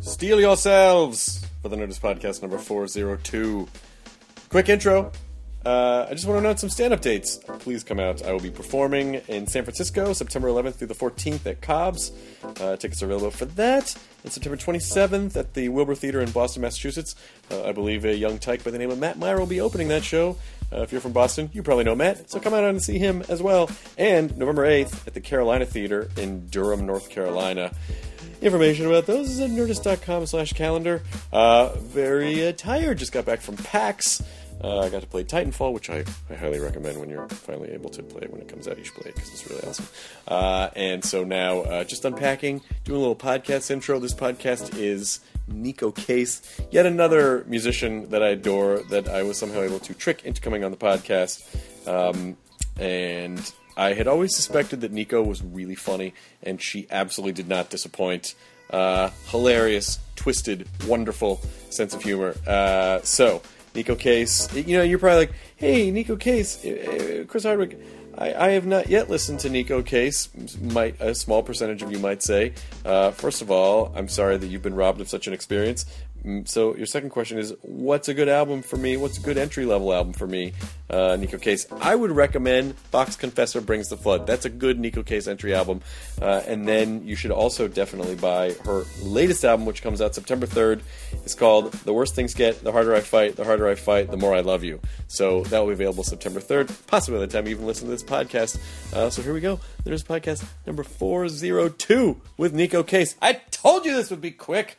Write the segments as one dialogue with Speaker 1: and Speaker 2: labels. Speaker 1: Steal yourselves for the Nerdist Podcast number 402. Quick intro. Uh, I just want to announce some stand up dates. Please come out. I will be performing in San Francisco September 11th through the 14th at Cobb's. Uh, tickets are available for that. And September 27th at the Wilbur Theater in Boston, Massachusetts. Uh, I believe a young tyke by the name of Matt Meyer will be opening that show. Uh, if you're from Boston, you probably know Matt, so come out and see him as well. And November 8th at the Carolina Theater in Durham, North Carolina. Information about those is at nerdist.com slash calendar. Uh, very uh, tired, just got back from PAX. Uh, I got to play Titanfall, which I, I highly recommend when you're finally able to play it when it comes out. You should play it because it's really awesome. Uh, and so now, uh, just unpacking, doing a little podcast intro. This podcast is Nico Case, yet another musician that I adore that I was somehow able to trick into coming on the podcast. Um, and I had always suspected that Nico was really funny, and she absolutely did not disappoint. Uh, hilarious, twisted, wonderful sense of humor. Uh, so, Nico Case, you know, you're probably like, hey, Nico Case, eh, eh, Chris Hardwick. I, I have not yet listened to Nico Case. Might a small percentage of you might say. Uh, first of all, I'm sorry that you've been robbed of such an experience. Mm, So your second question is, what's a good album for me? What's a good entry level album for me? Uh, Nico Case. I would recommend Fox Confessor Brings the Flood. That's a good Nico Case entry album. Uh, and then you should also definitely buy her latest album, which comes out September 3rd. It's called The Worst Things Get, The Harder I Fight, The Harder I Fight, The More I Love You. So that will be available September 3rd, possibly by the time you even listen to this podcast. Uh, so here we go. There's podcast number 402 with Nico Case. I told you this would be quick.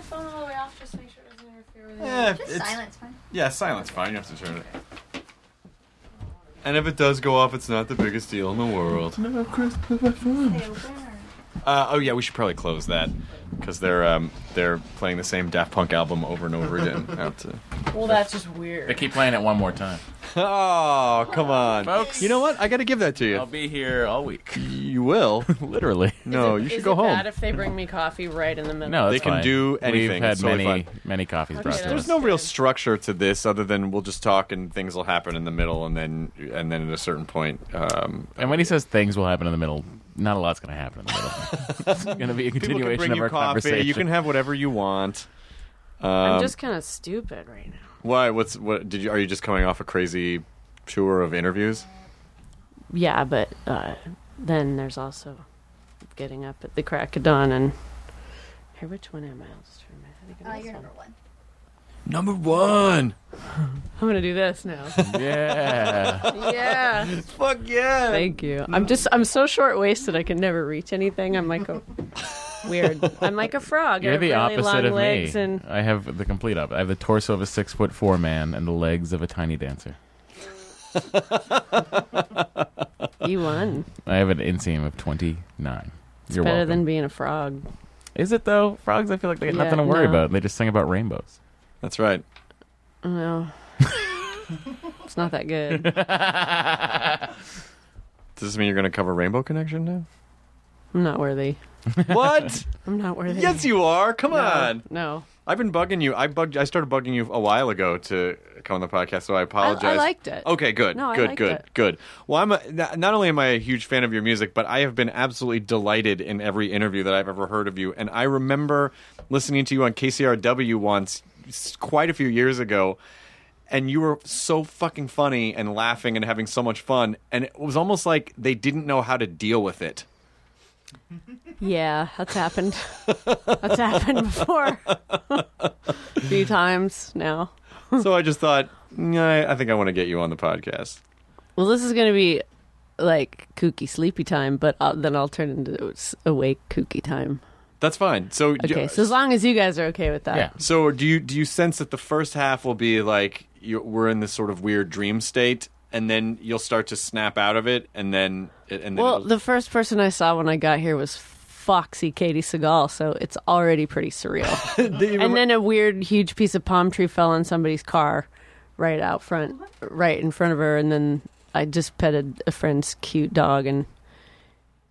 Speaker 2: phone all the way off just to make sure it doesn't interfere with
Speaker 1: Yeah,
Speaker 2: it. Just
Speaker 1: Eh, it's-
Speaker 2: silence, fine.
Speaker 1: Yeah, silence. Fine, you have to turn it. And if it does go off, it's not the biggest deal in the world. No, Chris, put my phone.
Speaker 2: Stay open or-
Speaker 1: Uh, oh yeah, we should probably close that because they're um, they're playing the same Daft Punk album over and over again. out to...
Speaker 3: Well, that's just
Speaker 4: They
Speaker 3: weird.
Speaker 4: keep playing it one more time.
Speaker 1: Oh come on,
Speaker 4: Folks.
Speaker 1: You know what? I got to give that to you.
Speaker 3: Um,
Speaker 4: I'll be here all week.
Speaker 1: You will.
Speaker 4: Literally.
Speaker 1: No, you
Speaker 3: Is
Speaker 1: should
Speaker 3: it
Speaker 1: go home.
Speaker 3: bad if they bring me coffee right in the middle?
Speaker 4: No,
Speaker 1: They
Speaker 4: that's
Speaker 1: can
Speaker 4: fine.
Speaker 1: do anything.
Speaker 4: We've had
Speaker 1: It's totally
Speaker 4: many,
Speaker 1: fine.
Speaker 4: many coffees brought to
Speaker 3: There's
Speaker 4: us.
Speaker 1: There's no real structure to this other than we'll just talk and things will happen in the middle, and then and then at a certain point. Um,
Speaker 4: and when he says things will happen in the middle, not a lot's going to happen in the middle. it's going to be a
Speaker 1: people can
Speaker 4: continuation
Speaker 1: bring
Speaker 4: of
Speaker 1: you
Speaker 4: our
Speaker 1: coffee.
Speaker 4: conversation.
Speaker 1: You can have whatever you want.
Speaker 4: um,
Speaker 3: I'm just kind of stupid right now.
Speaker 1: Why? What's what? Did you? Are you just coming off a crazy tour of interviews?
Speaker 3: Yeah, but uh, then there's also getting up at the crack of dawn and. Here, which one am I? Let's turn my- I think I'm
Speaker 2: Uh,
Speaker 3: this
Speaker 2: you're
Speaker 3: one.
Speaker 2: number one.
Speaker 1: Number one.
Speaker 3: I'm gonna do this now.
Speaker 4: yeah.
Speaker 3: yeah.
Speaker 1: Fuck yeah.
Speaker 3: Thank you. I'm just. I'm so short waisted. I can never reach anything. I'm like a weird. I'm like a frog. I
Speaker 4: You're
Speaker 3: have
Speaker 4: the
Speaker 3: really long
Speaker 4: opposite of
Speaker 3: legs
Speaker 4: me.
Speaker 3: and
Speaker 4: I have the complete opposite. I have the torso of a six foot four man and the legs of a tiny dancer.
Speaker 3: you won.
Speaker 4: I have an inseam of 29. It's You're
Speaker 3: Better
Speaker 4: welcome.
Speaker 3: than being a frog.
Speaker 4: Is it though? Frogs, I feel like they got
Speaker 3: Yeah,
Speaker 4: nothing to worry
Speaker 3: no.
Speaker 4: about. They just sing about rainbows.
Speaker 1: That's right.
Speaker 3: No. it's not that good.
Speaker 1: Does this mean you're going to cover Rainbow Connection now?
Speaker 3: I'm not worthy.
Speaker 1: What?
Speaker 3: I'm not worthy.
Speaker 1: yes, you are. Come
Speaker 3: no,
Speaker 1: on.
Speaker 3: No.
Speaker 1: I've been bugging you. I bugged. I started bugging you a while ago to come on the podcast, so I apologize.
Speaker 3: liked it.
Speaker 1: Okay, good,
Speaker 3: No, I
Speaker 1: good,
Speaker 3: liked
Speaker 1: good,
Speaker 3: it.
Speaker 1: good. Well, I'm a, n- not only am I a huge fan of your music, but I have been absolutely delighted in every interview that I've ever heard of you. And I remember listening to you on KCRW once, s- quite a few years ago, and you were so fucking funny and laughing and having so much fun. And it was almost like they didn't know how to deal with it.
Speaker 3: Yeah, that's happened. that's happened before. a few times now.
Speaker 1: so I just thought, "Nah, I think I want to get you on the podcast.
Speaker 3: Well, this is going to be like kooky sleepy time, but i then I'll turn into s- awake kooky time.
Speaker 1: That's fine. So
Speaker 3: Okay, so as long as you guys are okay with that.
Speaker 4: Yeah.
Speaker 1: So do you do you sense that the first half will be like you, we're in this sort of weird dream state, and then you'll start to snap out of it, and then it- and then
Speaker 3: Well,
Speaker 1: it'll-
Speaker 3: the first person I saw when I got here was Foxy Katie Seagal, so it's already pretty surreal. and then a weird, huge piece of palm tree fell on somebody's car right out front, right in front of her, and then I just petted a friend's cute dog, and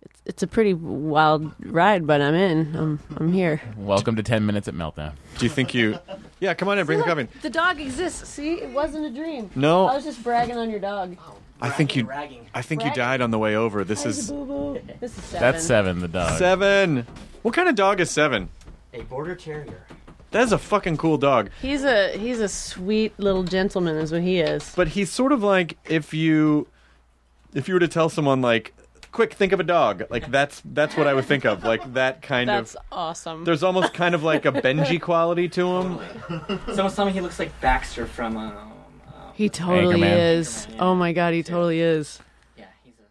Speaker 3: it's, it's a pretty wild ride, but I'm in. I'm, I'm here.
Speaker 4: Welcome to 10 Minutes at Meltdown.
Speaker 1: do you think you? Yeah, come on in, bring the coffee. in.
Speaker 3: The dog exists. See, it wasn't a dream.
Speaker 1: No.
Speaker 3: I was just bragging on your dog.
Speaker 1: I think you.
Speaker 5: ragging.
Speaker 1: I think you
Speaker 3: Ragging.
Speaker 1: died on the way over. This is
Speaker 3: This is seven.
Speaker 4: That's seven, the dog.
Speaker 1: seven. What kind of dog is seven?
Speaker 5: A border terrier.
Speaker 1: That is a fucking cool dog.
Speaker 3: He's a he's a sweet little gentleman, is what he is.
Speaker 1: But he's sort of like if you, if you were to tell someone like, quick, think of a dog. Like that's that's what I would think of. Like that kind
Speaker 3: That's
Speaker 1: of.
Speaker 3: awesome.
Speaker 1: There's almost kind of like a Benji quality to him.
Speaker 5: Someone told me he looks like Baxter from. Um, um,
Speaker 3: He totally
Speaker 4: Anchorman.
Speaker 3: is. Oh my god, he totally is.
Speaker 5: yeah, he's a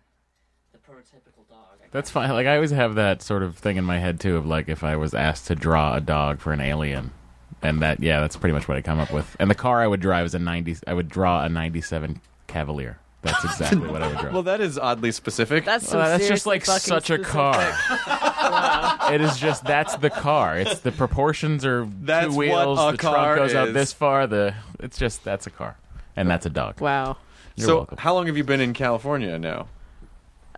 Speaker 5: the prototypical dog. I
Speaker 4: That's fine. Like I always have that sort of thing in my head too of like if I was asked to draw a dog for an alien. And that yeah, that's pretty much what I come up with. And the car I would drive is a 90 I would draw a 97 Cavalier. That's exactly what I would draw.
Speaker 1: Well, that is oddly specific.
Speaker 3: That's so
Speaker 4: Well, Oh, that's just
Speaker 3: seriously
Speaker 4: like
Speaker 3: fucking
Speaker 4: such a
Speaker 3: specific.
Speaker 4: car. It is just that's the car. It's the proportions are
Speaker 1: That's
Speaker 4: two
Speaker 1: what
Speaker 4: wheels.
Speaker 1: a
Speaker 4: the
Speaker 1: car
Speaker 4: trunk goes out
Speaker 1: is.
Speaker 4: this far. The it's just that's a car, and that's a dog.
Speaker 3: Wow.
Speaker 4: You're
Speaker 1: so,
Speaker 4: welcome.
Speaker 1: how long have you been in California now?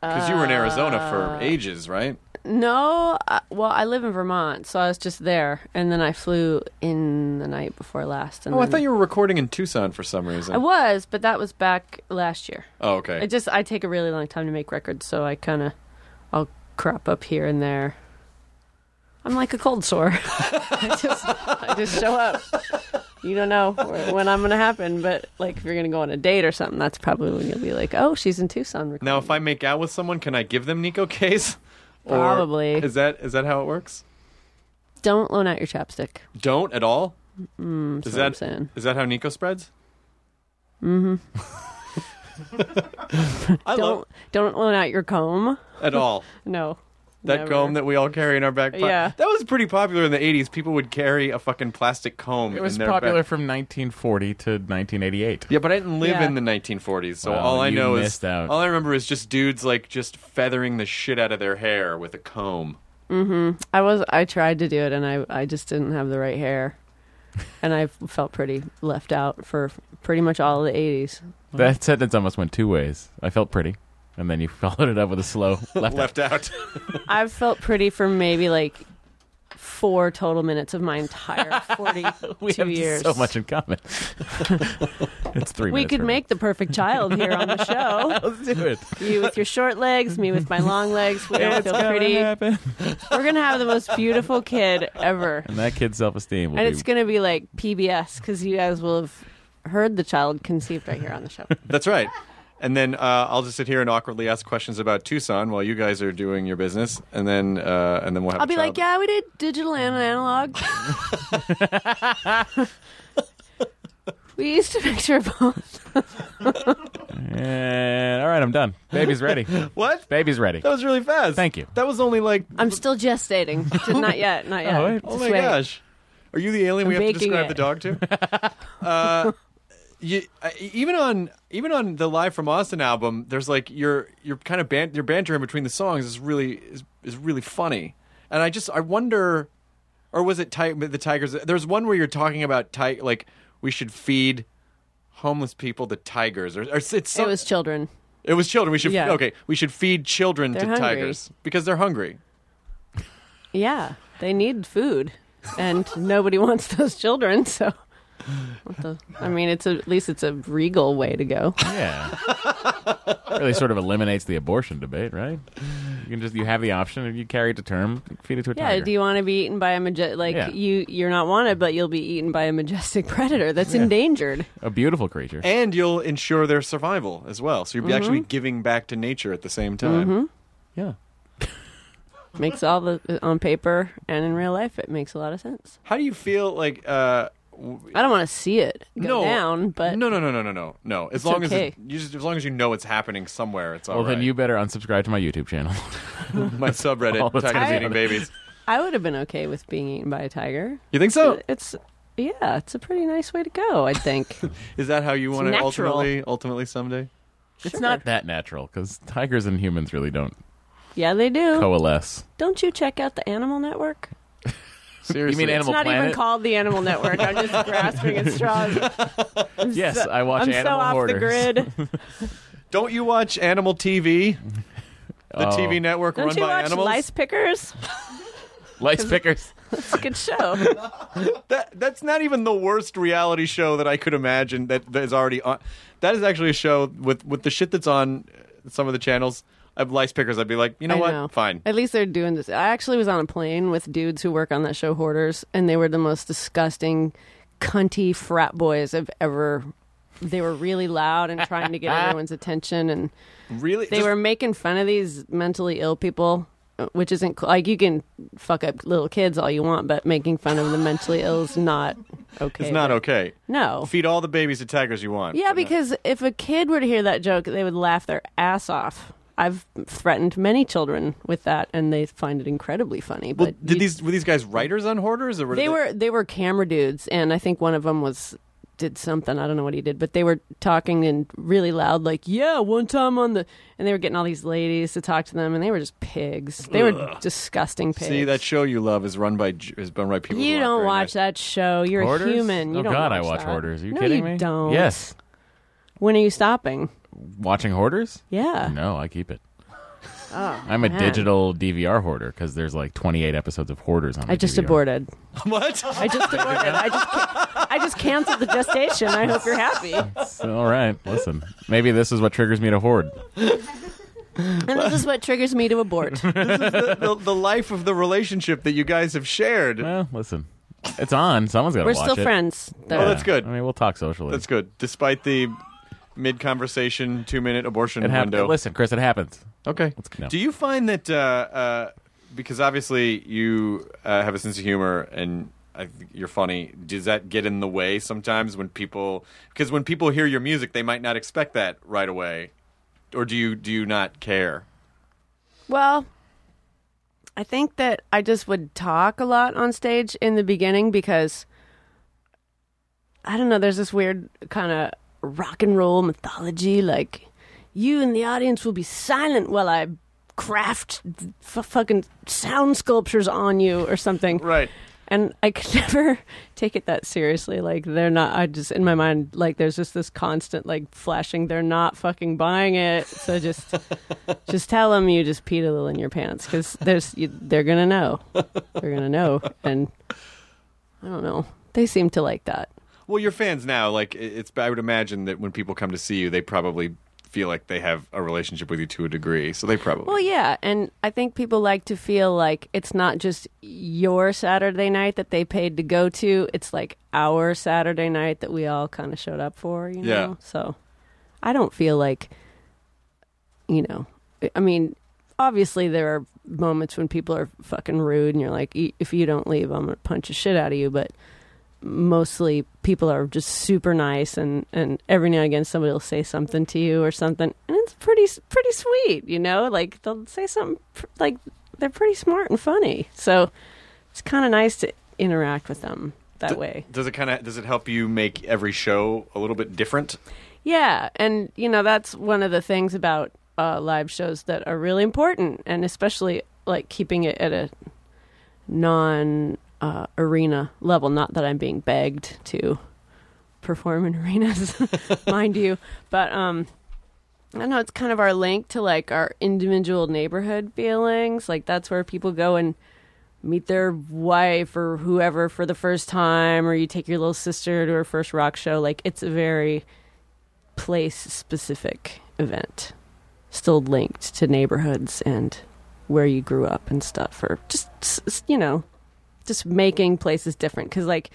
Speaker 1: Because you were in Arizona
Speaker 3: Uh,
Speaker 1: for ages, right?
Speaker 3: No, I, well, I live in Vermont, so I was just there, and then I flew in the night before last. And
Speaker 1: Oh, I
Speaker 3: then-
Speaker 1: thought you were recording in Tucson for some reason.
Speaker 3: I was, but that was back last year.
Speaker 1: oh, okay.
Speaker 3: I just I take a really long time to make records, so I kind of I'll crop up here and there. I'm like a cold sore. I just I just show up. You don't know wh- when I'm gonna happen, but like if you're gonna go on a date or something, that's probably when you'll be like, oh, she's in Tucson. recording."
Speaker 1: now, if I make out with someone, can I give them Nico Case? Or
Speaker 3: Probably.
Speaker 1: Is that is that how it works?
Speaker 3: Don't loan out your chapstick.
Speaker 1: Don't at all.
Speaker 3: Mm, That's
Speaker 1: Is
Speaker 3: what I'm
Speaker 1: that
Speaker 3: saying.
Speaker 1: is that how Nico spreads? Mm-hmm. I
Speaker 3: Don't
Speaker 1: love
Speaker 3: don't loan out your comb.
Speaker 1: at all.
Speaker 3: No.
Speaker 1: That
Speaker 3: never.
Speaker 1: comb that we all carry in our back pocket.
Speaker 3: Yeah.
Speaker 1: That was pretty popular in the 80s. People would carry a fucking plastic comb
Speaker 4: it was
Speaker 1: in their back-
Speaker 4: popular from 1940 to 1988.
Speaker 1: Yeah, but I didn't live
Speaker 3: Yeah.
Speaker 1: in the 1940s, so
Speaker 4: Wow,
Speaker 1: all I
Speaker 4: you
Speaker 1: know is
Speaker 4: missed out.
Speaker 1: all I remember is just dudes like just feathering the shit out of their hair with a comb.
Speaker 3: I was I tried to do it and I I just didn't have the right hair. And I felt pretty left out for pretty much all of the 80s.
Speaker 4: That sentence almost went two ways. I felt pretty, and then you followed it up with a slow left.
Speaker 1: Left out.
Speaker 3: I've felt pretty for maybe like four total minutes of my entire 42
Speaker 4: we have
Speaker 3: years.
Speaker 4: so much in common. it's three.
Speaker 3: we
Speaker 4: minutes
Speaker 3: could
Speaker 4: for me.
Speaker 3: make the perfect child here on the show.
Speaker 4: Let's do it.
Speaker 3: You with your short legs, me with my long legs. We all
Speaker 4: It's
Speaker 3: feel
Speaker 4: gonna
Speaker 3: pretty.
Speaker 4: happen.
Speaker 3: We're gonna have the most beautiful kid ever,
Speaker 4: And that kid's self-esteem will
Speaker 3: and
Speaker 4: be
Speaker 3: it's gonna be like PBS because you guys will have heard the child conceived right here on the show.
Speaker 1: That's right. And then uh, I'll just sit here and awkwardly ask questions about Tucson while you guys are doing your business, and then uh, and then we'll have.
Speaker 3: I'll
Speaker 1: a
Speaker 3: be
Speaker 1: child.
Speaker 3: like, yeah, we did digital and analog. we used to picture both.
Speaker 4: And all right, I'm done. Baby's ready.
Speaker 1: What?
Speaker 4: Baby's ready.
Speaker 1: That was really fast.
Speaker 4: Thank you.
Speaker 1: That was only like.
Speaker 3: I'm still gestating. not yet. Not yet.
Speaker 4: Oh, wait.
Speaker 1: oh
Speaker 3: Just
Speaker 1: my
Speaker 3: wait.
Speaker 1: gosh. Are you the alien we
Speaker 3: I'm
Speaker 1: have to
Speaker 3: baking
Speaker 1: describe the dog
Speaker 3: it.
Speaker 1: to? uh, you, I- even on even on the live from Austin album, there's like your your kind of ban- your banter in between the songs is really is, is really funny, and I just I wonder, or was it ti- the tigers? There's one where you're talking about ti- like we should feed homeless people to tigers, or, or it's
Speaker 3: It
Speaker 1: some-
Speaker 3: was children.
Speaker 1: it was children. We should
Speaker 3: Yeah.
Speaker 1: okay, we should feed children
Speaker 3: They're
Speaker 1: to
Speaker 3: hungry.
Speaker 1: tigers because they're hungry.
Speaker 3: Yeah, they need food. and nobody wants those children. So, what the, I mean, it's a, at least it's a regal way to go.
Speaker 4: Yeah. really sort of eliminates the abortion debate, right? You can just you have the option if you carry it to term, feed it to a
Speaker 3: Yeah.
Speaker 4: tiger.
Speaker 3: Do you want to be eaten by a majestic? Like
Speaker 4: Yeah.
Speaker 3: you, you're not wanted, but you'll be eaten by a majestic predator that's endangered.
Speaker 4: a beautiful creature.
Speaker 1: and you'll ensure their survival as well. So you're actually
Speaker 3: Mm-hmm.
Speaker 1: giving back to nature at the same time.
Speaker 4: yeah.
Speaker 3: Makes all the uh, on paper and in real life, it makes a lot of sense.
Speaker 1: How do you feel like? Uh, w-
Speaker 3: I don't want to see it go
Speaker 1: no,
Speaker 3: down, but
Speaker 1: no, no, no, no, no, no, no. As long
Speaker 3: okay.
Speaker 1: as it, you just, as long as you know it's happening somewhere, it's all
Speaker 4: Well, then you better unsubscribe to my YouTube channel.
Speaker 1: my subreddit
Speaker 4: all the
Speaker 1: tigers
Speaker 4: time.
Speaker 1: eating babies.
Speaker 3: I would have been okay with being eaten by a tiger.
Speaker 1: You think so?
Speaker 3: It's yeah, it's a pretty nice way to go. I think.
Speaker 1: Is that how you want to
Speaker 3: natural.
Speaker 1: ultimately, ultimately someday?
Speaker 4: It's not that natural because tigers and humans really don't
Speaker 3: Yeah, they do.
Speaker 4: coalesce.
Speaker 3: Don't you check out the Animal Network?
Speaker 1: Seriously,
Speaker 4: mean
Speaker 3: It's
Speaker 4: Animal
Speaker 3: not even
Speaker 4: Planet?
Speaker 3: called the Animal Network. I'm just grasping at straws.
Speaker 4: Yes, I watch
Speaker 3: I'm so
Speaker 4: Animal
Speaker 3: off
Speaker 4: Hoarders.
Speaker 3: the grid.
Speaker 1: Don't you watch Animal TV? The
Speaker 4: Oh.
Speaker 1: TV network
Speaker 3: Don't
Speaker 1: run
Speaker 3: you
Speaker 1: by
Speaker 3: watch
Speaker 1: animals.
Speaker 3: Lice Pickers?
Speaker 4: Lice pickers.
Speaker 3: It's a good show.
Speaker 1: That that's not even the worst reality show that I could imagine. That, that is already on. That is actually a show with with the shit that's on uh, some of the channels. I have lice pickers. I'd be like, you know
Speaker 3: I
Speaker 1: what?
Speaker 3: know.
Speaker 1: Fine.
Speaker 3: At least they're doing this. I actually was on a plane with dudes who work on that show, Hoarders, and they were the most disgusting, cunty frat boys I've ever. They were really loud and trying to get everyone's attention, and
Speaker 1: Really?
Speaker 3: they
Speaker 1: Just-
Speaker 3: were making fun of these mentally ill people, uh, which isn't cool. like you can fuck up little kids all you want, but making fun of the mentally ill is not okay.
Speaker 1: It's not
Speaker 3: Like,
Speaker 1: okay.
Speaker 3: No.
Speaker 1: Feed all the babies to tigers you want.
Speaker 3: Yeah,
Speaker 1: But no.
Speaker 3: because if a kid were to hear that joke, they would laugh their ass off. I've threatened many children with that, and they find it incredibly funny. But
Speaker 1: well, did
Speaker 3: you-
Speaker 1: these were these guys writers on hoarders or were
Speaker 3: They were they were camera dudes, and I think one of them was did something. I don't know what he did, but they were talking and really loud, like "Yeah, one time on the," and they were getting all these ladies to talk to them, and they were just pigs. They were disgusting pigs.
Speaker 1: See that show you love is run by J- is run by people.
Speaker 3: you
Speaker 1: who
Speaker 3: don't
Speaker 1: aren't very
Speaker 3: watch
Speaker 1: nice.
Speaker 3: that show. You're
Speaker 4: Hoarders?
Speaker 3: a human. You
Speaker 4: oh
Speaker 3: don't
Speaker 4: God, I watch
Speaker 3: watch that.
Speaker 4: hoarders. Are you
Speaker 3: No,
Speaker 4: kidding
Speaker 3: you
Speaker 4: me?
Speaker 3: Don't.
Speaker 4: Yes,
Speaker 3: When are you stopping?
Speaker 4: watching hoarders.
Speaker 3: Yeah. Oh,
Speaker 4: No, I keep it. I'm a digital DVR hoarder because there's like 28 episodes of hoarders on. my
Speaker 3: I just
Speaker 4: DVR.
Speaker 3: aborted.
Speaker 1: What?
Speaker 3: I just aborted. I just ca- I just canceled the gestation. I hope you're happy. And
Speaker 4: So, all right, listen. Maybe this is what triggers me to hoard.
Speaker 3: this is what triggers me to abort.
Speaker 1: the, the, the life of the relationship that you guys have shared. Oh,
Speaker 4: Well, listen. It's on. Someone's got to
Speaker 3: We're
Speaker 4: watch
Speaker 3: still
Speaker 4: it.
Speaker 3: friends. Though.
Speaker 1: that's good.
Speaker 4: I mean, we'll talk socially.
Speaker 1: That's good. Despite the mid conversation two minute abortion
Speaker 4: It hap-
Speaker 1: window.
Speaker 4: Listen, Chris, it happens.
Speaker 1: Okay.
Speaker 4: no.
Speaker 1: Do you find that uh, uh, because obviously you uh, have a sense of humor and I think you're funny. Does that get in the way sometimes when people? Because when people hear your music, they might not expect that right away. Or do you do you not care?
Speaker 3: Well, I think that I just would talk a lot on stage in the beginning because I don't know, there's this weird kind of rock and roll mythology like you in the audience will be silent while I craft f- fucking sound sculptures on you or something.
Speaker 1: Right.
Speaker 3: And I could never take it that seriously. Like they're not. I just in my mind, like there's just this constant like flashing. They're not fucking buying it. So just, just tell them you just peed a little in your pants because there's you, they're gonna know. They're gonna know. And I don't know. They seem to like that.
Speaker 1: Well, your fans now, like it- it's. I would imagine that when people come to see you, they probably feel like they have a relationship with you to a degree. So they probably.
Speaker 3: Well, yeah, and I think people like to feel like it's not just your Saturday night that they paid to go to. It's like our Saturday night that we all kind of showed up for. You know,
Speaker 1: Yeah.
Speaker 3: so I don't feel like, you know, I mean, obviously there are moments when people are fucking rude, and you're like, "Y- if you don't leave, I'm gonna punch the shit out of you. But mostly people are just super nice and and every now and again somebody will say something to you or something and it's pretty pretty sweet you know like they'll say something pr- like they're pretty smart and funny so it's kind of nice to interact with them that way
Speaker 1: Does it kind of does it help you make every show a little bit different?
Speaker 3: Yeah, and you know that's one of the things about uh, live shows that are really important, and especially like keeping it at a non uh, arena level. Not that I'm being begged to perform in arenas, mind you, but um, I don't know it's kind of our link to like our individual neighborhood feelings. Like that's where people go and meet their wife or whoever for the first time, or you take your little sister to her first rock show. Like it's a very place specific event, still linked to neighborhoods and where you grew up and stuff, or just s- s- you know, just making places different. Because like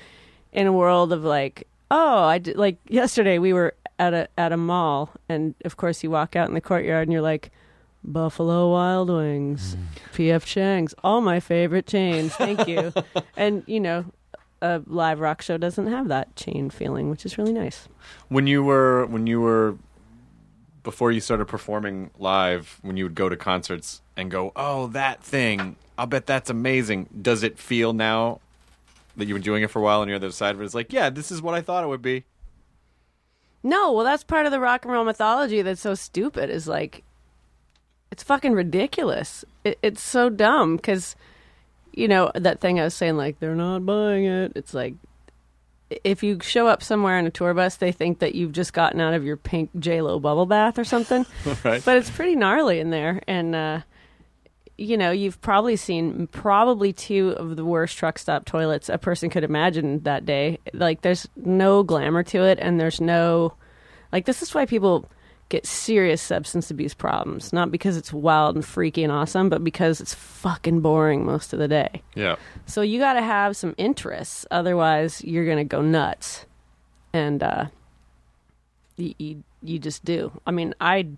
Speaker 3: in a world of like, oh, I did, like yesterday we were at a at a mall, and of course you walk out in the courtyard and you're like. Buffalo Wild Wings, PF Chang's, all my favorite chains. Thank you. and you know, a live rock show doesn't have that chain feeling, which is really nice.
Speaker 1: When you were when you were before you started performing live, when you would go to concerts and go, "Oh, that thing! I'll bet that's amazing." Does it feel now that you've been doing it for a while and you're on the other side of it? It's like, yeah, this is what I thought it would be.
Speaker 3: No, well, that's part of the rock and roll mythology that's so stupid. Is like, it's fucking ridiculous. It, it's so dumb because, you know, that thing I was saying, like they're not buying it. It's like, if you show up somewhere in a tour bus, they think that you've just gotten out of your pink J Lo bubble bath or something.
Speaker 1: Right.
Speaker 3: But it's pretty gnarly in there, and uh, you know, you've probably seen probably two of the worst truck stop toilets a person could imagine that day. Like, there's no glamour to it, and there's no, like, this is why people get serious substance abuse problems. Not because it's wild and freaky and awesome, but because it's fucking boring most of the day.
Speaker 1: Yeah.
Speaker 3: So you got to have some interests, otherwise you're gonna go nuts, and uh, you, you you just do. I mean, I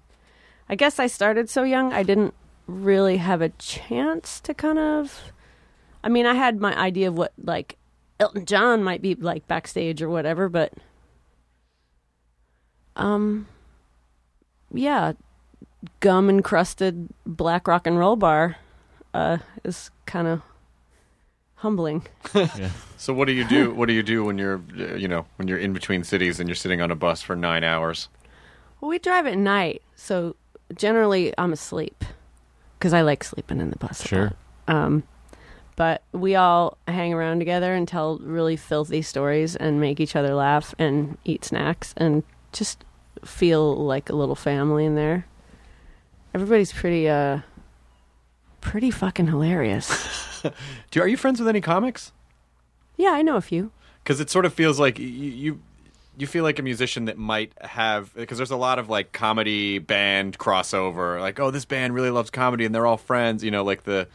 Speaker 3: I guess I started so young, I didn't really have a chance to kind of. I mean, I had my idea of what like Elton John might be like backstage or whatever, but um, yeah, gum encrusted black rock and roll bar uh, is kind of humbling.
Speaker 1: So what do you do? What do you do when you're, uh, you know, when you're in between cities and you're sitting on a bus for nine hours?
Speaker 3: Well, we drive at night, so generally I'm asleep because I like sleeping in the bus. a
Speaker 4: Sure.
Speaker 3: lot. Um, but we all hang around together and tell really filthy stories and make each other laugh and eat snacks and just feel like a little family in there. Everybody's pretty, uh, pretty fucking hilarious.
Speaker 1: Do are you friends with any comics?
Speaker 3: yeah, I know a few.
Speaker 1: because it sort of feels like you, you you feel like a musician that might have because there's a lot of like comedy band crossover like oh this band really loves comedy and they're all friends you know like the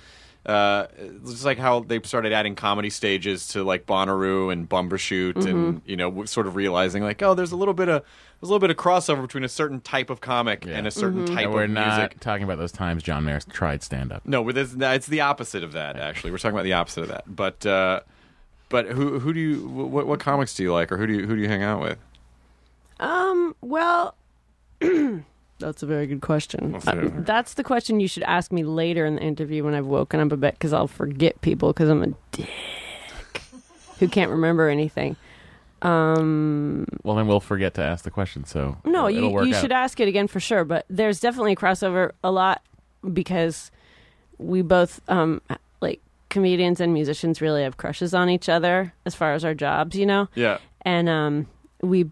Speaker 1: uh it's just like how they started adding comedy stages to like Bonnaroo and Bumbershoot and you know w- sort of realizing like oh there's a little bit of there's a little bit of crossover between a certain type of comic and a certain type
Speaker 4: And we're
Speaker 1: of
Speaker 4: not
Speaker 1: music
Speaker 4: talking about those times John Mayer tried stand up.
Speaker 1: no, but it's, it's the opposite of that. Actually, we're talking about the opposite of that. But uh, but who who do you what, what comics do you like, or who do you who do you hang out with?
Speaker 3: Um, well, that's a very good question.
Speaker 1: That's fair.
Speaker 3: Uh, that's the question you should ask me later in the interview when I've woken up a bit because I'll forget people because I'm a dick who can't remember anything. Um,
Speaker 4: Well, then we'll forget to ask the question. So
Speaker 3: no,
Speaker 4: it'll-
Speaker 3: you
Speaker 4: it'll work
Speaker 3: you
Speaker 4: out.
Speaker 3: should ask it again for sure. But there's definitely a crossover a lot because we both um like comedians and musicians really have crushes on each other as far as our jobs, you know
Speaker 1: Yeah,
Speaker 3: and um, we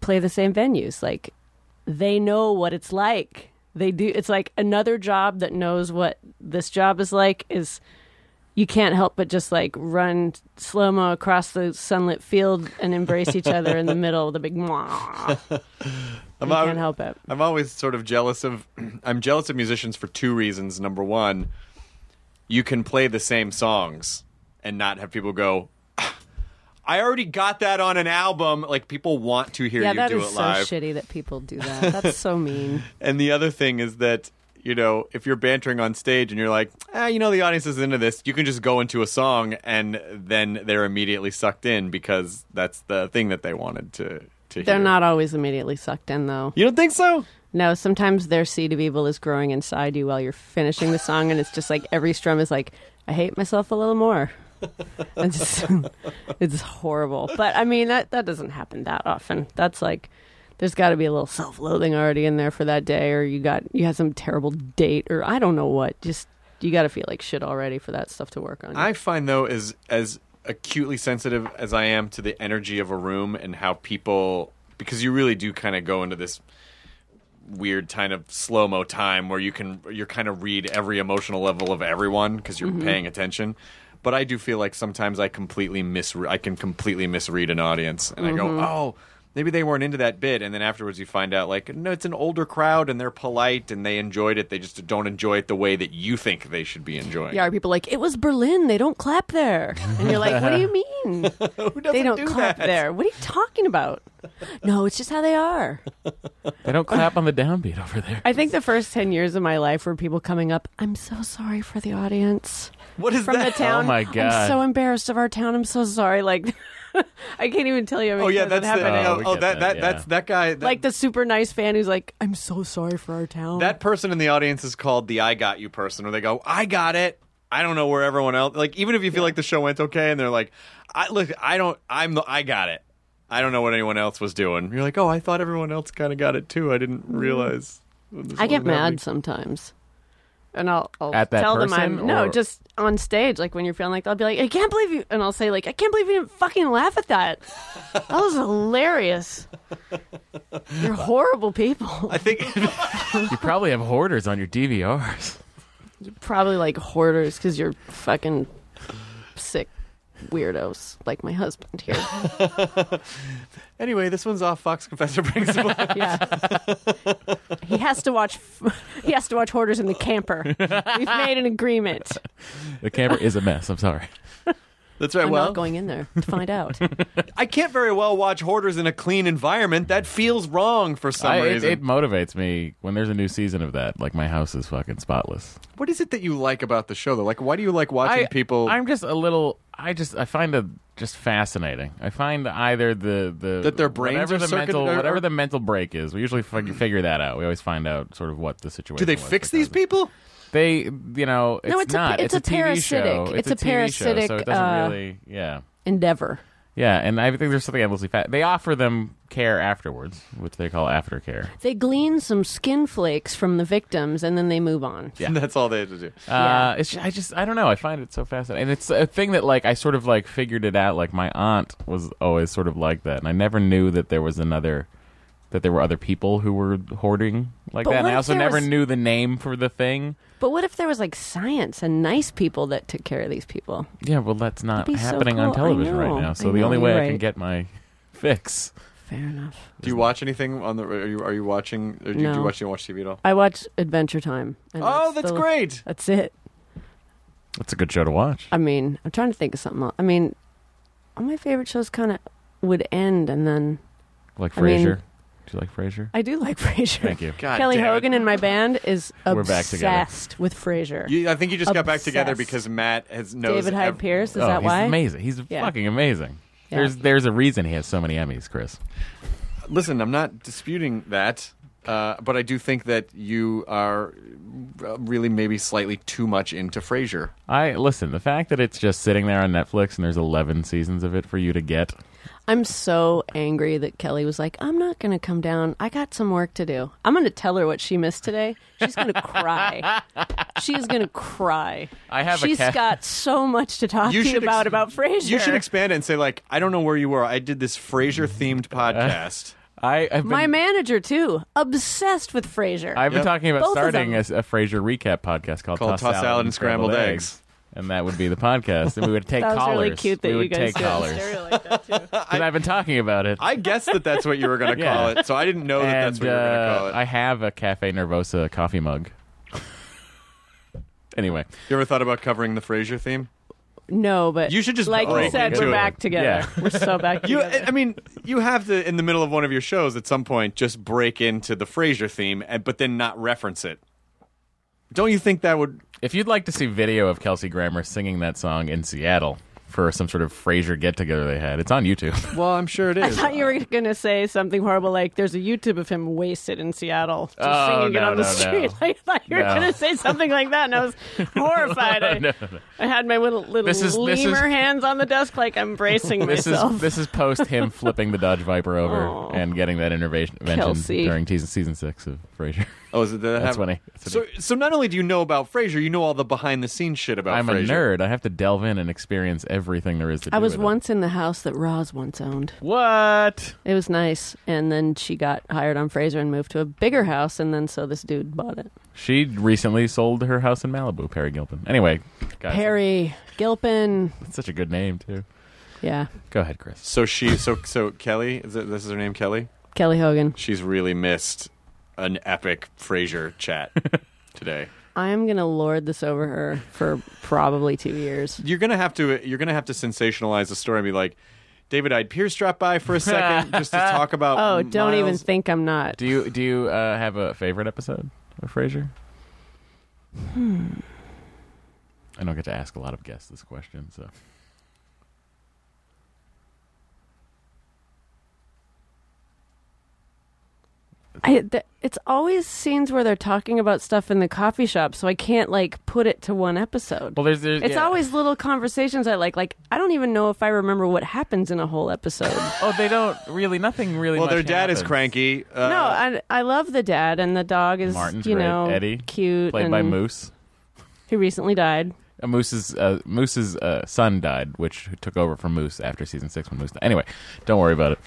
Speaker 3: play the same venues. Like they know what it's like. They do. It's like another job that knows what this job is like. Is you can't help but just like run slow mo across the sunlit field and embrace each other in the middle with a big. Mwah. You
Speaker 1: al-
Speaker 3: can't help it.
Speaker 1: I'm always sort of jealous of. I'm jealous of musicians for two reasons. Number one, you can play the same songs and not have people go. "Ah, I already got that on an album. Like people want to hear
Speaker 3: yeah,
Speaker 1: you
Speaker 3: that
Speaker 1: do
Speaker 3: is
Speaker 1: it
Speaker 3: so
Speaker 1: live.
Speaker 3: shitty that people do that. That's so mean.
Speaker 1: And the other thing is that you know if you're bantering on stage and you're like, ah, you know, the audience is into this, you can just go into a song and then they're immediately sucked in because that's the thing that they wanted to to
Speaker 3: They're
Speaker 1: hear.
Speaker 3: not always immediately sucked in though.
Speaker 1: You don't think so?
Speaker 3: No, sometimes their seed of evil is growing inside you while you're finishing the song, and it's just like every strum is like, I hate myself a little more. It's, just- it's horrible. But I mean, that, that doesn't happen that often. That's like, there's got to be a little self loathing already in there for that day, or you got, you had some terrible date, or I don't know what. Just, you got to feel like shit already for that stuff to work on. you.
Speaker 1: I find though as as acutely sensitive as I am to the energy of a room and how people because you really do kind of go into this weird kind of slow mo
Speaker 3: Mm-hmm.
Speaker 1: time where you can you're kind of read every emotional level of everyone because you're paying attention. But I do feel like sometimes I completely misre- I can completely misread an audience, and
Speaker 3: Mm-hmm.
Speaker 1: I go, oh, maybe they weren't into that bit, and then afterwards you find out like, no, it's an older crowd, and they're polite, and they enjoyed it. They just don't enjoy it the way that you think they should be enjoying.
Speaker 3: Yeah, are people like, it was Berlin. They don't clap there. And you're like, what do you mean?
Speaker 1: Who doesn't
Speaker 3: they don't
Speaker 1: do
Speaker 3: clap
Speaker 1: that?
Speaker 3: there. What are you talking about? No, it's just how they are.
Speaker 4: They don't clap on the downbeat over there.
Speaker 3: I think the first 10 years of my life were people coming up, I'm so sorry for the audience
Speaker 1: What is
Speaker 3: from
Speaker 1: that?
Speaker 3: the town.
Speaker 4: Oh my
Speaker 3: I'm
Speaker 4: God.
Speaker 3: so embarrassed of our town. I'm so sorry. Like, I can't even tell you. how many
Speaker 1: Oh yeah,
Speaker 3: times that
Speaker 1: that's the,
Speaker 3: happened.
Speaker 4: Oh,
Speaker 1: oh,
Speaker 4: we
Speaker 1: oh,
Speaker 4: get
Speaker 1: that,
Speaker 4: that,
Speaker 1: that
Speaker 4: yeah.
Speaker 1: that's that guy. That,
Speaker 3: like the super nice fan who's like, I'm so sorry for our town.
Speaker 1: that person in the audience is called the "I got you" person, where they go, "I got it." I don't know where everyone else. Like, even if you feel like the show went okay, and they're like, "I look, I don't, I'm the, I got it. I don't know what anyone else was doing." You're like, "Oh, I thought everyone else kind of got it too. I didn't
Speaker 3: Mm-hmm.
Speaker 1: realize." this
Speaker 3: I get
Speaker 1: wasn't happening."
Speaker 3: mad sometimes. And I'll, I'll
Speaker 4: At that
Speaker 3: tell them
Speaker 4: person,
Speaker 3: I'm no,
Speaker 4: or-
Speaker 3: just on stage, like when you're feeling like that, I'll be like, I can't believe you and I'll say like, I can't believe you didn't fucking laugh at that. That was hilarious. You're horrible people.
Speaker 1: I think
Speaker 4: You probably have hoarders on your DVRs.
Speaker 3: Probably like hoarders because you're fucking sick weirdos like my husband here.
Speaker 1: anyway, this one's off. Fox Confessor brings the book.
Speaker 3: Yeah. he has to watch he has to watch hoarders in the camper. We've made an
Speaker 1: Uh,
Speaker 3: agreement.
Speaker 4: The camera is a mess. I'm sorry.
Speaker 1: That's right.
Speaker 3: I'm
Speaker 1: well,
Speaker 3: not going in there to find out.
Speaker 1: I can't very well watch hoarders in a clean environment. That feels wrong for some
Speaker 4: I- it,
Speaker 1: reason.
Speaker 4: it motivates me when there's a new season of that. Like my house is fucking spotless.
Speaker 1: what is it that you like about the show, though? Like, why do you like watching
Speaker 4: I,
Speaker 1: people?
Speaker 4: I'm just a little. I just I find it just fascinating. I find either the the
Speaker 1: That their brains
Speaker 4: whatever
Speaker 1: are
Speaker 4: the
Speaker 1: circuit-
Speaker 4: mental
Speaker 1: or-
Speaker 4: whatever the mental break is. We usually fig- figure that out. We always find out sort of what the situation.
Speaker 1: do they
Speaker 4: was
Speaker 1: fix
Speaker 4: that
Speaker 1: these
Speaker 4: caused it.
Speaker 1: people?
Speaker 4: They you know it's,
Speaker 3: it's a-
Speaker 4: not.
Speaker 3: it's
Speaker 4: it's,
Speaker 3: a
Speaker 4: TV
Speaker 3: parasitic-
Speaker 4: show.
Speaker 3: it's a
Speaker 4: TV
Speaker 3: parasitic,
Speaker 4: Show, so it doesn't
Speaker 3: uh,
Speaker 4: really. Yeah.
Speaker 3: Endeavor.
Speaker 4: Yeah, and I think there's something endlessly fat. They offer them care afterwards, which they call aftercare.
Speaker 3: They glean some skin flakes from the victims and then they move on.
Speaker 1: Yeah. That's all they have to do.
Speaker 3: Yeah.
Speaker 4: Uh, it's I just I don't know. I find it so fascinating, and it's a thing that like I sort of like figured it out. Like my aunt was always sort of like that, and I never knew that there was another that there were other people who were hoarding like
Speaker 3: But
Speaker 4: that. And
Speaker 3: what
Speaker 4: I
Speaker 3: if
Speaker 4: also
Speaker 3: there
Speaker 4: never
Speaker 3: was-
Speaker 4: knew the name for the thing.
Speaker 3: But what if there was like science and nice people that took care of these people?
Speaker 4: Yeah, well, that's not
Speaker 3: That'd be so
Speaker 4: happening on
Speaker 3: cool. I
Speaker 4: television
Speaker 3: know.
Speaker 4: right now.
Speaker 3: I
Speaker 4: So the
Speaker 3: know,
Speaker 4: only
Speaker 3: you're
Speaker 4: way I
Speaker 3: right.
Speaker 4: can get my fix.
Speaker 3: Fair enough.
Speaker 1: Do you watch anything on the? Are you, are you watching? Or do, you, do
Speaker 3: No.
Speaker 1: you watch? Do you watch TV at all?
Speaker 3: I watch Adventure Time. and
Speaker 1: oh, that's
Speaker 3: the-
Speaker 1: great.
Speaker 3: That's it.
Speaker 4: That's a good show to watch.
Speaker 3: I mean, I'm trying to think of something else. I mean, all my favorite shows kind of would end and then
Speaker 4: Like
Speaker 3: I mean-
Speaker 4: Frasier. Do you like Frasier?
Speaker 3: I do like Frasier.
Speaker 4: Thank you.
Speaker 1: God
Speaker 3: Kelly
Speaker 1: damn it.
Speaker 3: Hogan and my band is
Speaker 4: We're back together.
Speaker 3: obsessed with Frasier.
Speaker 1: You, I think you just got back together
Speaker 3: Obsessed.
Speaker 1: because Matt has knows
Speaker 3: David Hyde
Speaker 1: ev-
Speaker 3: Pierce, is
Speaker 4: oh,
Speaker 3: that
Speaker 4: he's
Speaker 3: why?
Speaker 4: amazing. He's
Speaker 3: Yeah.
Speaker 4: fucking amazing.
Speaker 3: Yeah.
Speaker 4: There's there's a reason he has so many Emmys, Chris.
Speaker 1: Listen, I'm not disputing that, uh, but I do think that you are uh, really maybe slightly too much into Frasier.
Speaker 4: I listen. The fact that it's just sitting there on Netflix and there's 11 seasons of it for you to get.
Speaker 3: I'm so angry that Kelly was like, I'm not going to come down. I got some work to do. I'm going to tell her what she missed today. She's going to cry. She's going to cry.
Speaker 4: I have a
Speaker 3: She's
Speaker 4: ca-
Speaker 3: got so much to talk to you
Speaker 1: ex-
Speaker 3: about about Frasier.
Speaker 1: You should expand it and say like, I don't know where you were. I did this Frasier themed podcast.
Speaker 4: I, I've been,
Speaker 3: My manager, too, obsessed with Frasier.
Speaker 4: I've been
Speaker 1: Yep.
Speaker 4: talking about
Speaker 3: Both of
Speaker 4: starting a,
Speaker 3: them.
Speaker 4: a Frasier recap podcast called,
Speaker 1: Called Toss Salad and Scrambled Eggs.
Speaker 4: and that would be the podcast. And we would take
Speaker 3: that was
Speaker 4: callers.
Speaker 3: really cute that
Speaker 4: we would
Speaker 3: you guys
Speaker 4: take
Speaker 3: did
Speaker 4: callers.
Speaker 3: Stereo like that, too.
Speaker 4: And I've been talking about it.
Speaker 1: I guessed that that's what you were going to
Speaker 4: Yeah.
Speaker 1: call it, so I didn't know Oh, that that's
Speaker 4: and
Speaker 1: what you were going to call
Speaker 4: uh,
Speaker 1: it.
Speaker 4: I have a Cafe Nervosa coffee mug. anyway,
Speaker 1: you ever thought about covering the Frasier theme?
Speaker 3: No, but
Speaker 1: You should just
Speaker 3: like you
Speaker 1: break
Speaker 3: said,
Speaker 1: into
Speaker 3: we're
Speaker 1: it.
Speaker 3: back together. We're so back
Speaker 1: You,
Speaker 3: together.
Speaker 1: I I mean, you have to in the middle of one of your shows at some point just break into the Frasier theme, and, but then not reference it. Don't you think that would?
Speaker 4: If you'd like to see video of Kelsey Grammer singing that song in Seattle for some sort of Frasier get together they had, it's on YouTube.
Speaker 1: Well, I'm sure it is.
Speaker 3: I thought you were going to say something horrible like there's a YouTube of him wasted in Seattle just
Speaker 4: Oh,
Speaker 3: singing it
Speaker 4: no,
Speaker 3: on the
Speaker 4: no, no.
Speaker 3: street. I thought you were
Speaker 4: No.
Speaker 3: going to say something like that, and I was horrified. I, I had my little, little
Speaker 4: This is-
Speaker 3: lemur
Speaker 4: this is-
Speaker 3: hands on the desk, like I'm bracing
Speaker 4: This is
Speaker 3: myself.
Speaker 4: this is post him flipping the Dodge Viper over
Speaker 3: Aw.
Speaker 4: and getting that intervention
Speaker 3: Kelsey.
Speaker 4: during te- season six of Frasier.
Speaker 1: Oh, is it that I
Speaker 4: That's
Speaker 1: have-
Speaker 4: funny. That's
Speaker 1: So, so not only do you know about Frasier, you know all the behind the scenes shit about.
Speaker 4: I'm
Speaker 1: Frasier.
Speaker 4: a nerd. I have to delve in and experience everything there is to do.
Speaker 3: I was
Speaker 4: with it.
Speaker 3: once in the house that Roz once owned.
Speaker 4: What?
Speaker 3: It was nice, and then she got hired on Fraser and moved to a bigger house, and then so this dude bought it.
Speaker 4: She recently sold her house in Malibu, Perry Gilpin. Anyway, guys,
Speaker 3: Perry Gilpin,
Speaker 4: that's such a good name too.
Speaker 3: yeah,
Speaker 4: Go ahead, Chris.
Speaker 1: So she, so so Kelly, is it, this is her name, Kelly.
Speaker 3: Kelly Hogan.
Speaker 1: She's really missed an epic Frasier chat today.
Speaker 3: I am gonna lord this over her for probably two years.
Speaker 1: You're gonna have to, you're gonna have to sensationalize the story and be like, David Ide Pierce dropped by for a second just to talk about.
Speaker 3: Oh, don't even
Speaker 1: Miles."
Speaker 3: think I'm not.
Speaker 4: Mm, Do you do you uh, have a favorite episode of Frasier? Hmm. I don't get to ask a lot of guests this question, so
Speaker 3: I, th- it's always scenes where they're talking about stuff in the coffee shop, so I can't like put it to one episode.
Speaker 4: well, there's there's
Speaker 3: it's
Speaker 4: yeah.
Speaker 3: always little conversations I like. Like I don't even know if I remember what happens in a whole episode.
Speaker 4: oh they don't really nothing really.
Speaker 1: Well, their
Speaker 4: much
Speaker 1: dad is
Speaker 4: happens.
Speaker 1: cranky. Uh,
Speaker 3: no, I I love the dad and the dog is
Speaker 4: Martin's
Speaker 3: you
Speaker 4: great.
Speaker 3: know
Speaker 4: Eddie,
Speaker 3: cute
Speaker 4: played
Speaker 3: and
Speaker 4: by Moose.
Speaker 3: who recently died.
Speaker 4: Uh, Moose's uh, Moose's uh, son died, which took over from Moose after season six when Moose died. Anyway, don't worry about it.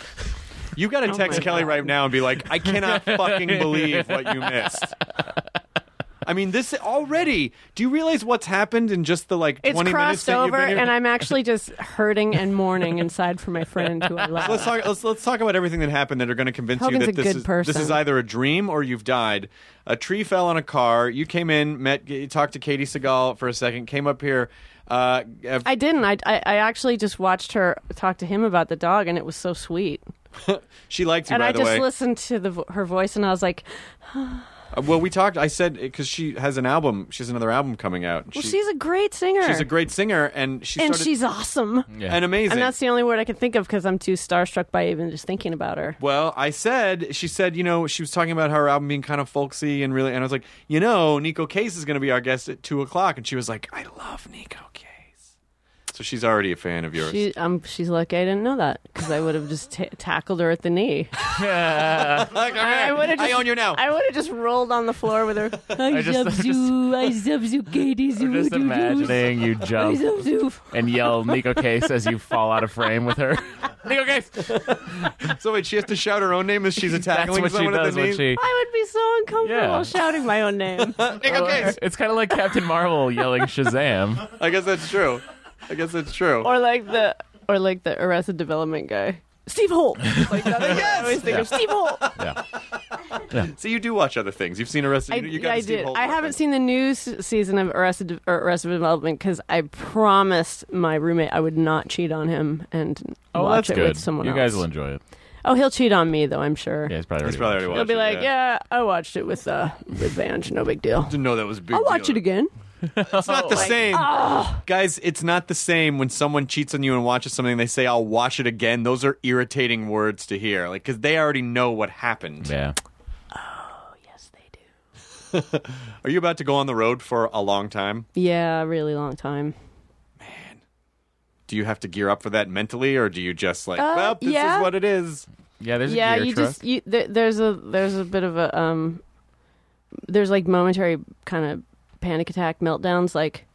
Speaker 1: you got to text
Speaker 3: Oh my
Speaker 1: Kelly
Speaker 3: God.
Speaker 1: right now and be like, I cannot fucking believe what you missed. I mean, this already. Do you realize what's happened in just the like
Speaker 3: It's
Speaker 1: 20 minutes
Speaker 3: crossed
Speaker 1: that you've
Speaker 3: over,
Speaker 1: been here?
Speaker 3: and I'm actually just hurting and mourning inside for my friend who I love.
Speaker 1: let's talk. Let's let's talk about everything that happened that are going to convince you
Speaker 3: Hogan's a
Speaker 1: that this
Speaker 3: good
Speaker 1: is
Speaker 3: person.
Speaker 1: this is either a dream or you've died. A tree fell on a car. You came in, met, you talked to Katie Seagal for a second, came up here. Uh, uh,
Speaker 3: I didn't. I, I I actually just watched her talk to him about the dog, and it was so sweet.
Speaker 1: she liked you,
Speaker 3: and
Speaker 1: by
Speaker 3: I
Speaker 1: the
Speaker 3: just
Speaker 1: way.
Speaker 3: listened to the vo- her voice, and I was like,
Speaker 1: Uh, well, we talked. I said because she has an album. She has another album coming out.
Speaker 3: "Well,
Speaker 1: She-
Speaker 3: she's a great singer.
Speaker 1: she's a great singer, and she
Speaker 3: and
Speaker 1: started,
Speaker 3: she's awesome."
Speaker 4: Yeah.
Speaker 1: and amazing.
Speaker 3: And that's the only word I can think of because I'm too starstruck by even just thinking about her.
Speaker 1: Well, I said she said you know she was talking about her album being kind of folksy and really, and I was like, you know, Nico Case is going to be our guest at two o'clock, and she was like, I love Nico Case, so she's already a fan of yours.
Speaker 3: She, um, she's lucky I didn't know that because I would have just ta tackled her at the knee.
Speaker 1: Like,
Speaker 3: I
Speaker 1: "All right,
Speaker 3: would've
Speaker 1: I
Speaker 3: just-
Speaker 1: own you now.
Speaker 3: I would have just rolled on the floor with her. I,
Speaker 4: just-
Speaker 3: love
Speaker 4: I'm
Speaker 3: you. I love you, Katie.
Speaker 4: I'm
Speaker 3: you
Speaker 4: just
Speaker 3: do, do.
Speaker 4: imagining you
Speaker 3: I
Speaker 4: jump
Speaker 3: love you.
Speaker 4: and yell Nico Case as you fall out of frame with her. Nico Case.
Speaker 1: so wait, she has to shout her own name as she's
Speaker 4: That's
Speaker 1: attacking
Speaker 4: what she
Speaker 1: someone
Speaker 4: does
Speaker 1: at the knee.
Speaker 4: when she.
Speaker 3: I would be so uncomfortable
Speaker 4: Yeah.
Speaker 3: shouting my own name.
Speaker 1: Nico Case.
Speaker 4: It's kind of like Captain Marvel yelling Shazam.
Speaker 1: I guess that's true. I guess that's true.
Speaker 3: or like the or like the Arrested Development guy, Steve Holt. Like that, I always think of Steve Holt.
Speaker 4: Yeah.
Speaker 1: so you do watch other things. You've seen Arrested.
Speaker 3: I,
Speaker 1: you, you got
Speaker 3: I
Speaker 1: the Steve
Speaker 3: did.
Speaker 1: Holt
Speaker 3: I haven't
Speaker 1: reference.
Speaker 3: seen the new s- season of Arrested De- or Arrested Development because I promised my roommate I would not cheat on him and
Speaker 4: Oh,
Speaker 3: watch
Speaker 4: that's
Speaker 3: it
Speaker 4: good.
Speaker 3: with someone
Speaker 4: you
Speaker 3: else.
Speaker 4: guys will enjoy it.
Speaker 3: Oh, he'll cheat on me though. I'm sure.
Speaker 4: Yeah, he's probably
Speaker 1: He's
Speaker 4: already.
Speaker 1: probably already
Speaker 3: He'll
Speaker 1: watched. it,
Speaker 3: be like, yeah. I watched it with uh, with Vange. No big deal.
Speaker 1: Didn't know that was a big.
Speaker 3: I'll watch
Speaker 1: deal.
Speaker 3: it again.
Speaker 1: It's not
Speaker 3: Oh,
Speaker 1: the same, guys. It's not the same when someone cheats on you and watches something. They say, "I'll watch it again." Those are irritating words to hear, like because they already know what happened.
Speaker 4: Yeah.
Speaker 3: Yes, they do.
Speaker 1: Are you about to go on the road for a long time?
Speaker 3: Yeah, a really long time.
Speaker 1: Do you have to gear up for that mentally, or do you just like, well, this
Speaker 3: Uh, yeah.
Speaker 1: is what it is?
Speaker 4: Yeah. There's
Speaker 3: yeah,
Speaker 4: a gear
Speaker 3: you
Speaker 4: truck.
Speaker 3: just you, there, there's a there's a bit of a um there's like momentary kind of panic attack meltdowns like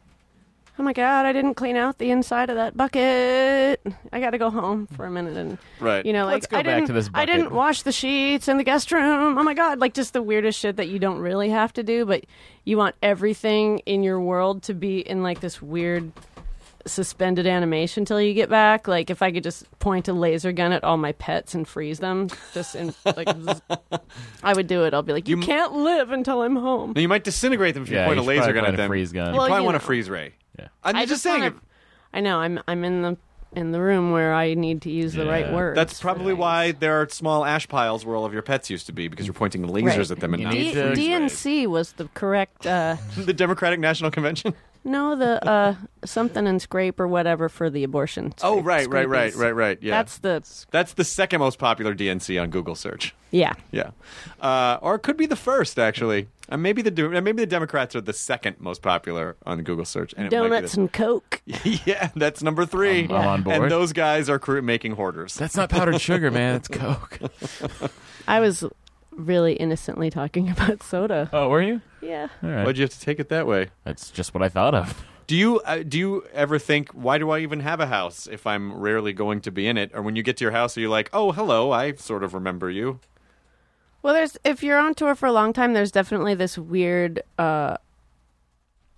Speaker 3: oh my god I didn't clean out the inside of that bucket I got to go home for a minute and
Speaker 1: Right.
Speaker 3: you know like
Speaker 4: Let's go
Speaker 3: I
Speaker 4: back
Speaker 3: didn't
Speaker 4: to this
Speaker 3: I didn't
Speaker 4: bucket.
Speaker 3: wash the sheets in the guest room oh my god like just the weirdest shit that you don't really have to do but you want everything in your world to be in like this weird suspended animation till you get back. Like if I could just point a laser gun at all my pets and freeze them, just in like, zzz, I would do it. I'll be like, you,
Speaker 1: You m-
Speaker 3: can't live until I'm home.
Speaker 1: Now, you might disintegrate them if you
Speaker 4: Yeah,
Speaker 1: point
Speaker 4: you
Speaker 1: a
Speaker 4: should
Speaker 1: laser
Speaker 4: probably
Speaker 1: gun at
Speaker 4: point a
Speaker 1: them.
Speaker 4: freeze gun.
Speaker 1: You
Speaker 3: Well,
Speaker 1: probably
Speaker 3: you
Speaker 1: want a
Speaker 3: know.
Speaker 1: freeze ray.
Speaker 4: Yeah.
Speaker 1: I'm
Speaker 3: I
Speaker 1: just, saying.
Speaker 3: wanna- I know I'm I'm in the in the room where I need to use the right
Speaker 4: Yeah.
Speaker 3: words.
Speaker 1: That's
Speaker 3: for
Speaker 1: probably
Speaker 3: things.
Speaker 1: why there are small ash piles where all of your pets used to be because you're pointing lasers
Speaker 3: Right.
Speaker 1: at them and
Speaker 4: You
Speaker 1: not
Speaker 4: need
Speaker 3: D-
Speaker 4: to-
Speaker 3: DNC was the correct. Uh,
Speaker 1: the Democratic National Convention.
Speaker 3: no, the uh, something and scrape or whatever for the abortion.
Speaker 1: Oh,
Speaker 3: scrape-
Speaker 1: right, right, right,
Speaker 3: scrapies.
Speaker 1: right, right. Yeah,
Speaker 3: That's the
Speaker 1: That's the second most popular DNC on Google search.
Speaker 3: yeah.
Speaker 1: Yeah, uh, or it could be the first actually. Uh, maybe the De- maybe the Democrats are the second most popular on Google search. And it might be
Speaker 3: Donuts
Speaker 1: the-
Speaker 3: and Coke.
Speaker 1: yeah, that's number 3
Speaker 4: I'm- I'm on
Speaker 1: And
Speaker 4: board.
Speaker 1: those guys are cr- making hoarders.
Speaker 4: That's not powdered sugar, man. It's Coke.
Speaker 3: I was really innocently talking about soda.
Speaker 4: Oh, were you?
Speaker 3: Yeah.
Speaker 4: All right.
Speaker 1: Why'd you have to take it that way?
Speaker 4: That's just what I thought of.
Speaker 1: Do you uh, do you ever think why do I even have a house if I'm rarely going to be in it? Or when you get to your house, are you like, oh hello, I sort of remember you?
Speaker 3: Well, there's if you're on tour for a long time, there's definitely this weird. Uh,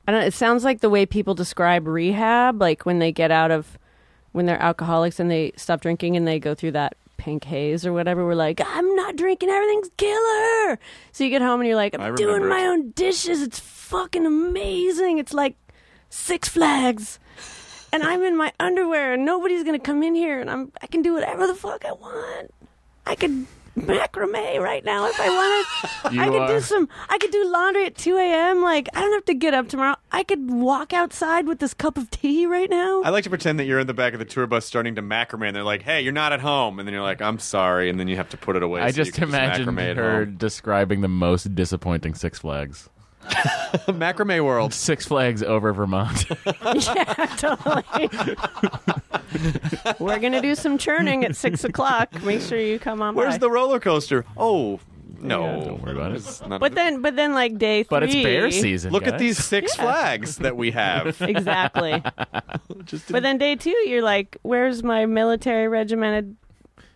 Speaker 3: I don't. It sounds like the way people describe rehab, like when they get out of, when they're alcoholics and they stop drinking and they go through that pink haze or whatever. We're like, I'm not drinking. Everything's killer. So you get home and you're like,
Speaker 1: I
Speaker 3: I'm
Speaker 1: remember
Speaker 3: doing my
Speaker 1: it.
Speaker 3: own dishes. It's fucking amazing. It's like Six Flags. And I'm in my underwear, and nobody's gonna come in here, and I'm I can do whatever the fuck I want. I could macrame right now if I wanted.
Speaker 4: You
Speaker 3: I could
Speaker 4: are-
Speaker 3: do some. I could do laundry at 2 a.m. Like I don't have to get up tomorrow. I could walk outside with this cup of tea right now.
Speaker 1: I like to pretend that you're in the back of the tour bus starting to macrame. And they're like, hey, you're not at home, and then you're like, I'm sorry, and then you have to put it away.
Speaker 4: I
Speaker 1: so you
Speaker 4: just
Speaker 1: can
Speaker 4: imagined
Speaker 1: macrame at
Speaker 4: her
Speaker 1: home.
Speaker 4: describing the most disappointing Six Flags.
Speaker 1: macrame world.
Speaker 4: Six Flags over Vermont.
Speaker 3: yeah, totally. We're gonna do some churning at six o'clock. Make sure you come on.
Speaker 1: Where's
Speaker 3: by.
Speaker 1: the roller coaster? Oh no,
Speaker 4: Yeah, don't worry about it.
Speaker 1: It's not-
Speaker 3: But then, but then, like day three.
Speaker 4: but it's bear season.
Speaker 1: look at
Speaker 4: guys.
Speaker 1: these six flags that we have.
Speaker 3: Exactly.
Speaker 1: Just
Speaker 3: But then day two, you're like, where's my military regimented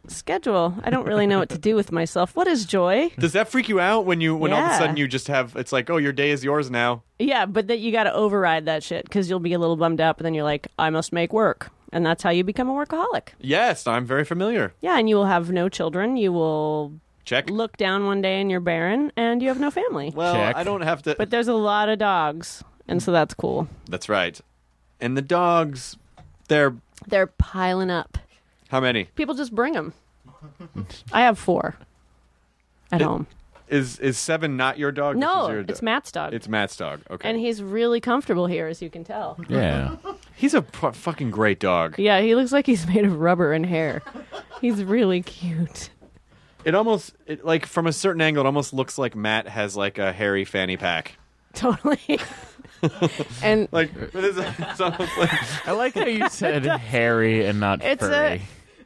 Speaker 3: schedule? I don't really know what to do with myself. What is joy?
Speaker 1: Does that freak you out when you when all of a
Speaker 3: Yeah.
Speaker 1: sudden you just have it's like oh your day is yours now?
Speaker 3: Yeah, but that you got to override that shit because you'll be a little bummed out, but then you're like, I must make work. And that's how you become a workaholic.
Speaker 1: Yes, I'm very familiar.
Speaker 3: Yeah, and you will have no children. You will
Speaker 1: Check.
Speaker 3: look down one day and you're barren and you have no family.
Speaker 1: well,
Speaker 4: Check.
Speaker 1: I don't have to.
Speaker 3: But there's a lot of dogs, and so that's cool.
Speaker 1: That's right. And the dogs, they're
Speaker 3: They're piling up.
Speaker 1: how many
Speaker 3: People just bring them. I have four at home.
Speaker 1: is is seven? Not your dog. This is your
Speaker 3: No,
Speaker 1: do-
Speaker 3: it's Matt's dog.
Speaker 1: It's Matt's dog. Okay,
Speaker 3: and he's really comfortable here, as you can tell.
Speaker 4: Yeah.
Speaker 1: he's a pro- fucking great dog.
Speaker 3: Yeah, he looks like he's made of rubber and hair. He's really cute.
Speaker 1: It almost it, like from a certain angle, it almost looks like Matt has like a hairy fanny pack.
Speaker 3: Totally. and
Speaker 1: Like it's, it's almost like
Speaker 4: I like how you said hairy and not
Speaker 3: It's a-
Speaker 4: furry.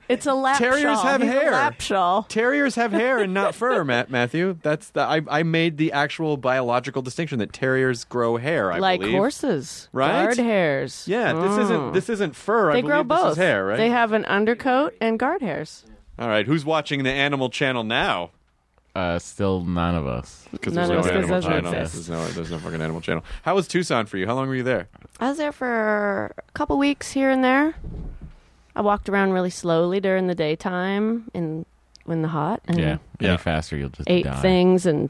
Speaker 3: it's a lap
Speaker 1: Terriers
Speaker 3: shawl.
Speaker 1: have
Speaker 3: He's a
Speaker 1: hair.
Speaker 3: lap shawl.
Speaker 1: Terriers have hair and not fur, Matt Matthew. That's the I, I made the actual biological distinction that terriers grow hair. I
Speaker 3: like
Speaker 1: believe.
Speaker 3: horses.
Speaker 1: Right?
Speaker 3: Guard hairs. Mm-hmm.
Speaker 1: Yeah, this isn't this isn't fur. I
Speaker 3: They
Speaker 1: believe
Speaker 3: grow
Speaker 1: this
Speaker 3: both.
Speaker 1: is hair, right?
Speaker 3: They have an undercoat and guard hairs.
Speaker 1: All right, who's watching the Animal Channel now?
Speaker 4: Uh, still none of us.
Speaker 1: Because
Speaker 3: None
Speaker 1: there's no
Speaker 3: of us, 'cause
Speaker 1: Animal
Speaker 3: doesn't
Speaker 1: Channel.
Speaker 3: exist.
Speaker 1: There's no there's no fucking Animal Channel. How was Tucson for you? How long were you there?
Speaker 3: I was there for a couple weeks here and there. I walked around really slowly during the daytime and when the hot and
Speaker 4: Yeah.
Speaker 1: Yeah.
Speaker 4: Any faster, you'll just
Speaker 3: ate
Speaker 4: die.
Speaker 3: Mm. things and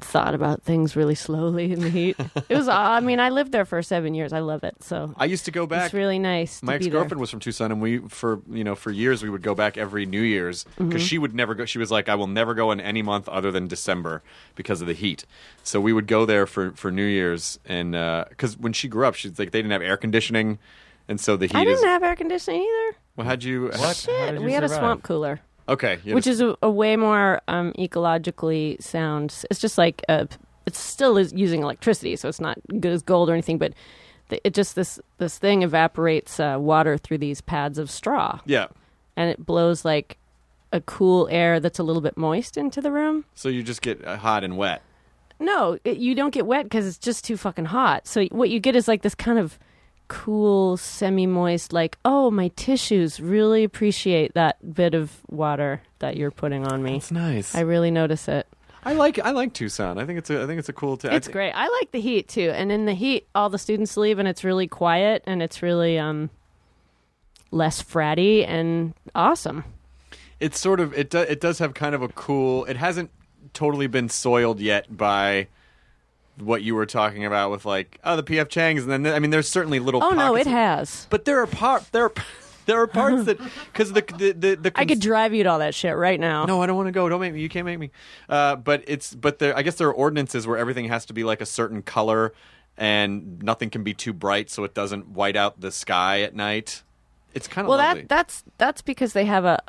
Speaker 3: thought about things really slowly in the heat. it was I mean, I lived there for 7 years. I love it. So
Speaker 1: I used to go back.
Speaker 3: it's really nice to
Speaker 1: my
Speaker 3: be
Speaker 1: ex-girlfriend
Speaker 3: there.
Speaker 1: was from Tucson, and we for you know for years we would go back every New Year's because
Speaker 3: Mm-hmm.
Speaker 1: she would never go. She was like, I will never go in any month other than December because of the heat. So we would go there for for New Year's, and because when she grew up, she's like they didn't have air conditioning, and so the heat
Speaker 3: I
Speaker 1: is.
Speaker 3: didn't have air conditioning either.
Speaker 1: well, how'd you?
Speaker 4: How did
Speaker 3: Shit,
Speaker 4: you
Speaker 3: we had a
Speaker 4: survive?
Speaker 3: swamp cooler,
Speaker 1: Okay, you
Speaker 3: which
Speaker 1: just-
Speaker 3: is a, a way more um, ecologically sound. s- It's just like uh it still is using electricity, so it's not good as gold or anything, but th- it just this this thing evaporates uh, water through these pads of straw,
Speaker 1: yeah.
Speaker 3: and it blows like a cool air that's a little bit moist into the room.
Speaker 1: So you just get uh, hot and wet.
Speaker 3: No, it, you don't get wet because it's just too fucking hot. So what you get is like this kind of cool, semi-moist, like, oh, my tissues really appreciate that bit of water that you're putting on me.
Speaker 1: It's nice.
Speaker 3: I
Speaker 1: I,
Speaker 3: really notice it.
Speaker 1: like I like Tucson. I think it's a I think it's a cool. town.
Speaker 3: It's great. I like the heat too. And in the heat, all the students leave, and it's really quiet, and it's really um less fratty and awesome.
Speaker 1: it's sort of it do, it does have kind of a cool it hasn't totally been soiled yet by what you were talking about with like oh the PF Changs and then I mean there's certainly little
Speaker 3: Oh no, it
Speaker 1: pockets of-
Speaker 3: has.
Speaker 1: but there are par- there are, there are parts that cuz the the the, the
Speaker 3: I could drive you to all that shit right now.
Speaker 1: no, I don't want to go. Don't make me. You can't make me. Uh, but it's but there. I guess there are ordinances where everything has to be like a certain color, and nothing can be too bright, so it doesn't white out the sky at night. It's kind of
Speaker 3: well,
Speaker 1: lovely.
Speaker 3: that that's that's because they have a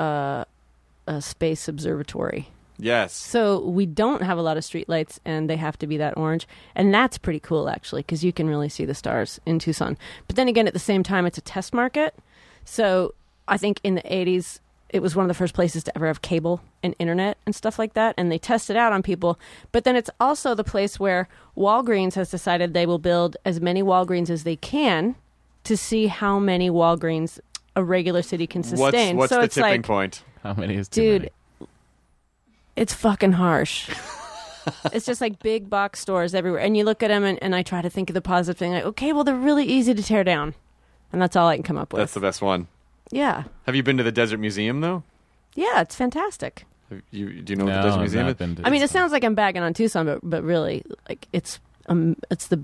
Speaker 3: a, a space observatory.
Speaker 1: yes,
Speaker 3: So we don't have a lot of streetlights, and they have to be that orange, and that's pretty cool actually, because you can really see the stars in Tucson. But then again, at the same time, it's a test market, so I think in the '80s it was one of the first places to ever have cable and internet and stuff like that and they test it out on people but then it's also the place where walgreens has decided they will build as many walgreens as they can to see how many walgreens a regular city can
Speaker 1: What's
Speaker 3: sustain
Speaker 1: what's
Speaker 3: so
Speaker 1: the
Speaker 3: it's
Speaker 1: tipping
Speaker 3: like
Speaker 1: point?
Speaker 4: How many is too
Speaker 3: dude
Speaker 4: many?
Speaker 3: it's fucking harsh it's just like big box stores everywhere and you look at them and, and i try to think of the positive thing like okay well they're really easy to tear down and that's all i can come up with
Speaker 1: That's the best one.
Speaker 3: yeah
Speaker 1: Have you been to the Desert Museum though?
Speaker 3: yeah it's fantastic
Speaker 1: Have you do you know what
Speaker 4: No,
Speaker 1: the Desert
Speaker 4: I've
Speaker 1: Museum
Speaker 4: not
Speaker 1: is?
Speaker 4: been to
Speaker 3: I mean, it
Speaker 4: this one.
Speaker 3: sounds like I'm bagging on Tucson, but but really, like it's um, it's the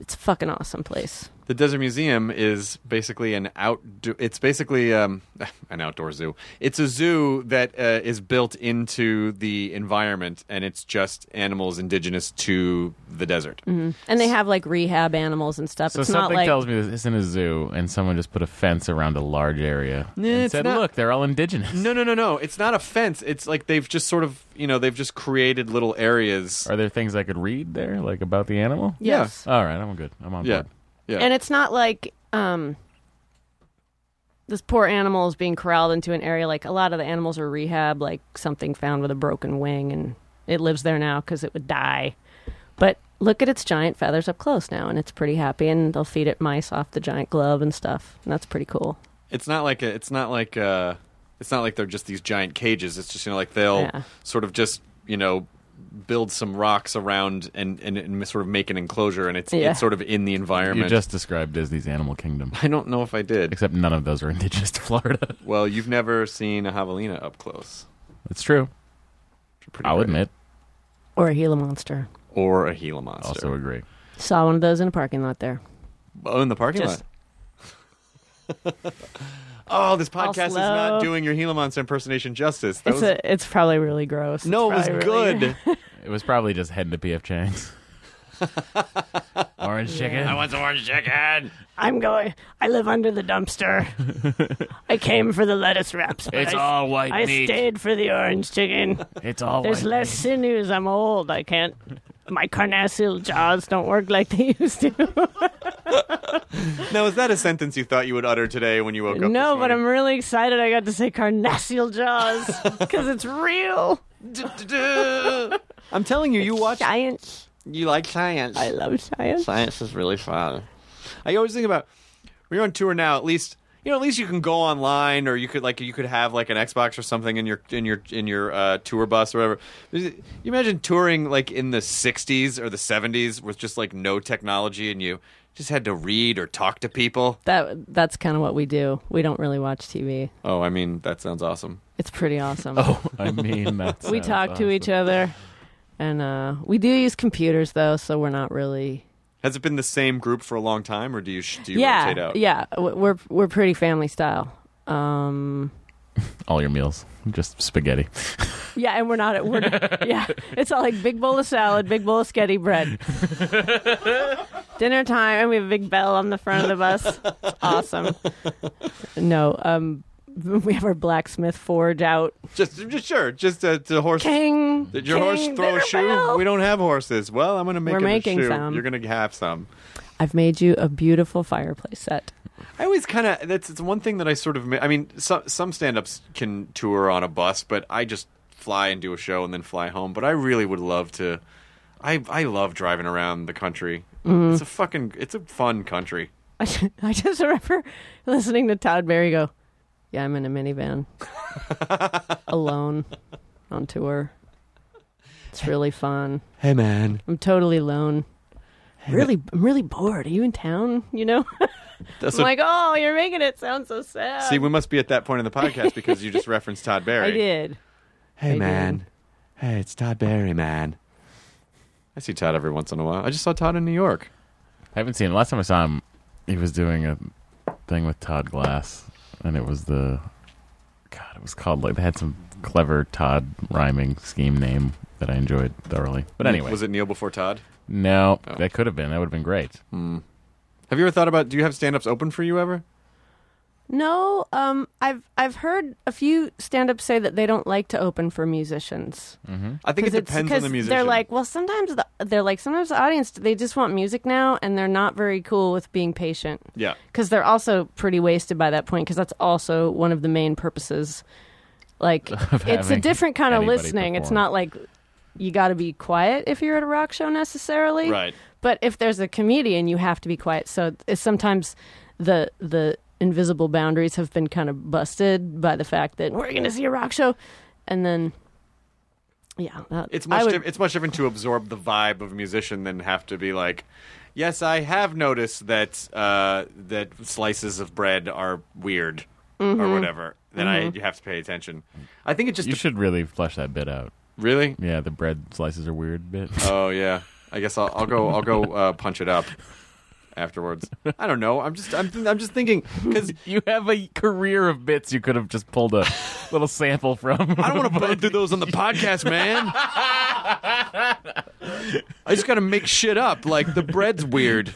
Speaker 3: it's a fucking awesome place.
Speaker 1: The Desert Museum is basically an outdo. It's basically um, an outdoor zoo. It's a zoo that uh, is built into the environment, and it's just animals indigenous to the desert.
Speaker 3: And they have like rehab animals and stuff.
Speaker 4: So
Speaker 3: it's not
Speaker 4: something
Speaker 3: like
Speaker 4: tells me this isn't a zoo, and someone just put a fence around a large area
Speaker 1: Nah,
Speaker 4: and
Speaker 1: it's
Speaker 4: said,
Speaker 1: not-
Speaker 4: "Look, they're all indigenous."
Speaker 1: No, no, no, no. It's not a fence. It's like they've just sort of, you know, they've just created little areas.
Speaker 4: Are there things I could read there, like about the animal?
Speaker 3: yes,
Speaker 4: All right, I'm good. I'm on
Speaker 1: Yeah,
Speaker 4: board.
Speaker 1: yeah.
Speaker 3: and it's not like um this poor animal is being corralled into an area. Like a lot of the animals are rehab, like something found with a broken wing, and it lives there now because it would die. But look at its giant feathers up close now, and it's pretty happy. And they'll feed it mice off the giant glove and stuff. And that's pretty cool.
Speaker 1: it's not like a, it's not like uh it's not like they're just these giant cages it's just you know like they'll
Speaker 3: Yeah.
Speaker 1: sort of just you know build some rocks around and and, and sort of make an enclosure and it's
Speaker 3: Yeah.
Speaker 1: it's sort of in the
Speaker 4: You
Speaker 1: environment
Speaker 4: just described Disney's Animal Kingdom,
Speaker 1: i don't know if i did
Speaker 4: except none of those are indigenous to Florida.
Speaker 1: well you've never seen a javelina up close
Speaker 4: It's true.
Speaker 1: Which are pretty
Speaker 4: I'll
Speaker 1: rare.
Speaker 4: admit.
Speaker 3: Or a Gila monster.
Speaker 1: or a gila monster
Speaker 4: Also agree.
Speaker 3: Saw one of those in a parking lot there.
Speaker 1: oh in the parking
Speaker 3: Just-
Speaker 1: lot oh this
Speaker 3: All
Speaker 1: podcast is
Speaker 3: slow.
Speaker 1: not doing your gila monster impersonation justice that
Speaker 3: it's
Speaker 1: was
Speaker 3: a, it's probably really gross.
Speaker 1: no it
Speaker 3: It's
Speaker 1: was
Speaker 3: probably really-
Speaker 1: good
Speaker 4: It was probably just heading to PF Chang's. Orange chicken.
Speaker 1: i want some orange chicken
Speaker 3: I'm going. I live under the dumpster. I came for the lettuce wraps. but
Speaker 4: It's
Speaker 3: I,
Speaker 4: all white
Speaker 3: I
Speaker 4: meat.
Speaker 3: stayed for the orange chicken.
Speaker 4: It's all
Speaker 3: There's
Speaker 4: white
Speaker 3: less
Speaker 4: meat.
Speaker 3: sinews. I'm old. I can't. My carnassial jaws don't work like they used to.
Speaker 1: Now, is that a sentence you thought you would utter today when you woke up?
Speaker 3: no,
Speaker 1: this
Speaker 3: but I'm
Speaker 1: morning?
Speaker 3: really excited. I got to say carnassial jaws because it's real.
Speaker 1: Du-du-du. I'm telling you, you watch.
Speaker 3: Giant.
Speaker 1: You like science.
Speaker 3: I love science.
Speaker 1: science is really fun. I always think about when you're on tour now. At least you know. At least you can go online, or you could like you could have like an Xbox or something in your in your in your uh, tour bus or whatever. You imagine touring like in the '60s or the '70s with just like no technology, and you just had to read or talk to people.
Speaker 3: That that's kind of what we do. We don't really watch TV.
Speaker 1: Oh, I mean, that sounds awesome.
Speaker 3: It's pretty awesome.
Speaker 4: Oh, I mean, that's. uh,
Speaker 3: we talk to each other, and uh, we do use computers though, so we're not really.
Speaker 1: Has it been the same group for a long time, or do you sh- do you rotate
Speaker 3: yeah,
Speaker 1: out?
Speaker 3: yeah. Uh, w- We're we're pretty family style. Um,
Speaker 4: All your meals. Just spaghetti.
Speaker 3: yeah, and we're not at we're not, yeah. It's all like big bowl of salad, big bowl of sketty bread. Dinner time, and we have a big bell on the front of the bus. It's awesome. No, um, we have our blacksmith forge out.
Speaker 1: Just, just sure, just uh, to horse.
Speaker 3: King,
Speaker 1: Did your horse
Speaker 3: king,
Speaker 1: throw a
Speaker 3: dinner
Speaker 1: shoe?
Speaker 3: bell.
Speaker 1: We don't have horses. Well, I'm gonna make
Speaker 3: We're
Speaker 1: it a
Speaker 3: making
Speaker 1: shoe.
Speaker 3: some.
Speaker 1: You're gonna have some.
Speaker 3: I've made you a beautiful fireplace set.
Speaker 1: I always kind of that's it's one thing that I sort of mi- I mean some some stand-ups can tour on a bus, but I just fly and do a show and then fly home. But I really would love to. I I love driving around the country.
Speaker 3: Mm-hmm.
Speaker 1: It's a fucking it's a fun country.
Speaker 3: I ju- I just remember listening to Todd Berry go, "Yeah, I'm in a minivan, alone, on tour. It's really fun.
Speaker 1: Hey man,
Speaker 3: I'm totally alone. Really, I'm really bored. Are you in town? You know?
Speaker 1: that's
Speaker 3: I'm
Speaker 1: what,
Speaker 3: like, oh, you're making it sound so sad.
Speaker 1: see, we must be at that point in the podcast because you just referenced Todd Barry.
Speaker 3: I did.
Speaker 1: Hey
Speaker 3: I
Speaker 1: man. Hey, it's Todd Barry, man. I see Todd every once in a while. I just saw Todd in New York.
Speaker 4: I haven't seen him. Last time I saw him, he was doing a thing with Todd Glass, and it was the God. It was called like they had some clever Todd rhyming scheme name that I enjoyed thoroughly. But anyway,
Speaker 1: was it Neil before Todd?
Speaker 4: no,
Speaker 1: Oh.
Speaker 4: that could have been. That would have been great.
Speaker 1: Have you ever thought about? Do you have stand-ups open for you ever?
Speaker 3: No, um, I've I've heard a few stand-ups say that they don't like to open for musicians.
Speaker 1: I think it
Speaker 3: 'Cause it's-
Speaker 1: depends on
Speaker 3: 'cause
Speaker 1: the musician.
Speaker 3: They're like, well, sometimes the, they're like, sometimes the audience they just want music now, and they're not very cool with being patient
Speaker 1: yeah,
Speaker 3: because they're also pretty wasted by that point because that's also one of the main purposes Like
Speaker 4: Of
Speaker 3: it's a
Speaker 4: having
Speaker 3: different kind of
Speaker 4: anybody
Speaker 3: listening. It's
Speaker 4: perform.
Speaker 3: not like you got to be quiet if you're at a rock show necessarily.
Speaker 1: Right.
Speaker 3: But if there's a comedian, you have to be quiet. So it's sometimes the the invisible boundaries have been kind of busted by the fact that we're going to see a rock show, and then yeah, that-
Speaker 1: It's
Speaker 3: I
Speaker 1: much.
Speaker 3: would-
Speaker 1: diff- it's much different to absorb the vibe of a musician than have to be like, yes, I have noticed that uh, that slices of bread are weird or
Speaker 3: Mhm.
Speaker 1: whatever. Then I you have to pay attention. I think it just
Speaker 4: you
Speaker 1: dep-
Speaker 4: should really flesh that bit out.
Speaker 1: really.
Speaker 4: Yeah, the bread slices are weird bit.
Speaker 1: Oh yeah. I guess I'll, I'll go. I'll go uh, punch it up afterwards. I don't know. I'm just. I'm. Th- I'm just thinking because
Speaker 4: you have a career of bits you could have just pulled a little sample from.
Speaker 1: I don't want to burn through those on the podcast, man. I just got to make shit up. Like the bread's weird.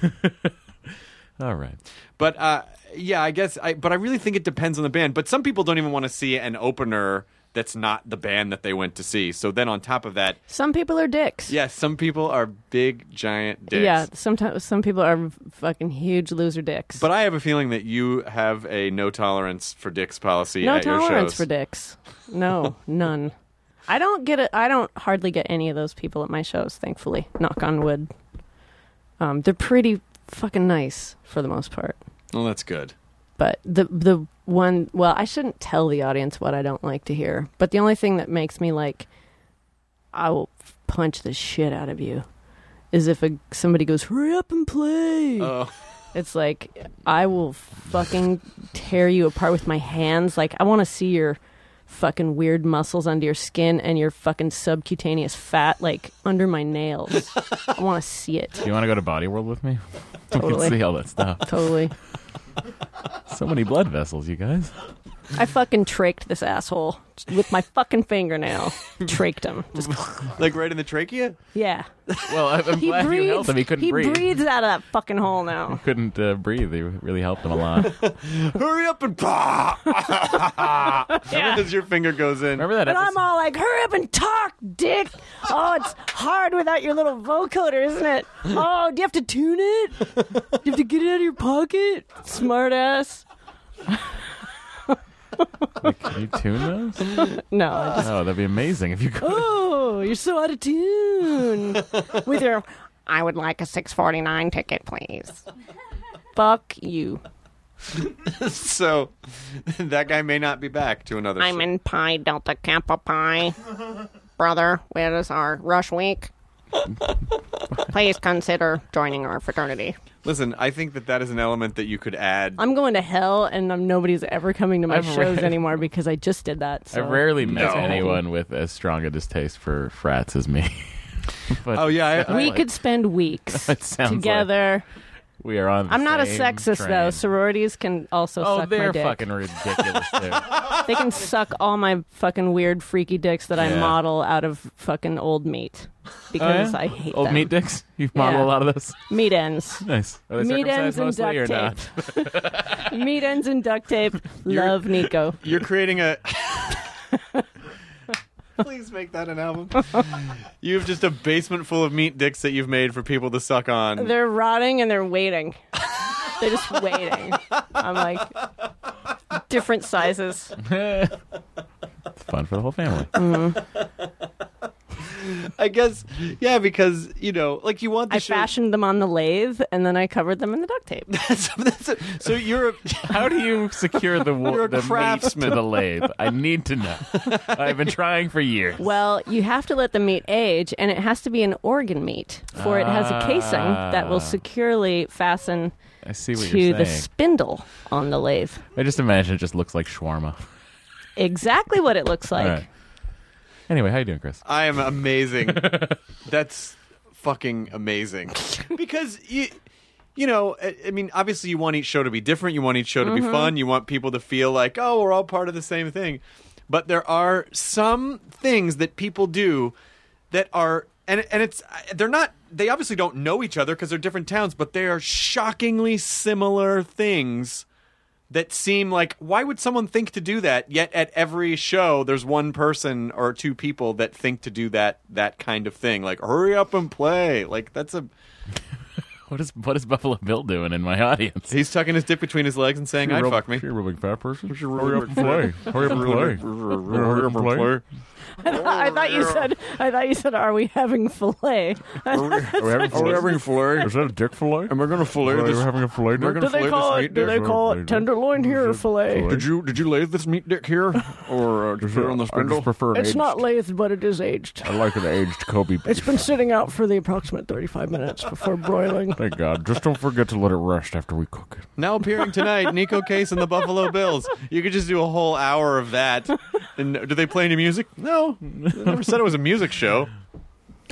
Speaker 4: All right.
Speaker 1: But uh, yeah, I guess. I but I really think it depends on the band. But some people don't even want to see an opener that's not the band that they went to see. So then on top of that,
Speaker 3: some people are dicks.
Speaker 1: yeah, some people are big giant dicks.
Speaker 3: Yeah, sometimes some people are fucking huge loser dicks.
Speaker 1: But I have a feeling that you have a no tolerance for dicks policy
Speaker 3: no
Speaker 1: at your
Speaker 3: tolerance
Speaker 1: shows.
Speaker 3: for dicks. No, none. I don't get it. I don't hardly get any of those people at my shows. Thankfully, knock on wood. Um, they're pretty fucking nice for the most part.
Speaker 1: Well, that's good.
Speaker 3: But the the one well, I shouldn't tell the audience what I don't like to hear. But the only thing that makes me like, I will punch the shit out of you, is if a, somebody goes hurry up and play.
Speaker 1: Oh,
Speaker 3: It's like I will fucking tear you apart with my hands. Like I want to see your fucking weird muscles under your skin and your fucking subcutaneous fat like under my nails. I want to see it.
Speaker 4: Do you want to go to Body World with me? We
Speaker 3: Totally.
Speaker 4: can see all that stuff.
Speaker 3: Totally.
Speaker 4: So many blood vessels, you guys.
Speaker 3: I fucking traked this asshole with my fucking fingernail. Traked him. Just
Speaker 1: like right in the trachea.
Speaker 3: yeah.
Speaker 4: Well, I- I'm
Speaker 3: He
Speaker 4: glad you
Speaker 3: breathes.
Speaker 4: helped him. He couldn't breathe.
Speaker 3: breathes out of that fucking hole now.
Speaker 4: Couldn't uh, breathe. He really helped him a lot.
Speaker 1: Hurry up and bah!
Speaker 3: Yeah.
Speaker 1: as your finger goes in.
Speaker 4: Remember that
Speaker 3: And
Speaker 4: episode?
Speaker 3: I'm all like, hurry up and talk, dick. Oh, it's hard without your little vocoder, isn't it? Oh, do you have to tune it? Do you have to get it out of your pocket? Smart ass.
Speaker 4: Can you tune those?
Speaker 3: No, I just,
Speaker 4: Oh, that'd be amazing if you could.
Speaker 3: oh, you're so out of tune with your, I would like a 649 ticket, please. Fuck you.
Speaker 1: So that guy may not be back to another.
Speaker 3: I'm
Speaker 1: show.
Speaker 3: in Pi Delta Kappa Pi. Brother, where is our rush week? Please consider joining our fraternity.
Speaker 1: Listen, I think that that is an element that you could add.
Speaker 3: I'm going to hell, and um, nobody's ever coming to my
Speaker 4: I've
Speaker 3: shows
Speaker 4: read-
Speaker 3: anymore because I just did that.
Speaker 4: I
Speaker 3: So.
Speaker 4: rarely met
Speaker 1: No.
Speaker 4: anyone with as strong a distaste for frats as me. but
Speaker 1: oh yeah, I,
Speaker 3: we
Speaker 4: like-
Speaker 3: could spend weeks
Speaker 4: It sounds like
Speaker 3: together.
Speaker 4: we are on. the
Speaker 3: I'm not a
Speaker 4: same
Speaker 3: sexist
Speaker 4: train.
Speaker 3: though. Sororities can also
Speaker 4: oh,
Speaker 3: suck my
Speaker 4: they're
Speaker 3: dick.
Speaker 4: fucking ridiculous. Too.
Speaker 3: They can suck all my fucking weird, freaky dicks that I
Speaker 4: Yeah. Oh,
Speaker 3: model out of fucking old meat because I hate
Speaker 4: old
Speaker 3: them.
Speaker 4: meat dicks. You model
Speaker 3: Yeah.
Speaker 4: a lot of those.
Speaker 3: meat ends.
Speaker 4: Nice. Are they
Speaker 3: Meat ends
Speaker 4: circumcised
Speaker 3: and
Speaker 4: mostly or
Speaker 3: duct
Speaker 4: not?
Speaker 3: tape. meat ends and duct tape. Love Nico.
Speaker 1: you're creating a. Please make that an album. you have just a basement full of meat dicks that you've made for people to suck on.
Speaker 3: They're rotting and they're waiting. they're just waiting. I'm like different sizes.
Speaker 4: It's fun for the whole family.
Speaker 1: I guess, yeah, because you know, like you want the
Speaker 3: I
Speaker 1: show.
Speaker 3: fashioned them on the lathe and then I covered them in the duct tape.
Speaker 1: so, that's a, so you're a,
Speaker 4: How do you secure the wo-
Speaker 1: You're a
Speaker 4: the
Speaker 1: craftsman.
Speaker 4: meat to the lathe? I need to know. I've been trying for years.
Speaker 3: Well, you have to let the meat age and it has to be an organ meat for it has a casing that will
Speaker 4: Ah.
Speaker 3: securely fasten
Speaker 4: I see what
Speaker 3: to
Speaker 4: you're
Speaker 3: the
Speaker 4: saying.
Speaker 3: spindle on the lathe.
Speaker 4: I just imagine it just looks like shawarma.
Speaker 3: Exactly what it looks like.
Speaker 4: All right. Anyway, how you doing, Chris?
Speaker 1: I am amazing. That's fucking amazing. Because you, you know, I, I mean, obviously you want each show to be different. You want each show to be fun. You want people to feel like, oh, we're all part of the same thing. But there are some things that people do that are, and and it's they're not. They obviously don't know each other because they're different towns, but they are shockingly similar things that seem like why would someone think to do that yet at every show there's one person or two people that think to do that that kind of thing like hurry up and play like that's a
Speaker 4: What is what is Buffalo Bill doing in my audience?
Speaker 1: He's tucking his dick between his legs and saying, "I fuck me."
Speaker 4: You're a real big fat person.
Speaker 1: Hurry up and play.
Speaker 4: Hurry up and play. Hurry up and play.
Speaker 3: I thought you said. I thought you said, "Are we having fillet?"
Speaker 4: Are we having
Speaker 1: Are we having fillet?
Speaker 4: Is that a dick fillet?
Speaker 1: Am I gonna fillet
Speaker 4: Are we
Speaker 1: this?
Speaker 4: having a
Speaker 1: We're
Speaker 4: fillet? dick?
Speaker 1: gonna-
Speaker 3: Do they
Speaker 1: fillet
Speaker 3: call
Speaker 1: this
Speaker 3: it?
Speaker 1: meat
Speaker 3: Do
Speaker 1: dish
Speaker 3: they
Speaker 1: or
Speaker 3: call
Speaker 4: fillet
Speaker 3: it
Speaker 4: dish?
Speaker 3: tenderloin here or fillet?
Speaker 1: Did you did you lay this meat dick here, or uh, did you put it on the
Speaker 4: I
Speaker 1: spindle?
Speaker 4: just prefer an
Speaker 3: It's
Speaker 4: aged,
Speaker 3: not lathed, but it is aged.
Speaker 4: I like an aged Kobe
Speaker 3: It's
Speaker 4: beef.
Speaker 3: been sitting out for the approximate 35 minutes before broiling.
Speaker 4: Thank God. Just don't forget to let it rest after we cook it.
Speaker 1: Now appearing tonight, Nico Case and the Buffalo Bills. You could just do a whole hour of that. And do they play any music? No. I never said it was a music show.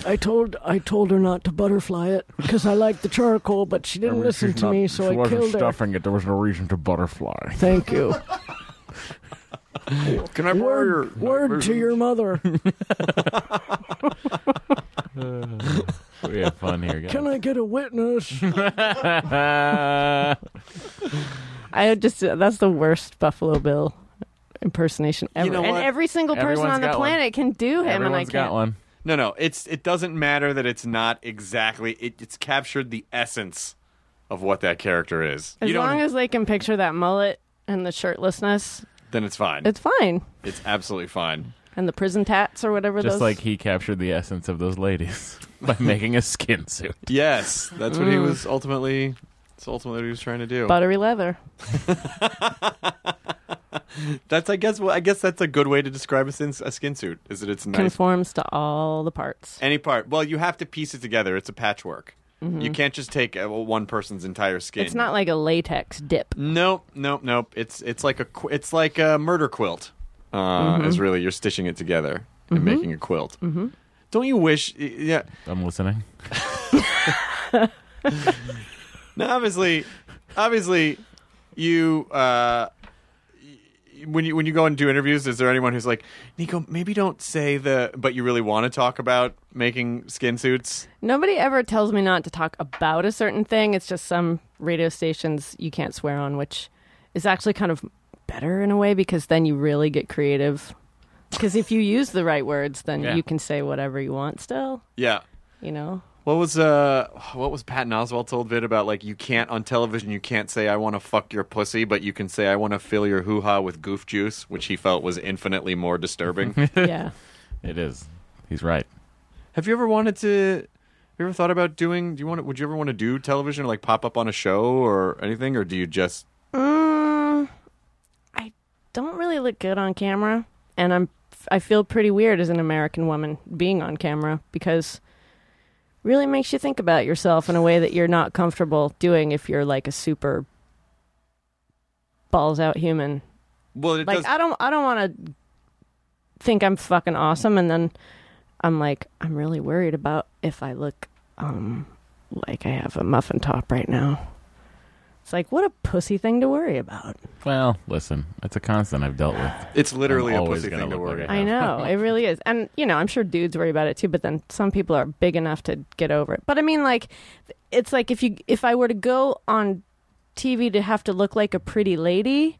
Speaker 3: I told I told her not to butterfly it because I like the charcoal, but she didn't
Speaker 4: I mean,
Speaker 3: listen
Speaker 4: she's
Speaker 3: to
Speaker 4: not-
Speaker 3: me, so
Speaker 4: she
Speaker 3: I
Speaker 4: wasn't
Speaker 3: killed her.
Speaker 4: stuffing it. There was no reason to butterfly.
Speaker 3: Thank you.
Speaker 1: Can I borrow your
Speaker 3: Word, word to your mother.
Speaker 4: We have fun here, guys.
Speaker 3: Can I get a witness?
Speaker 4: I?
Speaker 3: I just that's the worst Buffalo Bill impersonation ever.
Speaker 1: know
Speaker 3: and
Speaker 1: what?
Speaker 3: every single person
Speaker 4: Everyone's
Speaker 3: on the
Speaker 4: got one.
Speaker 3: planet can do him, and I
Speaker 4: Everyone's
Speaker 3: can't.
Speaker 4: got one.
Speaker 1: No, no. It's it doesn't matter that it's not exactly. It, it's captured the essence of what that character is.
Speaker 3: As
Speaker 1: you don't,
Speaker 3: long as they can picture that mullet and the shirtlessness,
Speaker 1: then it's fine. It's,
Speaker 3: it's fine.
Speaker 1: absolutely fine.
Speaker 3: And the prison tats or whatever.
Speaker 4: Just
Speaker 3: those...
Speaker 4: like he captured the essence of those ladies by making a skin suit.
Speaker 1: Yes, that's
Speaker 3: Mm.
Speaker 1: what he was ultimately. That's ultimately what he was trying to do.
Speaker 3: buttery leather.
Speaker 1: that's I guess. Well, I guess that's a good way to describe a, sin, a skin suit. Is that it's nice
Speaker 3: Conforms to all the parts.
Speaker 1: Any part. Mm-hmm. Well, you have to piece it together. It's a patchwork. You can't just take uh, one person's entire skin.
Speaker 3: It's not like a latex dip.
Speaker 1: Nope, nope, nope. It's it's like a qu- it's like a murder quilt. Uh, Is really you're stitching it together and making a quilt. Mm-hmm. Don't you wish? y- Yeah.
Speaker 4: I'm listening.
Speaker 1: Now, obviously, obviously, you. Uh, y- when you when you go and do interviews, is there anyone who's like, Nico? Maybe don't say the, but you really want to talk about making skin suits.
Speaker 3: Nobody ever tells me not to talk about a certain thing. It's just some radio stations you can't swear on, which is actually kind of better in a way because then you really get creative. Because if you use the right words, then
Speaker 4: Yeah.
Speaker 3: you can say whatever you want still,
Speaker 1: Yeah,
Speaker 3: you know?
Speaker 1: What was uh what was Patton Oswald told bit about like you can't on television you can't say I want to fuck your pussy but you can say I want to fill your hoo ha with goof juice which he felt was infinitely more disturbing.
Speaker 3: Yeah.
Speaker 4: It is. He's right.
Speaker 1: have you ever wanted to have you ever thought about doing do you want to, would you ever want to do television like pop up on a show or anything or do you just
Speaker 3: Mm, I don't really look good on camera, and I'm I feel pretty weird as an American woman being on camera because it really makes you think about yourself in a way that you're not comfortable doing if you're like a super balls out human.
Speaker 1: well it
Speaker 3: Like
Speaker 1: does
Speaker 3: I don't I don't want to think I'm fucking awesome and then I'm like I'm really worried about if I look um like I have a muffin top right now. It's like what a pussy thing to worry about.
Speaker 4: Well, listen, it's a constant I've dealt with.
Speaker 1: it's literally
Speaker 4: I'm
Speaker 1: a
Speaker 4: always
Speaker 1: pussy
Speaker 4: gonna
Speaker 1: thing to
Speaker 4: look like
Speaker 1: worry.
Speaker 4: a-
Speaker 1: about.
Speaker 3: I know it really is, and you know I'm sure dudes worry about it too. But then some people are big enough to get over it. But I mean, like, it's like if you if I were to go on TV to have to look like a pretty lady,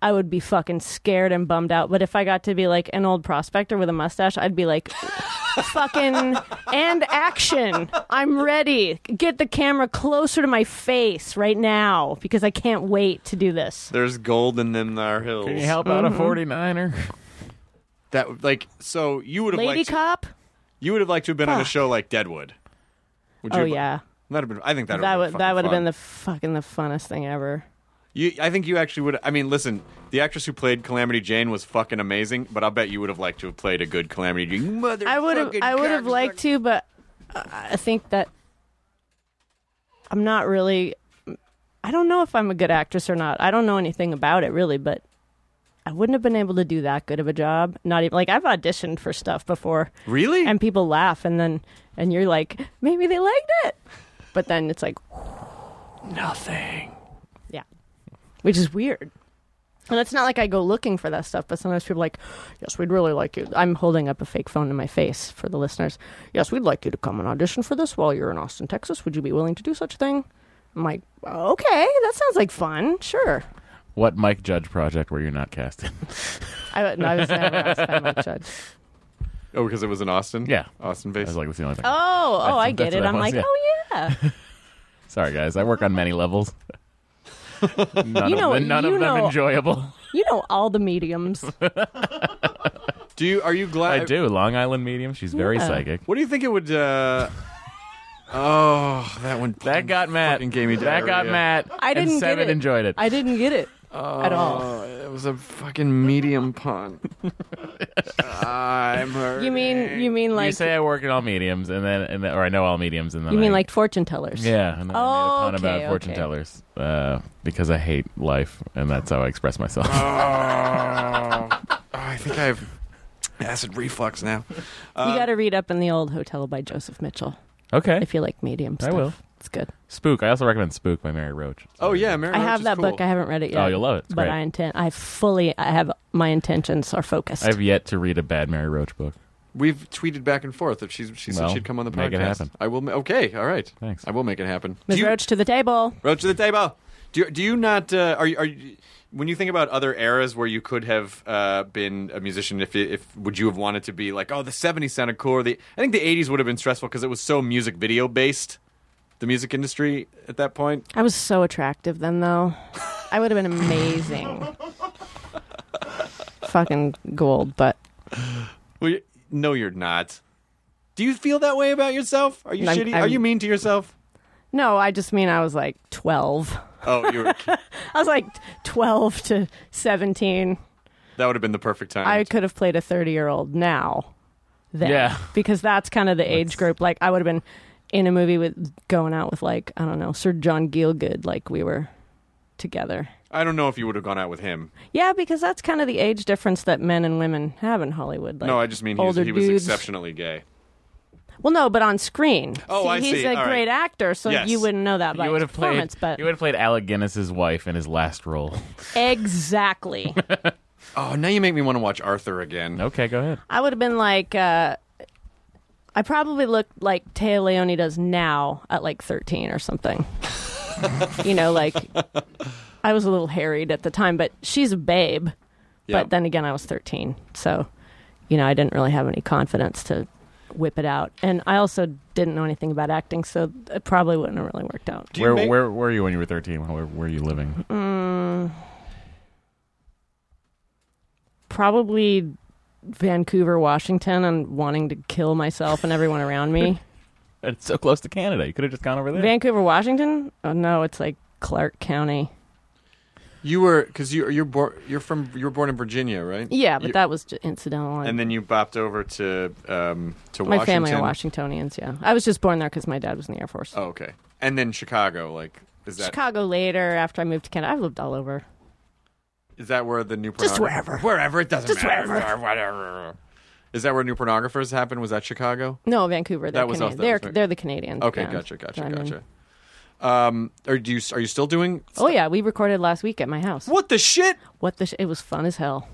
Speaker 3: I would be fucking scared and bummed out. But if I got to be like an old prospector with a mustache, I'd be like, fucking and action. I'm ready. Get the camera closer to my face right now because I can't wait to do this.
Speaker 1: There's gold in them there hills.
Speaker 4: Can you help out a 49er?
Speaker 1: That like so you would have
Speaker 3: Lady
Speaker 1: liked to-
Speaker 3: cop.
Speaker 1: you would have liked to have been on a show like Deadwood. Would
Speaker 3: Oh
Speaker 1: have-
Speaker 3: yeah.
Speaker 1: That'd have been I think that'd
Speaker 3: that
Speaker 1: have been
Speaker 3: would that
Speaker 1: fucking
Speaker 3: would have
Speaker 1: fun.
Speaker 3: been the fucking the funnest thing ever.
Speaker 1: You, I think you actually would. I mean, listen, the actress who played Calamity Jane was fucking amazing, but I bet you would have liked to have played a good Calamity Jane. You Mother,
Speaker 3: I would have I would have liked to, but I I think that I'm not really. I don't know if I'm a good actress or not. I don't know anything about it really, but I wouldn't have been able to do that good of a job. Not even like I've auditioned for stuff before,
Speaker 1: really.
Speaker 3: and people laugh, and then and you're like, maybe they liked it, but then it's like
Speaker 1: Nothing.
Speaker 3: Yeah. Which is weird. And it's not like I go looking for that stuff, but sometimes people are like, yes, we'd really like you. I'm holding up a fake phone to my face for the listeners. Yes, we'd like you to come and audition for this while you're in Austin, Texas. Would you be willing to do such a thing? I'm like, okay, that sounds like fun. Sure.
Speaker 4: What Mike Judge project were you not cast in?
Speaker 3: I, would- I was never asked by Mike Judge.
Speaker 1: Oh, because it was in Austin.
Speaker 4: Yeah.
Speaker 1: Austin
Speaker 4: I
Speaker 1: based.
Speaker 4: was like, that's the only thing.
Speaker 3: Oh, oh,
Speaker 4: That's-
Speaker 3: I
Speaker 4: that's
Speaker 3: get
Speaker 4: what
Speaker 3: it.
Speaker 4: that
Speaker 3: I'm
Speaker 4: was,
Speaker 3: like,
Speaker 4: yeah.
Speaker 3: oh yeah.
Speaker 4: Sorry, guys. I work on many levels. none
Speaker 3: You
Speaker 4: of
Speaker 3: know-
Speaker 4: them, none
Speaker 3: you
Speaker 4: of them
Speaker 3: know-
Speaker 4: enjoyable.
Speaker 3: You know all the mediums.
Speaker 1: Do you? Are you glad?
Speaker 4: I do. Long Island medium. She's very
Speaker 3: Yeah.
Speaker 4: psychic.
Speaker 1: What do you think it would? uh Oh, that one.
Speaker 4: That got Matt.
Speaker 1: fucking gave me
Speaker 4: That got
Speaker 1: diarrhea.
Speaker 4: Matt.
Speaker 3: I
Speaker 4: and
Speaker 3: didn't get
Speaker 4: Seven
Speaker 3: it.
Speaker 4: enjoyed it.
Speaker 3: I didn't get it at all.
Speaker 1: Oh, it was a fucking medium pun. I'm hurt.
Speaker 3: You mean you mean like
Speaker 4: you say I work in all mediums, and then, and then or I know all mediums, and then
Speaker 3: you mean
Speaker 4: I-
Speaker 3: like fortune tellers?
Speaker 4: yeah, and then
Speaker 3: Oh,
Speaker 4: I made a pun about
Speaker 3: okay,
Speaker 4: fortune
Speaker 3: okay.
Speaker 4: tellers uh, because I hate life, and that's how I express myself.
Speaker 1: Oh, oh, I think I have acid reflux now.
Speaker 3: You got to read up in the old hotel by Joseph Mitchell
Speaker 4: okay,
Speaker 3: if you like medium
Speaker 4: I
Speaker 3: stuff.
Speaker 4: will.
Speaker 3: It's good.
Speaker 4: Spook. I also recommend Spook by Mary Roach. It's
Speaker 1: Oh
Speaker 4: very
Speaker 1: yeah,
Speaker 4: good.
Speaker 1: Mary
Speaker 3: I
Speaker 1: Roach
Speaker 3: have
Speaker 1: is
Speaker 3: that
Speaker 1: cool.
Speaker 3: book. I haven't read it yet.
Speaker 4: Oh, you'll love it. It's
Speaker 3: but
Speaker 4: great.
Speaker 3: I intend. I fully. I have my intentions are focused.
Speaker 4: I've yet to read a bad Mary Roach book.
Speaker 1: We've tweeted back and forth. If she's, she said
Speaker 4: Well,
Speaker 1: she'd come on the podcast,
Speaker 4: make it happen.
Speaker 1: I will. ma- Okay, all right.
Speaker 4: Thanks.
Speaker 1: I will make it happen.
Speaker 3: Ms.
Speaker 1: Do you-
Speaker 3: Roach to the table.
Speaker 1: Roach to the table. Do you, do you not? Uh, are you, are you, when you think about other eras where you could have uh, been a musician, if it- if would you have wanted to be like, oh, the '70s sounded cool. or The I think the '80s would have been stressful because it was so music video based. The music industry at that point.
Speaker 3: I was so attractive then, though. I would have been amazing. Fucking gold, but
Speaker 1: Well, you, no, you're not. Do you feel that way about yourself? Are you
Speaker 3: I'm-
Speaker 1: shitty? Are
Speaker 3: I'm-
Speaker 1: you mean to yourself?
Speaker 3: no, I just mean I was like 12.
Speaker 1: Oh, you were,
Speaker 3: I was like 12 to 17.
Speaker 1: that would have been the perfect time.
Speaker 3: I could have played a 30 year old now. Then,
Speaker 4: Yeah.
Speaker 3: Because that's kind of the age group. Like, I would have been in a movie with going out with, like, I don't know, Sir John Gielgud, like we were together.
Speaker 1: I don't know if you would have gone out with him.
Speaker 3: Yeah, because that's kind of the age difference that men and women have in Hollywood. Like,
Speaker 1: no, I just mean he's,
Speaker 3: older
Speaker 1: he was
Speaker 3: dudes.
Speaker 1: exceptionally gay.
Speaker 3: Well, no, but on screen.
Speaker 1: Oh, I
Speaker 3: He's
Speaker 1: see.
Speaker 3: a
Speaker 1: All right.
Speaker 3: great actor, so
Speaker 1: Yes.
Speaker 3: you wouldn't know that by
Speaker 4: you
Speaker 3: his
Speaker 4: would have played.
Speaker 3: performance. But
Speaker 4: You would have played Alec Guinness's wife in his last role.
Speaker 3: exactly,
Speaker 1: Oh, now you make me want to watch Arthur again.
Speaker 4: Okay, go ahead.
Speaker 3: I would have been like, uh, I probably looked like Taya Leone does now at like thirteen or something. you know, like I was a little harried at the time, but she's a babe.
Speaker 1: Yeah.
Speaker 3: But then again, I was thirteen, so you know, I didn't really have any confidence to whip it out, and I also didn't know anything about acting, so it probably wouldn't have really worked out.
Speaker 1: Do you
Speaker 4: Where,
Speaker 1: make-
Speaker 4: where were you when you were thirteen? Where were you living?
Speaker 3: probably Vancouver, Washington, and wanting to kill myself and everyone around me.
Speaker 4: It's so close to Canada. You could have just gone over there.
Speaker 3: Vancouver, Washington? Oh no, it's like Clark County.
Speaker 1: You were because you you're bor- you're from you were born in Virginia, right?
Speaker 3: Yeah, but
Speaker 1: You-
Speaker 3: that was just incidental.
Speaker 1: And then you bopped over to um to
Speaker 3: my
Speaker 1: Washington.
Speaker 3: family are Washingtonians. Yeah, I was just born there because my dad was in the Air Force.
Speaker 1: Oh, okay. And then Chicago, like is that is
Speaker 3: Chicago later after I moved to Canada. I've lived all over.
Speaker 1: that where the new
Speaker 3: Just
Speaker 1: pornogra-
Speaker 3: wherever.
Speaker 1: wherever it doesn't
Speaker 3: Just
Speaker 1: matter
Speaker 3: wherever.
Speaker 1: whatever. Is that where new pornographers happened? Was that Chicago?
Speaker 3: No, Vancouver. They're
Speaker 1: That was us,
Speaker 3: Canadian.
Speaker 1: that
Speaker 3: they're
Speaker 1: was right.
Speaker 3: they're the Canadians.
Speaker 1: Okay,
Speaker 3: yeah,
Speaker 1: gotcha, gotcha,
Speaker 3: that I'm in.
Speaker 1: gotcha. Um, are do you are you still doing?
Speaker 3: Oh yeah, we recorded last week at my house.
Speaker 1: What the shit?
Speaker 3: What the? Sh- it was fun as hell.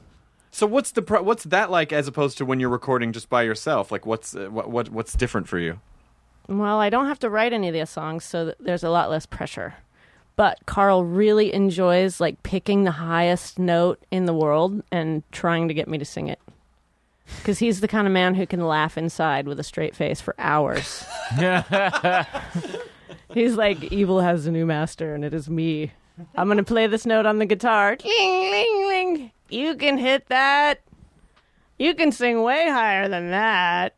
Speaker 1: So what's the pro- what's that like as opposed to when you're recording just by yourself? Like what's uh, what, what what's different for you?
Speaker 3: Well, I don't have to write any of the songs, so th- there's a lot less pressure. But Carl really enjoys like picking the highest note in the world and trying to get me to sing it. Because he's the kind of man who can laugh inside with a straight face for hours. he's like, evil has a new master, and it is me. I'm going to play this note on the guitar. Ling, ling, ling. You can hit that. You can sing way higher than that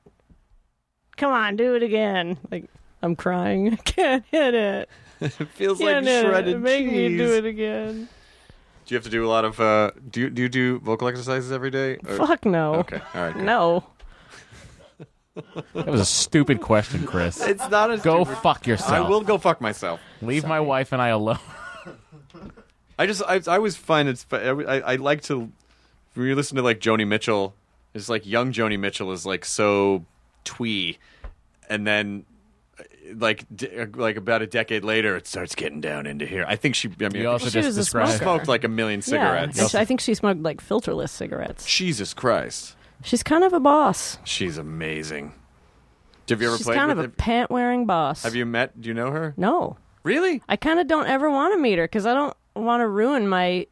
Speaker 3: come on, do it again. Like, I'm crying. I can't hit it.
Speaker 1: It feels
Speaker 3: Can't hit it. Make me do it again.
Speaker 1: Do you have to do a lot of uh do you do you do vocal exercises every day? Or-
Speaker 3: Fuck no.
Speaker 1: Okay. All right. good.
Speaker 3: No.
Speaker 4: That was a stupid question, Chris.
Speaker 1: It's not a
Speaker 4: go
Speaker 1: stupid-
Speaker 4: fuck yourself.
Speaker 1: I will go fuck myself.
Speaker 4: Leave my wife and I alone.
Speaker 1: I just I, I always find it's fu- I, I like to when you listen to like Joni Mitchell, it's like young Joni Mitchell is like so twee and then uh, like d- uh, like about a decade later it starts getting down into here. I think she I mean
Speaker 4: You also
Speaker 3: She
Speaker 4: just
Speaker 3: was a
Speaker 4: described.
Speaker 3: smoker.
Speaker 1: smoked like a million cigarettes.
Speaker 3: Yeah. And she- I think she smoked like filterless cigarettes.
Speaker 1: Jesus Christ.
Speaker 3: She's kind of a boss.
Speaker 1: She's amazing. Have you ever
Speaker 3: She's
Speaker 1: played
Speaker 3: kind of
Speaker 1: with
Speaker 3: a
Speaker 1: her?
Speaker 3: pant wearing boss.
Speaker 1: Have you met? Do you know her?
Speaker 3: No.
Speaker 1: Really?
Speaker 3: I kind of don't ever want to meet her because I don't want to ruin my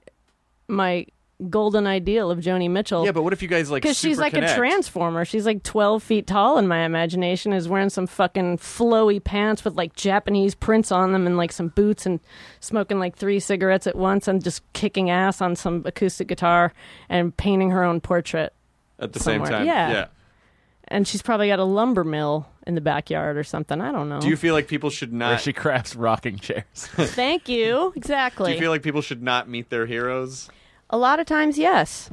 Speaker 3: my golden ideal of Joni Mitchell.
Speaker 1: Yeah, but what if you guys like?
Speaker 3: Because she's
Speaker 1: super
Speaker 3: like
Speaker 1: connect?
Speaker 3: a transformer. She's like 12 feet tall in my imagination, is wearing some fucking flowy pants with like Japanese prints on them and like some boots and smoking like three cigarettes at once and just kicking ass on some acoustic guitar and painting her own portrait.
Speaker 1: at the same
Speaker 3: somewhere.
Speaker 1: time.
Speaker 3: Yeah.
Speaker 1: yeah.
Speaker 3: And she's probably got a lumber mill in the backyard or something. I don't know.
Speaker 1: Do you feel like people should not?
Speaker 4: Where she crafts rocking chairs.
Speaker 3: Thank you.
Speaker 1: do
Speaker 3: Exactly.
Speaker 1: you feel like people should not meet their heroes?
Speaker 3: a lot of times, yes.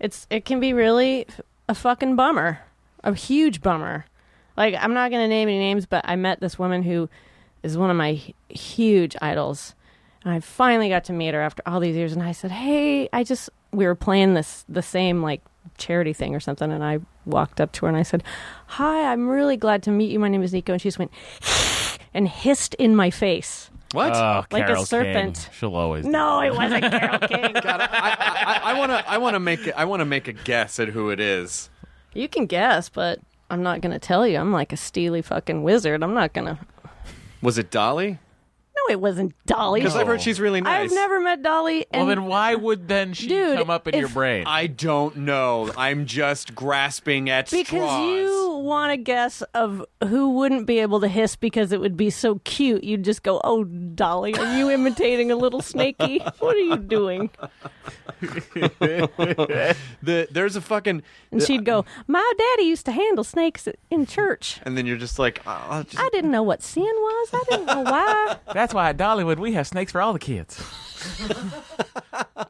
Speaker 3: It's it can be really a fucking bummer, a huge bummer. Like I'm not gonna name any names, but I met this woman who is one of my hu- huge idols, and I finally got to meet her after all these years. And I said, "Hey, I just we were playing this the same like charity thing or something," and I walked up to her and I said, "Hi, I'm really glad to meet you. My name is Nico," and she just went and hissed in my face.
Speaker 1: What?
Speaker 4: Oh,
Speaker 3: Like a
Speaker 4: Carole King.
Speaker 3: serpent.
Speaker 4: She'll always.
Speaker 3: No, it wasn't Carol King.
Speaker 1: I want to. I want to make. a- I want to make a guess at who it is.
Speaker 3: You can guess, but I'm not gonna tell you. I'm like a steely fucking wizard. I'm not gonna.
Speaker 1: Was it Dolly?
Speaker 3: No, it wasn't Dolly.
Speaker 1: Because I've heard she's really nice.
Speaker 3: I've never met Dolly.
Speaker 4: Well,
Speaker 3: and-
Speaker 4: then why would then she
Speaker 3: Dude,
Speaker 4: come up in
Speaker 3: if-
Speaker 4: your brain?
Speaker 1: I don't know. I'm just grasping at
Speaker 3: because
Speaker 1: straws.
Speaker 3: you want to guess of who wouldn't be able to hiss because it would be so cute. You'd just go, "Oh, Dolly, are you imitating a little snaky? What are you doing?"
Speaker 1: The, there's a fucking.
Speaker 3: And she'd go, "My daddy used to handle snakes in church.
Speaker 1: And then you're just like, "Oh, I'll just-
Speaker 3: I didn't know what sin was. I didn't know why."
Speaker 4: That's why at Dollywood we have snakes for all the kids.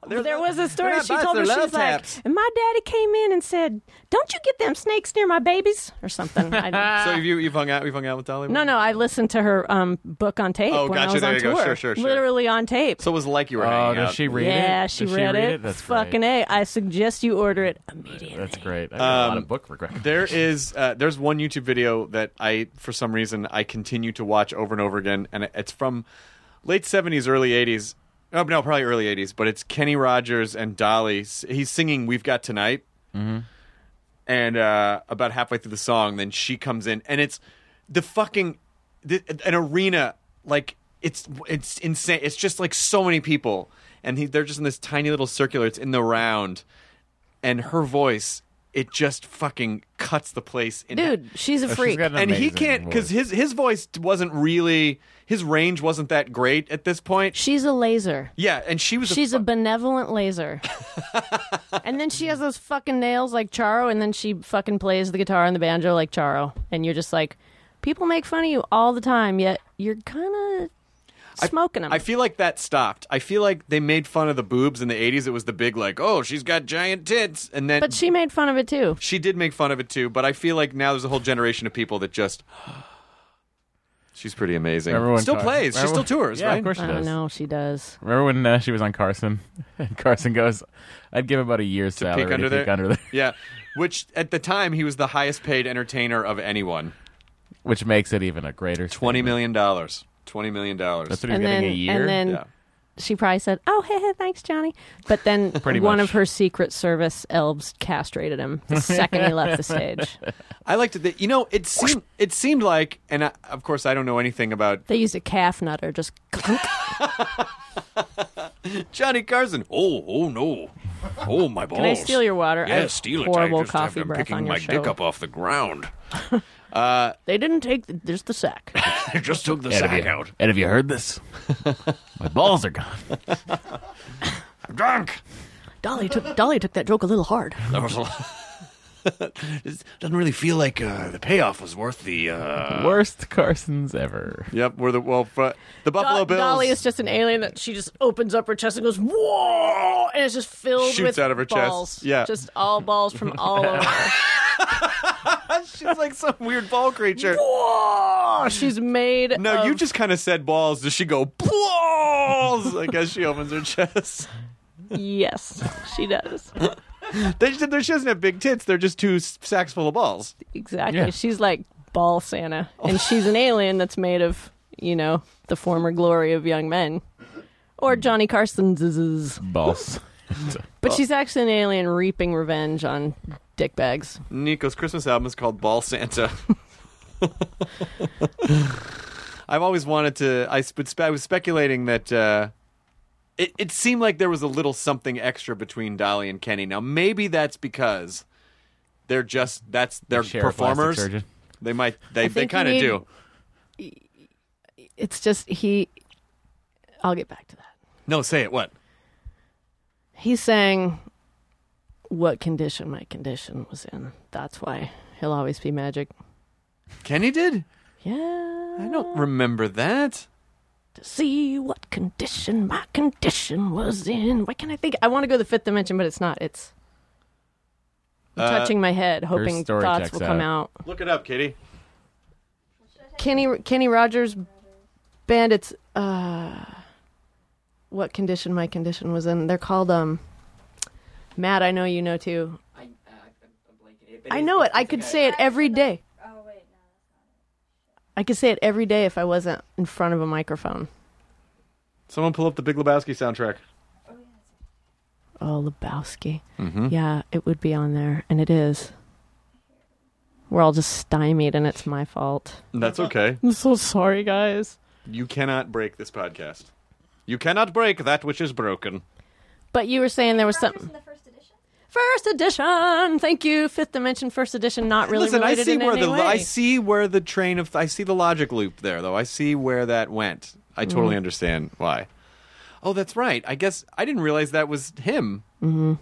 Speaker 3: there was a story
Speaker 1: not
Speaker 3: she
Speaker 1: bots,
Speaker 3: told me
Speaker 1: they're
Speaker 3: she
Speaker 1: love
Speaker 3: was like
Speaker 1: taps.
Speaker 3: and my daddy came in and said don't you get them snakes near my babies or something I,
Speaker 1: So have you you've hung out you've hung out with Dolly?
Speaker 3: Uh, no no i listened to her um, book on tape
Speaker 1: Oh,
Speaker 3: when
Speaker 1: gotcha,
Speaker 3: i was
Speaker 1: there
Speaker 3: on
Speaker 1: you go.
Speaker 3: tour
Speaker 1: Sure, sure, sure.
Speaker 3: literally on tape
Speaker 1: So it was like you were
Speaker 4: Oh,
Speaker 1: hanging
Speaker 4: does
Speaker 1: out.
Speaker 4: she read it?
Speaker 3: yeah she,
Speaker 4: Does
Speaker 3: read, it,
Speaker 4: That's
Speaker 3: fucking
Speaker 4: great.
Speaker 3: a i suggest you order it immediately
Speaker 4: That's great. I got a lot of book regret.
Speaker 1: There is uh, there's one YouTube video that I for some reason I continue to watch over and over again, and it's from late seventies, early eighties. Oh no, probably early eighties. But it's Kenny Rogers and Dolly. S- He's singing "We've Got Tonight," and uh, about halfway through the song, then she comes in, and it's the fucking the, an arena like it's it's insane. It's just like so many people, and he, they're just in this tiny little circular. It's in the round, and her voice it just fucking cuts the place in
Speaker 3: dude she's a
Speaker 4: she's
Speaker 3: freak
Speaker 4: got an
Speaker 1: and he
Speaker 4: amazing
Speaker 1: can't because
Speaker 4: voice.
Speaker 1: his his voice wasn't really his range wasn't that great at this point.
Speaker 3: she's a laser
Speaker 1: Yeah, and she was
Speaker 3: She's
Speaker 1: a,
Speaker 3: a benevolent laser. and then she has those fucking nails like Charo, and then she fucking plays the guitar and the banjo like Charo. And you're just like, people make fun of you all the time, yet you're kind of smoking them.
Speaker 1: I feel like that stopped. I feel like they made fun of the boobs in the '80s. It was the big like, oh, she's got giant tits, and then
Speaker 3: but she made fun of it too.
Speaker 1: she did make fun of it too. But I feel like now there's a whole generation of people that just. She's pretty amazing.
Speaker 4: Everyone
Speaker 1: still
Speaker 4: talk-
Speaker 1: plays. she still
Speaker 4: everyone-
Speaker 1: tours,
Speaker 4: yeah,
Speaker 1: right?
Speaker 4: Of course she
Speaker 3: I
Speaker 4: does.
Speaker 3: don't know, she does.
Speaker 4: Remember when uh, she was on Carson? And Carson goes, "I'd give about a year's
Speaker 1: Peek
Speaker 4: salary
Speaker 1: under
Speaker 4: to peek
Speaker 1: there.
Speaker 4: under there,"
Speaker 1: Yeah, which at the time he was the highest paid entertainer of anyone.
Speaker 4: which makes it even a greater
Speaker 1: Twenty
Speaker 4: statement.
Speaker 1: million dollars. Twenty million dollars.
Speaker 4: That's what he was
Speaker 3: and,
Speaker 4: getting
Speaker 3: then,
Speaker 4: a year.
Speaker 3: and then
Speaker 1: Yeah.
Speaker 3: she probably said, oh, hey, hey, thanks, Johnny. But then one
Speaker 4: much.
Speaker 3: of her Secret Service elves castrated him the second he left the stage.
Speaker 1: I liked it. That, you know, it seemed it seemed like, and I, of course, I don't know anything about
Speaker 3: They used a calf nutter, just clunk.
Speaker 1: Johnny Carson. Oh, oh no! Oh my balls!
Speaker 3: Can I steal your water? I
Speaker 1: Yeah,
Speaker 3: have
Speaker 1: steal it.
Speaker 3: horrible
Speaker 1: I just
Speaker 3: coffee
Speaker 1: have, I'm
Speaker 3: breath
Speaker 1: picking
Speaker 3: on your
Speaker 1: my
Speaker 3: show.
Speaker 1: dick up off the ground. Uh,
Speaker 3: They didn't take the, just the sack.
Speaker 1: I just took the
Speaker 4: Ed, have
Speaker 1: sack
Speaker 4: you-
Speaker 1: out.
Speaker 4: Ed, have you heard this? My balls are gone.
Speaker 1: I'm drunk.
Speaker 3: Dolly took Dolly took that joke a little hard.
Speaker 1: That was a lot. it doesn't really feel like uh, the payoff was worth the. Uh...
Speaker 4: Worst Carsons ever.
Speaker 1: Yep, we're the well, fr- the Buffalo Bills.
Speaker 3: Dolly is just an alien that she just opens up her chest and goes whoa, and it's just filled
Speaker 1: Shoots
Speaker 3: with
Speaker 1: out of her chest.
Speaker 3: balls.
Speaker 1: Yeah.
Speaker 3: just all balls from all over.
Speaker 1: She's like some weird ball creature.
Speaker 3: whoa, Oh, she's made.
Speaker 1: No, you
Speaker 3: of-
Speaker 1: just kind of said balls. Does she go balls? I guess she opens her chest.
Speaker 3: yes, she does
Speaker 1: They just, there- she doesn't have big tits. They're just two s- sacks full of balls.
Speaker 3: exactly.
Speaker 4: Yeah.
Speaker 3: She's like ball Santa, and she's an alien that's made of you know the former glory of young men, or Johnny Carson's.
Speaker 4: Balls.
Speaker 3: But she's actually an alien reaping revenge on dickbags.
Speaker 1: Nico's Christmas album is called Ball Santa. I've always wanted to. I, sp- I was speculating that uh, it, it seemed like there was a little something extra between Dolly and Kenny. Now maybe that's because they're just that's their
Speaker 4: share a plastic
Speaker 1: performers.
Speaker 4: surgeon.
Speaker 1: They might they
Speaker 3: I
Speaker 1: they
Speaker 3: think you
Speaker 1: kind of
Speaker 3: need-
Speaker 1: do.
Speaker 3: It's just he. I'll get back to that.
Speaker 1: No, say it. What?
Speaker 3: He's saying what condition my condition was in. That's why he'll always be magic.
Speaker 1: Kenny did?
Speaker 3: Yeah.
Speaker 1: I don't remember that.
Speaker 3: To see what condition my condition was in. Why can't I think? I want to go to the fifth dimension, but it's not. It's I'm
Speaker 1: Uh,
Speaker 3: touching my head, hoping
Speaker 4: story
Speaker 3: thoughts
Speaker 4: checks
Speaker 3: will come out.
Speaker 1: Look it up, Kitty.
Speaker 3: Kenny Kenny Rogers Bandits uh what condition my condition was in. They're called um Matt, I know you know too.
Speaker 6: I, uh, I'm blanking it. but
Speaker 3: I
Speaker 6: it's-
Speaker 3: know it.
Speaker 6: it's-
Speaker 3: I
Speaker 6: it's
Speaker 3: could
Speaker 6: like
Speaker 3: say it every day.
Speaker 2: Oh wait, no.
Speaker 3: I could say it every day if I wasn't in front of a microphone.
Speaker 1: Someone pull up the Big Lebowski soundtrack.
Speaker 3: Oh, Lebowski.
Speaker 1: Mm-hmm.
Speaker 3: Yeah, it would be on there, and it is. We're all just stymied, and it's my fault.
Speaker 1: That's okay.
Speaker 3: I'm so sorry, guys.
Speaker 1: You cannot break this podcast. You cannot break that which is broken.
Speaker 3: But you were saying there was
Speaker 2: Rogers
Speaker 3: something.
Speaker 2: in the first edition.
Speaker 3: First edition. Thank you. Fifth dimension. First edition. Not really
Speaker 1: Listen, I
Speaker 3: related
Speaker 1: see
Speaker 3: in
Speaker 1: where
Speaker 3: any
Speaker 1: the
Speaker 3: way.
Speaker 1: I see where the train of I see the logic loop there though. I see where that went. I totally understand why. Oh, that's right. I guess I didn't realize that was him. Mm-hmm.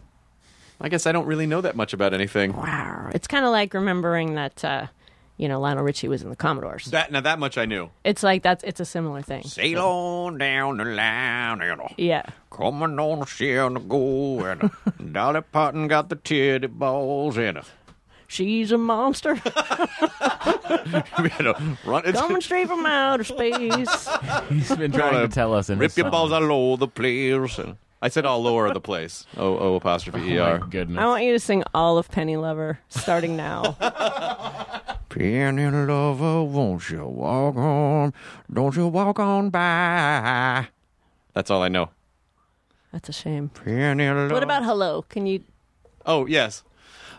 Speaker 1: I guess I don't really know that much about anything.
Speaker 3: Wow. It's kind of like remembering that, uh, you know, Lionel Richie was in the Commodores.
Speaker 1: That now that much I knew.
Speaker 3: it's like that's it's a similar thing.
Speaker 1: Sail on down the line, you know.
Speaker 3: Yeah.
Speaker 1: Coming on a shell to go, and uh, Dolly Parton got the titty balls uh, in her.
Speaker 3: She's a monster
Speaker 1: We had to run. It's,
Speaker 3: coming straight from outer space.
Speaker 4: He's been trying to tell us. In
Speaker 1: rip
Speaker 4: his
Speaker 1: your
Speaker 4: song.
Speaker 1: balls all over the place. And I said all over the place. O O apostrophe E
Speaker 4: Oh my
Speaker 1: R.
Speaker 4: goodness.
Speaker 3: I want you to sing all of Penny Lover starting now.
Speaker 1: Penny lover, oh, won't you walk on? Don't you walk on by? That's all I know.
Speaker 3: That's a shame.
Speaker 1: Penny lover.
Speaker 3: What about hello? Can you
Speaker 1: Oh yes.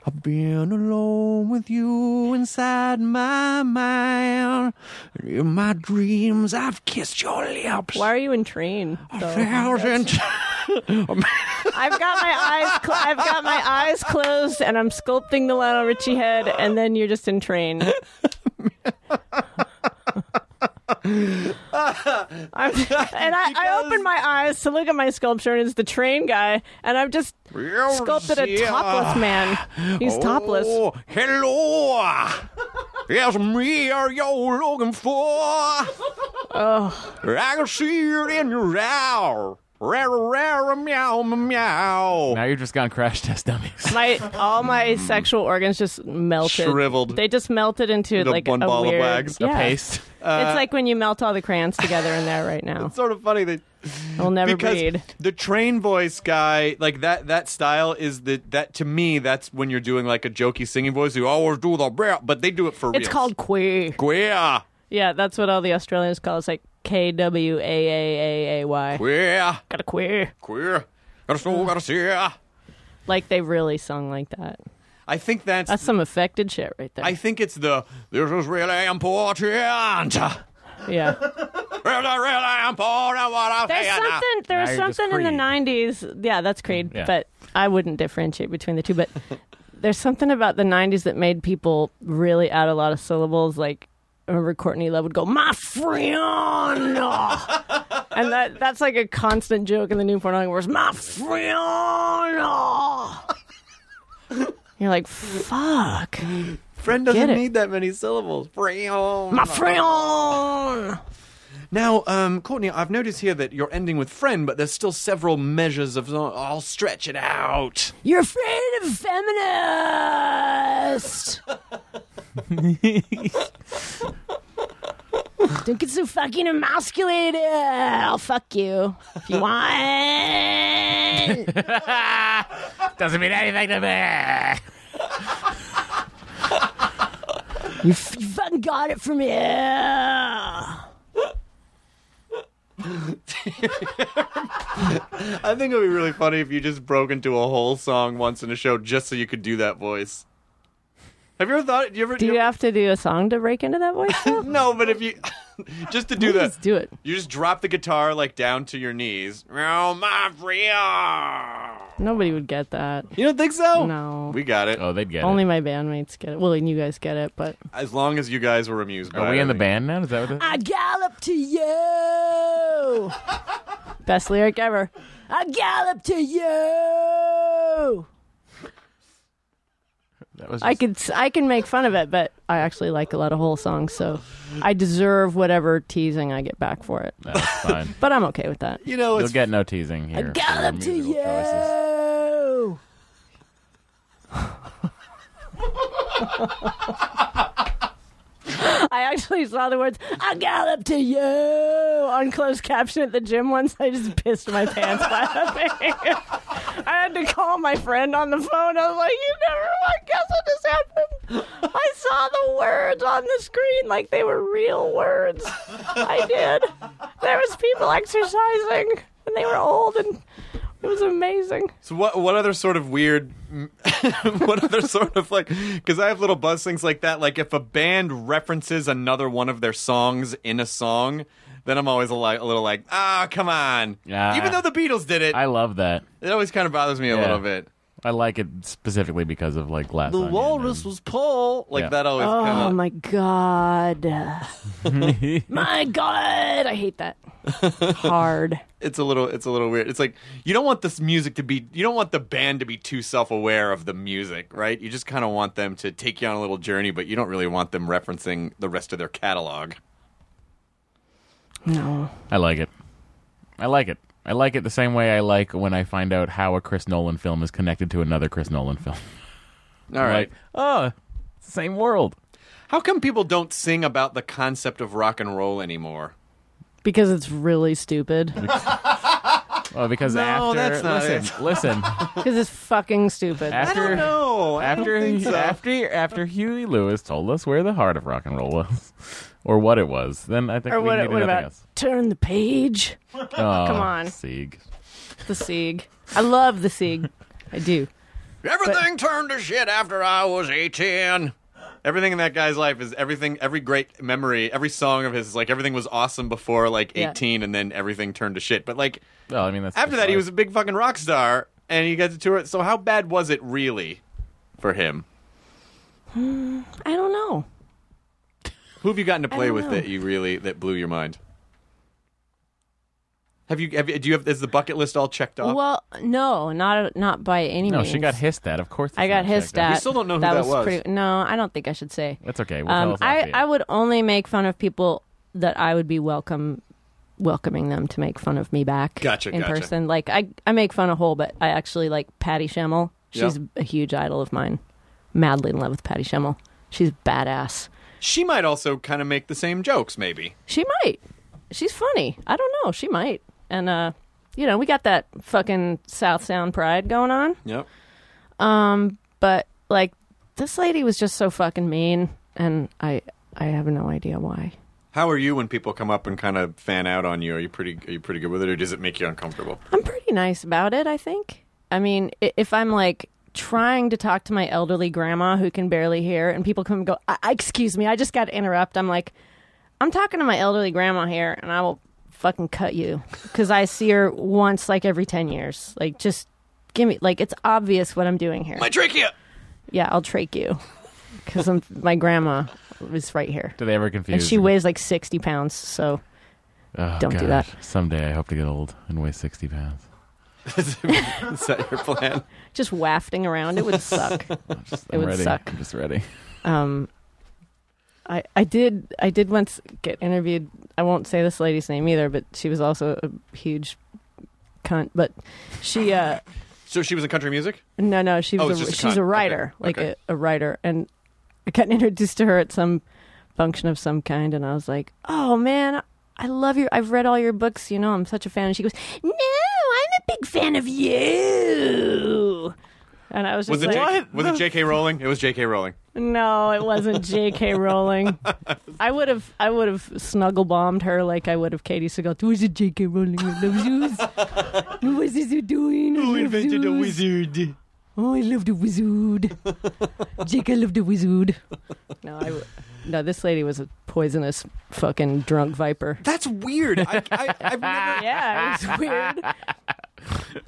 Speaker 1: I've been alone with you inside my mind. In my dreams, I've kissed your lips.
Speaker 3: Why are you in train? though?
Speaker 1: Thousand.
Speaker 3: I've got my eyes. Cl- I've got my eyes closed, and I'm sculpting the Lionel Richie head, and then you're just in train. I'm, and I, I open my eyes to look at my sculpture, and it's the train guy, and I've just sculpted a topless man. He's topless.
Speaker 1: Oh, hello. It's me you're looking for. Oh. I can see it in your eye. Rare, rare, meow, meow.
Speaker 4: Now you're just gone crash test dummies.
Speaker 3: My all my sexual organs just melted,
Speaker 1: Shriveled.
Speaker 3: They just melted into
Speaker 1: Into
Speaker 3: like
Speaker 1: one
Speaker 3: a
Speaker 1: ball of
Speaker 3: weird,
Speaker 1: wax, a Uh,
Speaker 3: yeah.
Speaker 4: Paste.
Speaker 3: it's like when you melt all the crayons together in there right now.
Speaker 1: It's sort of funny that
Speaker 3: It'll never
Speaker 1: because
Speaker 3: breed.
Speaker 1: the train voice guy, like that that style is the that to me that's when you're doing like a jokey singing voice. You always do the rare, but they do it for real.
Speaker 3: It's called quay.
Speaker 1: queer,
Speaker 3: Yeah, that's what all the Australians call it. It's like K W A A A A Y.
Speaker 1: queer,
Speaker 3: Got a queer.
Speaker 1: queer. Gotta so gotta see.
Speaker 3: Like they really sung like that.
Speaker 1: I think that's
Speaker 3: That's some affected shit right there.
Speaker 1: I think it's the this is really important.
Speaker 3: yeah.
Speaker 1: Really, really important what I'm
Speaker 3: There's
Speaker 1: saying.
Speaker 3: something there was
Speaker 4: Now you're just
Speaker 3: something in the
Speaker 4: Creed.
Speaker 3: 90s. Yeah, that's Creed,
Speaker 4: Yeah.
Speaker 3: but I wouldn't differentiate between the two, but there's something about the 90s that made people really add a lot of syllables like I remember Courtney Love would go, "My friend," and that that's like a constant joke in the new porn wars. My friend, you're like, "Fuck,
Speaker 1: Friend
Speaker 3: Get
Speaker 1: doesn't
Speaker 3: it.
Speaker 1: need that many syllables.
Speaker 3: my friend."
Speaker 1: Now, um, Courtney, I've noticed here that you're ending with friend, but there's still several measures of oh, I'll stretch it out.
Speaker 3: You're afraid of feminist. Don't get so fucking emasculated. I'll fuck you if you want.
Speaker 4: Doesn't mean anything to me.
Speaker 3: You, f- you fucking got it from here.
Speaker 1: I think it would be really funny if you just broke into a whole song once in a show just so you could do that voice. Have you ever thought? Do you ever?
Speaker 3: Do you have to do a song to break into that voice?
Speaker 1: no, but if you. just to do
Speaker 3: Please
Speaker 1: that.
Speaker 3: do it.
Speaker 1: You just drop the guitar like down to your knees. Oh my real.
Speaker 3: Nobody would get that.
Speaker 1: You don't think so?
Speaker 3: No.
Speaker 1: We got it.
Speaker 4: Oh, they'd get
Speaker 3: Only
Speaker 4: it.
Speaker 3: my bandmates get it. Well, and you guys get it, but
Speaker 1: As long as you guys were amused by
Speaker 4: Are we
Speaker 1: it,
Speaker 4: in the
Speaker 1: I
Speaker 4: band now? Is that what?
Speaker 3: I gallop to you. Best lyric ever. I gallop to you.
Speaker 4: That was.
Speaker 3: I
Speaker 4: just-
Speaker 3: could I can make fun of it, but I actually like a lot of whole songs, so I deserve whatever teasing I get back for it.
Speaker 4: That's fine.
Speaker 3: But I'm okay with that.
Speaker 1: think. You know,
Speaker 4: You'll
Speaker 1: it's
Speaker 4: get no teasing here. for your musical choices.
Speaker 3: you. I actually saw the words "I gallop to you" on closed caption at the gym once. I just pissed my pants laughing. I had to call my friend on the phone. I was like, "You never like guess what just happened." I saw the words on the screen like they were real words. I did. There was people exercising, and they were old, and it was amazing.
Speaker 1: So what? What other sort of weird? what other sort of like? Because I have little buzz things like that. Like if a band references another one of their songs in a song, then I'm always a, li- a little like, ah, come on.
Speaker 4: Yeah.
Speaker 1: Even though the Beatles did it,
Speaker 4: I love that.
Speaker 1: it always kind of bothers me a
Speaker 4: Yeah.
Speaker 1: little bit.
Speaker 4: I like it specifically because of like Glass
Speaker 1: The
Speaker 4: Onion
Speaker 1: walrus
Speaker 4: and-
Speaker 1: was Paul. Like
Speaker 4: Yeah.
Speaker 1: that always
Speaker 3: Oh
Speaker 1: kind of.
Speaker 3: my god. my god, I hate that. Hard.
Speaker 1: It's a little. It's a little weird. It's like you don't want this music to be. You don't want the band to be too self-aware of the music, right? You just kind of want them to take you on a little journey, but you don't really want them referencing the rest of their catalog.
Speaker 3: No.
Speaker 4: I like it. I like it. I like it the same way I like when I find out how a Chris Nolan film is connected to another Chris Nolan film.
Speaker 1: All right.
Speaker 4: Like, oh, it's the same world.
Speaker 1: How come people don't sing about the concept of rock and roll anymore?
Speaker 3: Because it's really stupid.
Speaker 4: Oh, because
Speaker 1: No,
Speaker 4: after
Speaker 1: that's not
Speaker 4: listen, listen.
Speaker 3: Because it's fucking stupid.
Speaker 4: After
Speaker 1: know.
Speaker 4: after after after Huey Lewis told us where the heart of rock and roll was, or what it was, then I think
Speaker 3: Or
Speaker 4: we
Speaker 3: what,
Speaker 4: need
Speaker 3: what
Speaker 4: nothing
Speaker 3: about
Speaker 4: else.
Speaker 3: turn the page?
Speaker 4: Oh,
Speaker 3: Come on.
Speaker 4: Sieg.
Speaker 3: The Sieg. I love the Sieg. I do.
Speaker 1: everything turned to shit after I was 18. Everything in that guy's life is everything, every great memory, every song of his, is like everything was awesome before like
Speaker 3: Yeah.
Speaker 1: 18 and then everything turned to shit. But like
Speaker 4: Well, I mean, that's
Speaker 1: after
Speaker 4: just
Speaker 1: that, he
Speaker 4: life.
Speaker 1: was a big fucking rock star and he got to tour it. So how bad was it really for him?
Speaker 3: I don't know.
Speaker 1: Who have you gotten to play
Speaker 3: don't
Speaker 1: with
Speaker 3: know.
Speaker 1: that you really, that blew your mind? Have you, have you, do you have, is the bucket list all checked off?
Speaker 3: Well, no, not not by any
Speaker 4: No,
Speaker 3: means.
Speaker 4: she got hissed at. Of course,
Speaker 3: I
Speaker 4: it's
Speaker 3: got
Speaker 4: not
Speaker 3: hissed
Speaker 4: checked out.
Speaker 3: at.
Speaker 1: still don't know who
Speaker 3: that
Speaker 1: that
Speaker 3: was.
Speaker 1: was.
Speaker 3: Pretty, no, I don't think I should say.
Speaker 4: That's okay. We'll tell
Speaker 3: Um,
Speaker 4: us
Speaker 3: I,
Speaker 4: after.
Speaker 3: I would only make fun of people that I would be welcome welcoming them to make fun of me back
Speaker 1: Gotcha,
Speaker 3: in
Speaker 1: gotcha.
Speaker 3: person. Like I I make fun of Hole, but I actually like Patty Schemmel. She's
Speaker 1: Yeah.
Speaker 3: a huge idol of mine. Madly in love with Patty Schemmel. She's badass.
Speaker 1: She might also kind of make the same jokes, maybe.
Speaker 3: She might. She's funny. I don't know. She might. And uh you know, we got that fucking South Sound pride going on.
Speaker 1: Yep.
Speaker 3: Um, but like this lady was just so fucking mean and I I have no idea why.
Speaker 1: How are you when people come up and kind of fan out on you? Are you pretty? Are you pretty good with it, or does it make you uncomfortable?
Speaker 3: I'm pretty nice about it, I think. I mean, i- if I'm like trying to talk to my elderly grandma who can barely hear, and people come and go, I- I- Excuse me, I just got to interrupt. I'm like, I'm talking to my elderly grandma here, and I will fucking cut you because I see her once like every 10 years. Like, just give me, like, it's obvious what I'm doing here.
Speaker 1: My trachea.
Speaker 3: yeah, I'll trach you because my grandma is right here.
Speaker 4: Do they ever
Speaker 3: And
Speaker 4: confuse?
Speaker 3: she weighs like 60 pounds, so
Speaker 4: Oh,
Speaker 3: Don't do
Speaker 4: gosh. Someday I hope to get old and weigh sixty pounds.
Speaker 1: Is that your plan?
Speaker 3: just wafting around, it would suck.
Speaker 4: I'm just,
Speaker 3: It
Speaker 4: I'm
Speaker 3: would
Speaker 4: ready.
Speaker 3: suck.
Speaker 4: I'm just ready.
Speaker 3: um I, I did I did once get interviewed. I won't say this lady's name either, but she was also a huge cunt. But she uh
Speaker 1: So she was in country music.
Speaker 3: no no she
Speaker 1: Oh,
Speaker 3: was
Speaker 1: it's
Speaker 3: a,
Speaker 1: just a
Speaker 3: she's
Speaker 1: cunt.
Speaker 3: a writer
Speaker 1: Okay,
Speaker 3: like
Speaker 1: okay.
Speaker 3: A, a writer, and I got introduced to her at some function of some kind, and I was like, oh man, I love your I've read all your books. You know, I'm such a fan. And she goes, no, I'm a big fan of you. And I was just
Speaker 1: Was it
Speaker 3: like,
Speaker 1: J- was it J.K. Rowling? It was J.K. Rowling.
Speaker 3: no, it wasn't J.K. Rowling. I would have, I would have snuggle bombed her like I would have Katie Segal. Was it J.K. Rowling that loves you? What is he doing? I love zoos.
Speaker 1: wizard?
Speaker 3: Oh, I love the wizard. J.K. loved the wizard. No, I, w-
Speaker 7: No, this lady was a poisonous fucking drunk viper.
Speaker 1: That's weird. I, I, I've never.
Speaker 7: yeah, it was weird.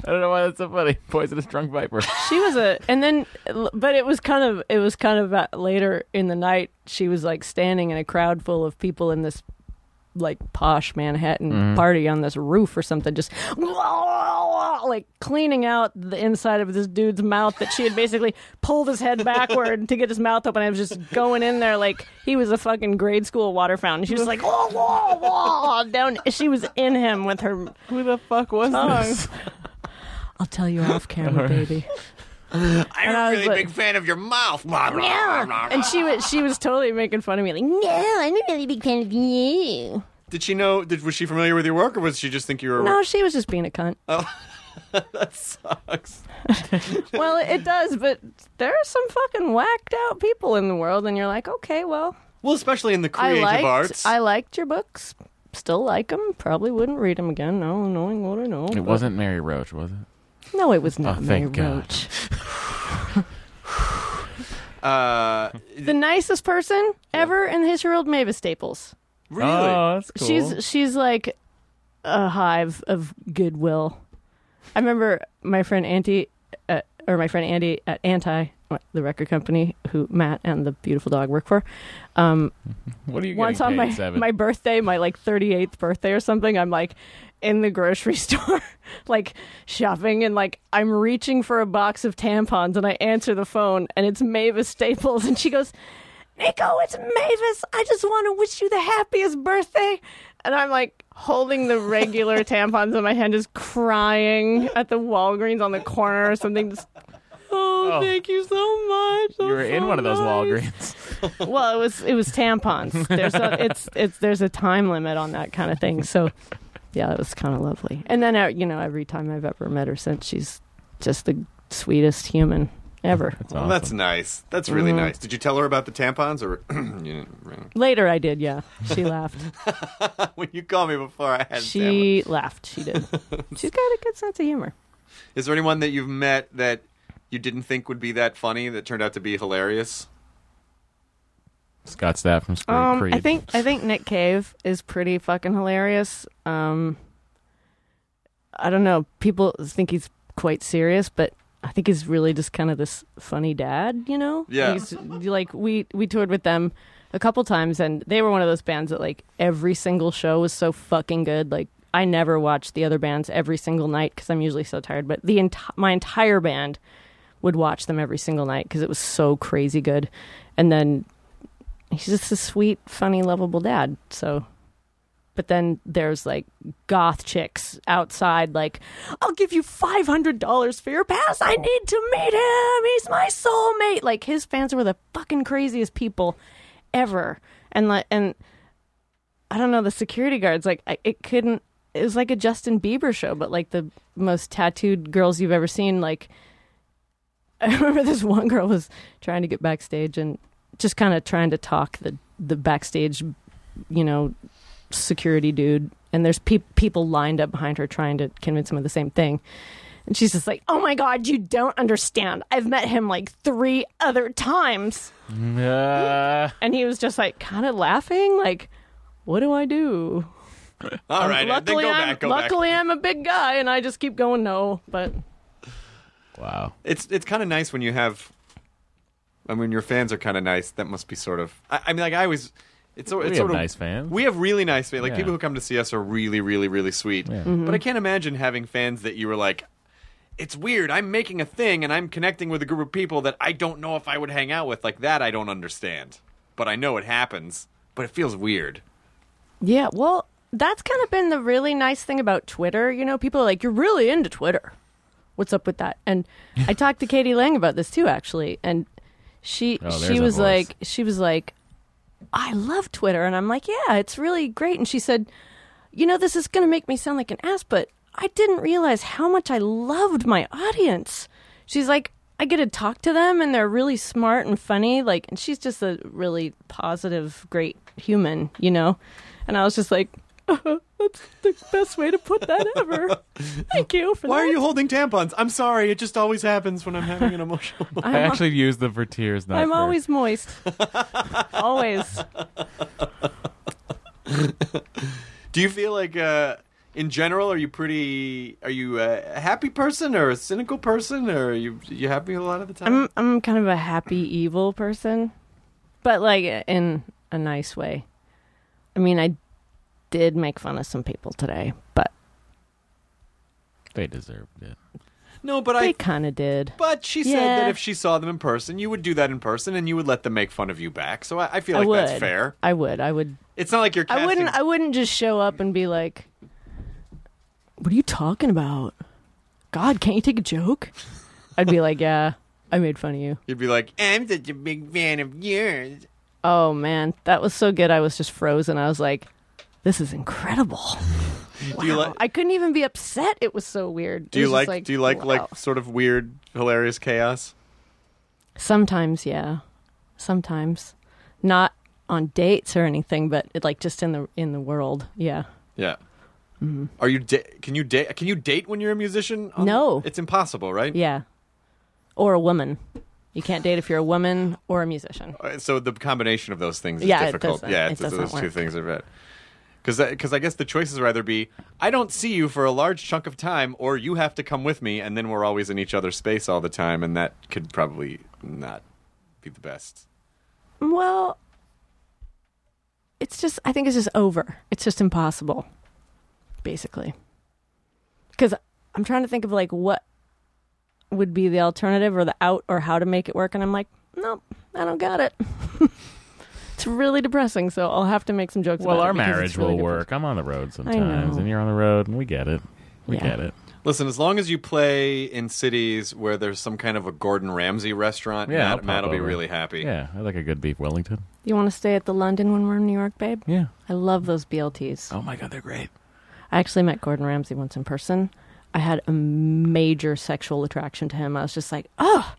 Speaker 4: I don't know why that's so funny. Poisonous drunk viper.
Speaker 7: She was a, and then, but it was kind of, it was kind of uh, later in the night. She was like standing in a crowd full of people in this like posh Manhattan party on this roof or something, just like cleaning out the inside of this dude's mouth that she had basically pulled his head backward to get his mouth open. I was just going in there like he was a fucking grade school water fountain. She was like, whoa, whoa, whoa, down. She was in him with her
Speaker 4: Who the fuck was
Speaker 7: tongue.
Speaker 4: this?
Speaker 7: I'll tell you off camera, baby.
Speaker 1: I'm
Speaker 7: And
Speaker 1: a
Speaker 7: I was
Speaker 1: really
Speaker 7: like-
Speaker 1: big fan of your mouth. Blah, blah, blah, blah, blah.
Speaker 7: And she was she was totally making fun of me, like, no, I'm a really big fan of you.
Speaker 1: Did she know? Did, was she familiar with your work, or was she just think you were?
Speaker 7: No, she was just being a cunt.
Speaker 1: Oh, That sucks.
Speaker 7: well, it does, but there are some fucking whacked out people in the world, and you're like, okay, well,
Speaker 1: Well, especially in the
Speaker 7: I
Speaker 1: creative
Speaker 7: liked,
Speaker 1: arts.
Speaker 7: I liked your books. Still like them. Probably wouldn't read them again now, knowing what I know.
Speaker 4: It wasn't Mary Roach, was it?
Speaker 7: No, it was not
Speaker 4: Oh,
Speaker 7: Mary
Speaker 4: thank God.
Speaker 7: Roach.
Speaker 1: uh,
Speaker 7: The nicest person ever in the history of the world, Mavis Staples.
Speaker 1: really?
Speaker 4: Oh, that's cool.
Speaker 7: She's she's like a hive of goodwill. I remember my friend Auntie, uh, or my friend Andy at Anti, the record company who Matt and the beautiful dog work for. Um,
Speaker 4: what are you
Speaker 7: once
Speaker 4: getting
Speaker 7: on
Speaker 4: paid
Speaker 7: my
Speaker 4: seven?
Speaker 7: my birthday, my like 38th birthday or something, I'm like in the grocery store, like shopping, and like I'm reaching for a box of tampons, and I answer the phone, and it's Mavis Staples, and she goes, "Nico, it's Mavis. I just want to wish you the happiest birthday." And I'm like holding the regular tampons in my hand, just crying at the Walgreens on the corner or something. Just, oh,
Speaker 4: Oh.
Speaker 7: thank you so much.
Speaker 4: you were in one of those
Speaker 7: Walgreens.
Speaker 4: Walgreens.
Speaker 7: Well, it was it was tampons. There's a, it's it's there's a time limit on that kind of thing. So, yeah, it was kind of lovely. And then uh, you know, every time I've ever met her since, she's just the sweetest human ever.
Speaker 4: That's
Speaker 1: Well,
Speaker 4: awesome.
Speaker 1: that's nice. That's really
Speaker 7: Mm.
Speaker 1: nice. Did you tell her about the tampons, or you didn't-
Speaker 7: Later, I did. Yeah, she laughed.
Speaker 1: when you called me before I had tampons?
Speaker 7: She laughed. She did. She's got a good sense of humor.
Speaker 1: Is there anyone that you've met that you didn't think would be that funny that turned out to be hilarious?
Speaker 4: Scott Stapp from Scream
Speaker 7: Um,
Speaker 4: Creed.
Speaker 7: I think I think Nick Cave is pretty fucking hilarious. Um, I don't know. People think he's quite serious, but I think he's really just kind of this funny dad. You know?
Speaker 1: Yeah.
Speaker 7: He's, like we we toured with them a couple times, and they were one of those bands that like every single show was so fucking good. Like I never watched the other bands every single night because I'm usually so tired. But the enti- my entire band would watch them every single night because it was so crazy good. And then he's just a sweet, funny, lovable dad. So, but then there's like goth chicks outside, like, I'll give you $500 for your pass. I need to meet him. He's my soulmate. Like, his fans were the fucking craziest people ever. And, like, and I don't know, the security guards, like, I, it couldn't, it was like a Justin Bieber show, but like the most tattooed girls you've ever seen, like, I remember this one girl was trying to get backstage and just kind of trying to talk the the backstage, you know, security dude. And there's pe- people lined up behind her trying to convince him of the same thing. And she's just like, "Oh my god, you don't understand. I've met him like three other times."
Speaker 4: Uh,
Speaker 7: And he was just like, kind of laughing, like, "What do I do?"
Speaker 1: All right, Ed, then
Speaker 7: Um, luckily,
Speaker 1: go
Speaker 7: I'm,
Speaker 1: back. Go
Speaker 7: luckily
Speaker 1: back.
Speaker 7: I'm a big guy, and I just keep going no. But
Speaker 4: wow.
Speaker 1: It's it's kind of nice when you have. I mean, your fans are kind of nice. That must be sort of. I, I mean, like I always. It's, so- it's
Speaker 4: We
Speaker 1: sort
Speaker 4: have
Speaker 1: of
Speaker 4: nice fans.
Speaker 1: We have really nice fans. Like
Speaker 4: Yeah.
Speaker 1: people who come to see us are really, really, really sweet. But I can't imagine having fans that you were like, it's weird. I'm making a thing and I'm connecting with a group of people that I don't know if I would hang out with. Like that, I don't understand. But I know it happens. But it feels weird.
Speaker 7: Yeah, well, that's kind of been the really nice thing about Twitter. You know, people are like, you're really into Twitter. What's up with that? And I talked to Katie Lang about this too, actually, and she
Speaker 4: Oh, there's
Speaker 7: she
Speaker 4: a
Speaker 7: was
Speaker 4: voice.
Speaker 7: like she was like, I love Twitter, and I'm like, yeah, it's really great. And she said, you know, this is going to make me sound like an ass, but I didn't realize how much I loved my audience. She's like, I get to talk to them, and they're really smart and funny. Like, and she's just a really positive, great human, you know. And I was just like, "Uh-huh, That's the best way to put that ever. Thank you for
Speaker 1: Why
Speaker 7: that.
Speaker 1: are you holding tampons? I'm sorry. It just always happens when I'm having an emotional.
Speaker 4: I actually use them for tears. Not
Speaker 7: I'm
Speaker 4: for-
Speaker 7: always moist. always.
Speaker 1: Do you feel like, uh, in general, are you pretty? Are you a happy person or a cynical person, or are you you happy a lot of the time?
Speaker 7: I'm I'm kind of a happy evil person, but like in a nice way. I mean, I did make fun of some people today, but
Speaker 4: They deserved it.
Speaker 1: no, but
Speaker 7: they
Speaker 1: I.
Speaker 7: kind of did.
Speaker 1: But she said that
Speaker 7: Yeah.
Speaker 1: if she saw them in person, you would do that in person, and you would let them make fun of you back. So I, I feel
Speaker 7: I
Speaker 1: like
Speaker 7: would.
Speaker 1: that's fair.
Speaker 7: I would. I would.
Speaker 1: It's not like you're. Casting...
Speaker 7: I wouldn't. I wouldn't just show up and be like, "What are you talking about? God, can't you take a joke?" I'd be like, "Yeah, I made fun of you."
Speaker 1: You'd be like, I'm such a big fan of yours.
Speaker 7: Oh man, that was so good. I was just frozen. I was like, "This is incredible."
Speaker 1: Do you
Speaker 7: Wow.
Speaker 1: like?
Speaker 7: I couldn't even be upset. It was so weird.
Speaker 1: Do
Speaker 7: It
Speaker 1: you
Speaker 7: was just
Speaker 1: like, Do you like
Speaker 7: wow.
Speaker 1: like sort of weird, hilarious chaos?
Speaker 7: Sometimes, yeah. Sometimes, not on dates or anything, but it, like just in the in the world, yeah.
Speaker 1: Yeah.
Speaker 7: Mm-hmm.
Speaker 1: Are you? Da- can you date? Can you date when you're a musician? on-
Speaker 7: No.
Speaker 1: it's impossible, right?
Speaker 7: Yeah. Or a woman. You can't date if you're a woman or a musician.
Speaker 1: All right, Uh, So the combination of those things is
Speaker 7: Yeah, it
Speaker 1: difficult.
Speaker 7: doesn't-
Speaker 1: yeah,
Speaker 7: it
Speaker 1: it's, it's-
Speaker 7: doesn't
Speaker 1: those two
Speaker 7: work.
Speaker 1: things are bad. Because I guess the choices would either be I don't see you for a large chunk of time, or you have to come with me, and then we're always in each other's space all the time, and that could probably not be the best.
Speaker 7: Well, it's just, I think it's just over. It's just impossible, basically. Because I'm trying to think of like what would be the alternative or the out or how to make it work. And I'm like, nope, I don't got it. it's really depressing. So I'll have to make some jokes
Speaker 4: Well,
Speaker 7: about it
Speaker 4: our
Speaker 7: because it's
Speaker 4: marriage
Speaker 7: really
Speaker 4: will
Speaker 7: depressing.
Speaker 4: work. I'm on the road sometimes,
Speaker 7: know.
Speaker 4: and you're on the road, and we get it. We
Speaker 7: Yeah.
Speaker 4: get it.
Speaker 1: Listen, as long as you play in cities where there's some kind of a Gordon Ramsay restaurant,
Speaker 4: Yeah, I'll
Speaker 1: Matt, Matt
Speaker 4: pop
Speaker 1: will be
Speaker 4: over.
Speaker 1: really happy.
Speaker 4: Yeah, I like a good beef Wellington.
Speaker 7: You want to stay at the London when we're in New York, babe?
Speaker 4: Yeah.
Speaker 7: I love those BLTs.
Speaker 4: Oh my god, they're great.
Speaker 7: I actually met Gordon Ramsay once in person. I had a major sexual attraction to him. I was just like, oh,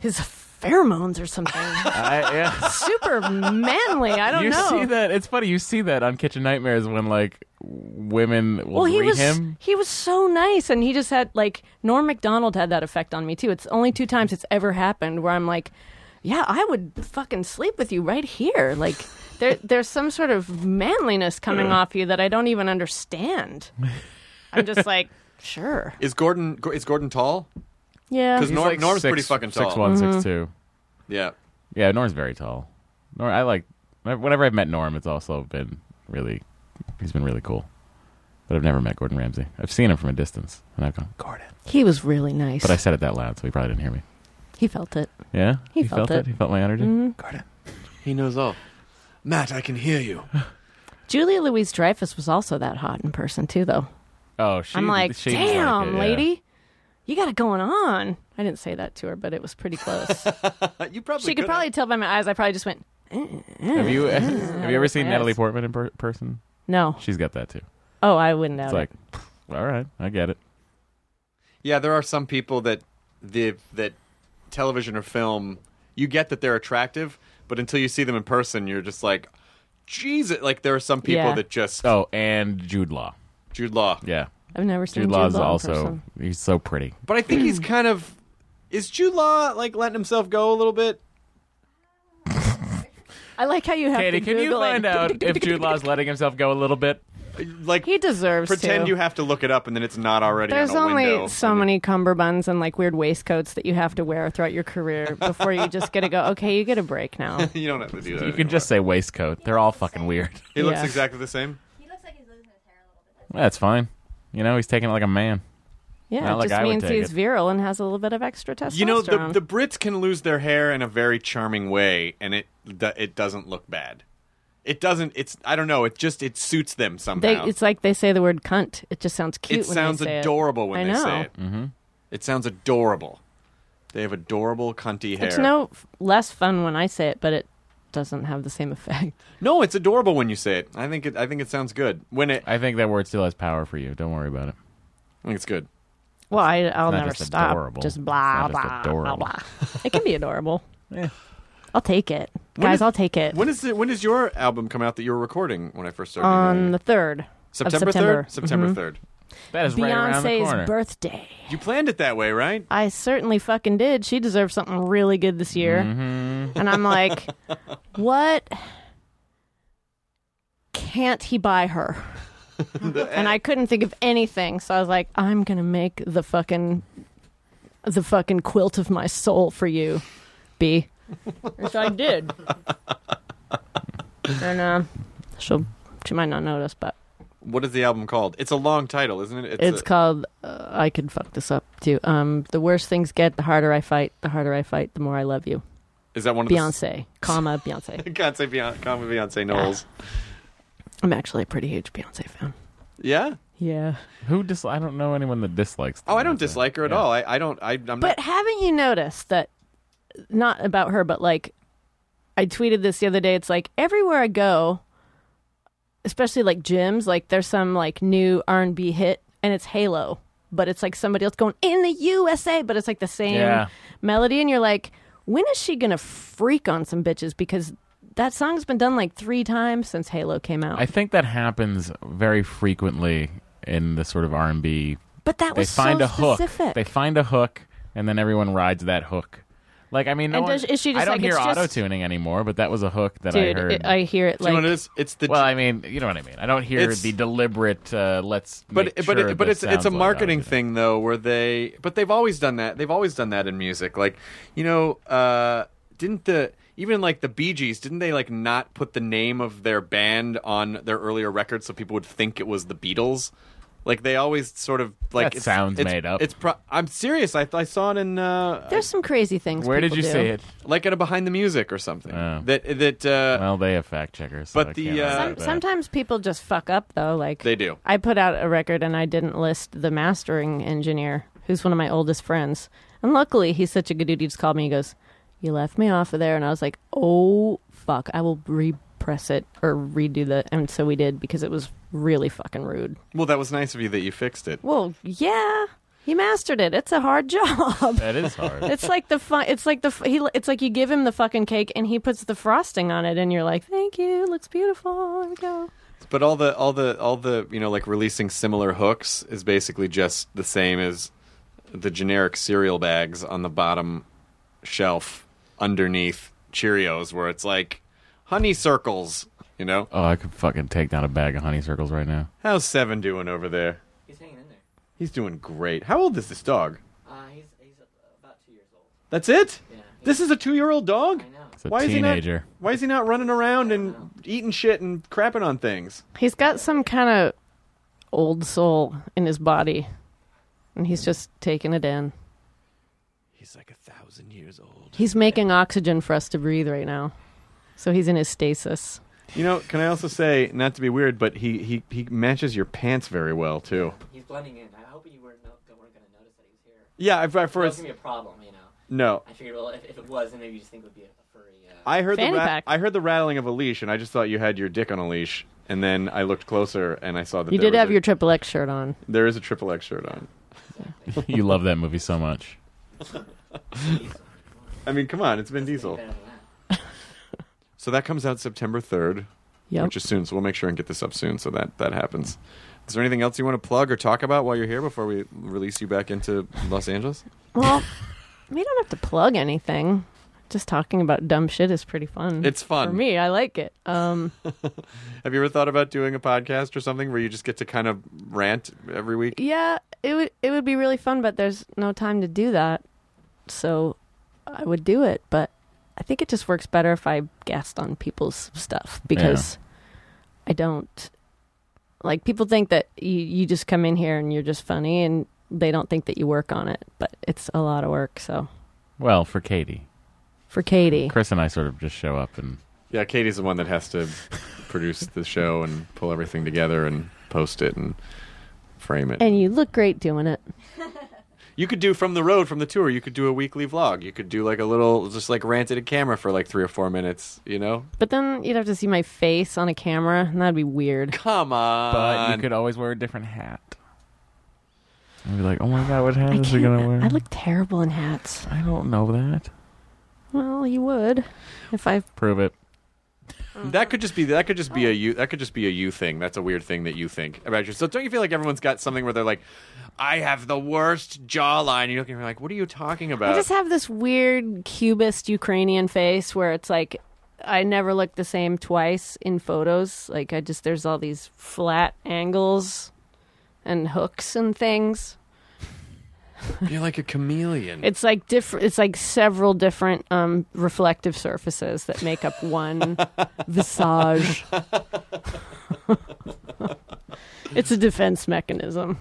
Speaker 7: his pheromones or something.
Speaker 4: I, yeah.
Speaker 7: Super manly. I don't
Speaker 4: you
Speaker 7: know.
Speaker 4: see that? It's funny. You see that on Kitchen Nightmares when like women will
Speaker 7: well, he
Speaker 4: greet
Speaker 7: was
Speaker 4: him.
Speaker 7: he was so nice, and he just had like Norm Macdonald had that effect on me too. It's only two times it's ever happened where I'm like, yeah, I would fucking sleep with you right here. Like there there's some sort of manliness coming off you that I don't even understand. I'm just like, sure,
Speaker 1: Is Gordon Go- is Gordon tall?
Speaker 7: yeah.
Speaker 1: Because Norm, Norm's pretty fucking tall.
Speaker 4: Six one,
Speaker 7: Mm-hmm.
Speaker 4: six two.
Speaker 1: Yeah.
Speaker 4: Yeah, Norm's very tall. Norm, I like. Whenever I've met Norm, it's also been really. He's been really cool, but I've never met Gordon Ramsay. I've seen him from a distance, and I've gone Gordon.
Speaker 7: He was really nice.
Speaker 4: But I said it that loud, so he probably didn't hear me.
Speaker 7: he felt it.
Speaker 4: Yeah,
Speaker 7: He felt it. Mm-hmm.
Speaker 4: He felt my energy.
Speaker 1: Gordon, he knows all. Matt, I can hear you.
Speaker 7: Julia Louise Dreyfus was also that hot in person too, though.
Speaker 4: Oh, she,
Speaker 7: I'm like,
Speaker 4: she was
Speaker 7: damn,
Speaker 4: it, yeah.
Speaker 7: lady, you got it going on. I didn't say that to her, but it was pretty close.
Speaker 4: Oh
Speaker 1: Uh, you probably
Speaker 7: she could
Speaker 1: could've.
Speaker 7: probably tell by my eyes. I probably just went
Speaker 4: Have you have you ever seen
Speaker 7: Yes.
Speaker 4: Natalie Portman in per- person?
Speaker 7: no.
Speaker 4: She's got that too.
Speaker 7: Oh, I wouldn't doubt
Speaker 4: It's
Speaker 7: it.
Speaker 4: like, pff, all right, I get it.
Speaker 1: Yeah, there are some people that the that television or film you get that they're attractive, but until you see them in person, you're just like, Jesus! Like there are some people
Speaker 7: Yeah.
Speaker 1: that just
Speaker 4: Oh, and Jude Law.
Speaker 1: Jude Law.
Speaker 4: Yeah,
Speaker 7: I've never seen
Speaker 4: Jude,
Speaker 7: Jude
Speaker 4: Law is
Speaker 7: Law in
Speaker 4: also
Speaker 7: person.
Speaker 4: he's so pretty.
Speaker 1: But I think he's kind of is Jude Law like letting himself go a little bit.
Speaker 7: I like how you have
Speaker 4: Katie,
Speaker 7: to
Speaker 4: can you
Speaker 7: Google it.
Speaker 4: find out if Jude Law's letting himself go a little bit?
Speaker 1: Like
Speaker 7: He deserves
Speaker 1: pretend
Speaker 7: to.
Speaker 1: you have to look it up and then it's not already.
Speaker 7: There's
Speaker 1: on a
Speaker 7: only
Speaker 1: window.
Speaker 7: so many cummerbunds and like weird waistcoats that you have to wear throughout your career before you just get to go. Okay, you get a break now.
Speaker 1: You don't have to do that.
Speaker 4: You can just say waistcoat. They're all fucking weird.
Speaker 1: He looks
Speaker 7: Yeah.
Speaker 1: exactly the same.
Speaker 8: He looks like he's losing his hair a little bit.
Speaker 4: That's fine. You know, he's taking it like a man.
Speaker 7: Yeah,
Speaker 4: Not
Speaker 7: it
Speaker 4: like
Speaker 7: just
Speaker 4: I would
Speaker 7: means
Speaker 4: take
Speaker 7: he's
Speaker 4: it.
Speaker 7: virile and has a little bit of extra testosterone.
Speaker 1: You know, the, the Brits can lose their hair in a very charming way, and it do- it doesn't look bad. It doesn't. It's I don't know. It just it suits them
Speaker 7: They,
Speaker 1: somehow.
Speaker 7: it's like they say the word cunt. It just sounds cute.
Speaker 1: it
Speaker 7: when
Speaker 1: sounds
Speaker 7: they say
Speaker 1: adorable when
Speaker 7: I
Speaker 1: they
Speaker 7: know.
Speaker 1: say it. Mm-hmm. It sounds adorable. They have adorable cunty hair.
Speaker 7: It's no f- less fun when I say it, but it doesn't have the same effect.
Speaker 1: No, it's adorable when you say it. I think it. I think it sounds good when it.
Speaker 4: I think that word still has power for you. Don't worry about it.
Speaker 1: I think it's good.
Speaker 7: Well, I, I'll
Speaker 4: not
Speaker 7: never
Speaker 4: just
Speaker 7: stop.
Speaker 4: adorable.
Speaker 7: Just
Speaker 4: It's
Speaker 7: blah
Speaker 4: not just
Speaker 7: blah
Speaker 4: adorable.
Speaker 7: blah blah. It can be adorable.
Speaker 4: Yeah.
Speaker 7: I'll take it,
Speaker 1: When
Speaker 7: guys.
Speaker 1: is-
Speaker 7: I'll take it
Speaker 1: When is it? When is your album come out that you were recording when I first started?
Speaker 7: on Mm-hmm. the third.
Speaker 1: September
Speaker 9: September.
Speaker 1: third. September
Speaker 9: Mhm.
Speaker 1: 3rd
Speaker 4: That
Speaker 1: is right around the corner.
Speaker 7: Beyonce's birthday.
Speaker 1: You planned it that way, right?
Speaker 7: I certainly fucking did. She deserves something really good this year. And I'm like, what can't he buy her? and I couldn't think of anything. So I was like, I'm going to make the fucking the fucking quilt of my soul for you, B. Which I did. and uh, she'll she might not notice, but
Speaker 1: What is the album called? It's a long title, isn't it?
Speaker 7: it's,
Speaker 1: a-
Speaker 7: called uh, I could fuck this up too. Um the worse things get, the harder I fight, the harder I fight, the more I love you.
Speaker 1: Is that one of the s-
Speaker 7: Beyonce, comma Beyonce.
Speaker 1: can't say Beyonce, can't be Beyonce Knowles.
Speaker 7: I'm actually a pretty huge Beyonce fan.
Speaker 1: Yeah.
Speaker 7: Yeah.
Speaker 4: Who dis? I don't know anyone that dislikes.
Speaker 1: Oh, I don't dislike her at all. I, I don't. I, I'm not.
Speaker 7: But haven't you noticed that? Not about her, but like, I tweeted this the other day. It's like everywhere I go, especially like gyms, like there's some like new R and B hit, and it's Halo, but it's like somebody else going in the USA, but it's like the same
Speaker 9: Yeah.
Speaker 7: melody, and you're like, when is she gonna freak on some bitches? Because that song's been done like three times since Halo came out.
Speaker 4: I think that happens very frequently in the sort of R and B.
Speaker 7: But that
Speaker 4: they
Speaker 7: was so
Speaker 4: find a hook.
Speaker 7: specific.
Speaker 4: They find a hook, and then everyone rides that hook. Like I mean, no
Speaker 7: And
Speaker 4: one-
Speaker 7: does- is she just
Speaker 4: I don't
Speaker 7: like,
Speaker 4: hear
Speaker 7: it's just-
Speaker 4: auto tuning anymore, but that was a hook that
Speaker 7: Dude,
Speaker 4: I heard.
Speaker 7: it- I hear it
Speaker 4: Do you know
Speaker 7: like
Speaker 4: what it
Speaker 1: is? It's the.
Speaker 4: Well, I mean, you know what I mean. I don't hear
Speaker 1: It's-
Speaker 4: the deliberate. Uh, let's.
Speaker 1: but
Speaker 4: make
Speaker 1: but
Speaker 4: sure
Speaker 1: it, but it's
Speaker 4: this
Speaker 1: it's
Speaker 4: sounds
Speaker 1: a
Speaker 4: like
Speaker 1: marketing thing though where they but they've always done that they've always done that in music like you know uh didn't the even like the Bee Gees didn't they like not put the name of their band on their earlier records so people would think it was the Beatles like they always sort of like
Speaker 4: That sounds made up.
Speaker 1: it's pro- I'm serious I, I saw it in uh
Speaker 7: there's some crazy things. people do.
Speaker 1: like at a behind the music or something that that uh
Speaker 4: Oh. well they have fact checkers
Speaker 1: but the uh
Speaker 7: Some, sometimes people just fuck up though. Like
Speaker 1: They do.
Speaker 7: I put out a record and I didn't list the mastering engineer, who's one of my oldest friends. And luckily, he's such a good dude. He just called me. He goes, "You left me off of there," and I was like, "Oh fuck, I will repress it or redo the." And so we did because it was really fucking rude.
Speaker 1: well that was nice of you that you fixed it
Speaker 7: Well, yeah, he mastered it. It's a hard job.
Speaker 4: That is hard.
Speaker 7: It's like the fun. It's like the f- he. It's like you give him the fucking cake and he puts the frosting on it, and you're like, "Thank you, looks beautiful." Here we go.
Speaker 1: But all the all the all the you know like releasing similar hooks is basically just the same as the generic cereal bags on the bottom shelf underneath Cheerios, where it's like honey circles. You know
Speaker 4: Oh, I could fucking take down a bag of honey circles right now.
Speaker 1: how's Seven doing over there?
Speaker 3: He's hanging in there.
Speaker 1: He's doing great. How old is this dog?
Speaker 3: Uh, he's he's about two years old.
Speaker 1: That's it. This is a two-year-old dog.
Speaker 4: It's a
Speaker 1: why is he not?
Speaker 4: teenager.
Speaker 1: Why is he not running around and eating shit and crapping on things?
Speaker 7: He's got some kind of old soul in his body, and he's just taking it in.
Speaker 1: He's like a thousand years old.
Speaker 7: He's making oxygen for us to breathe right now, so he's in his stasis.
Speaker 1: You know, can I also say, not to be weird, but he he, he matches your pants very well too.
Speaker 3: He's blending in. I hope you weren't, no, weren't going to notice that he was here.
Speaker 1: Yeah, I, I
Speaker 3: That was
Speaker 1: first
Speaker 3: going to be a problem, you know.
Speaker 1: no.
Speaker 3: I figured, well, if, if it was, then maybe you just think it would be a furry. Uh,
Speaker 1: I heard the
Speaker 3: Fanny
Speaker 1: ra-
Speaker 3: pack.
Speaker 1: I heard the rattling of a leash, and I just thought you had your dick on a leash. And then I looked closer, and I saw that
Speaker 7: You
Speaker 1: there
Speaker 7: did
Speaker 1: was
Speaker 7: have
Speaker 1: a-
Speaker 7: your triple X shirt on.
Speaker 1: there is a triple X shirt on.
Speaker 4: you love that movie so much.
Speaker 1: I mean, come on, it's Vin Diesel. so that comes out September third,
Speaker 7: Yep.
Speaker 1: which is soon. So we'll make sure and get this up soon, so that that happens. Is there anything else you want to plug or talk about while you're here before we release you back into Los Angeles?
Speaker 7: Well, we don't have to plug anything. Just talking about dumb shit is pretty fun.
Speaker 1: It's fun.
Speaker 7: for me. I like it. Um,
Speaker 1: Have you ever thought about doing a podcast or something where you just get to kind of rant every week?
Speaker 7: yeah, it would it would be really fun, but there's no time to do that, so I would do it. But I think it just works better if I guest on people's stuff because I don't like people think that you you just come in here and you're just funny, and they don't think that you work on it, but it's a lot of work. So
Speaker 4: Well, for Katie.
Speaker 7: for Katie,
Speaker 4: Chris and I sort of just show up and
Speaker 1: Yeah, Katie's the one that has to produce the show and pull everything together and post it and frame it.
Speaker 7: and you look great doing it.
Speaker 1: You could do from the road from the tour. You could do a weekly vlog. You could do like a little just like rant at a camera for like 3 or 4 minutes, you know?
Speaker 7: But then you'd have to see my face on a camera, and that'd be weird.
Speaker 1: Come on.
Speaker 4: But you could always wear a different hat. I'd be like, oh my god, what hat
Speaker 7: I
Speaker 4: is she gonna
Speaker 7: can't-
Speaker 4: wear?
Speaker 7: I look terrible in hats.
Speaker 4: I don't know that.
Speaker 7: Well, you would if I
Speaker 4: Prove it.
Speaker 1: That could just be that could just be a you that could just be a you thing. That's a weird thing that you think about yourself. So don't you feel like everyone's got something where they're like, I have the worst jawline. And you're looking at me like, what are you talking about?
Speaker 7: I just have this weird cubist Ukrainian face where it's like I never look the same twice in photos. Like I just there's all these flat angles and hooks and things.
Speaker 1: you're like a chameleon.
Speaker 7: It's like different. It's like several different um, reflective surfaces that make up one visage. it's a defense mechanism.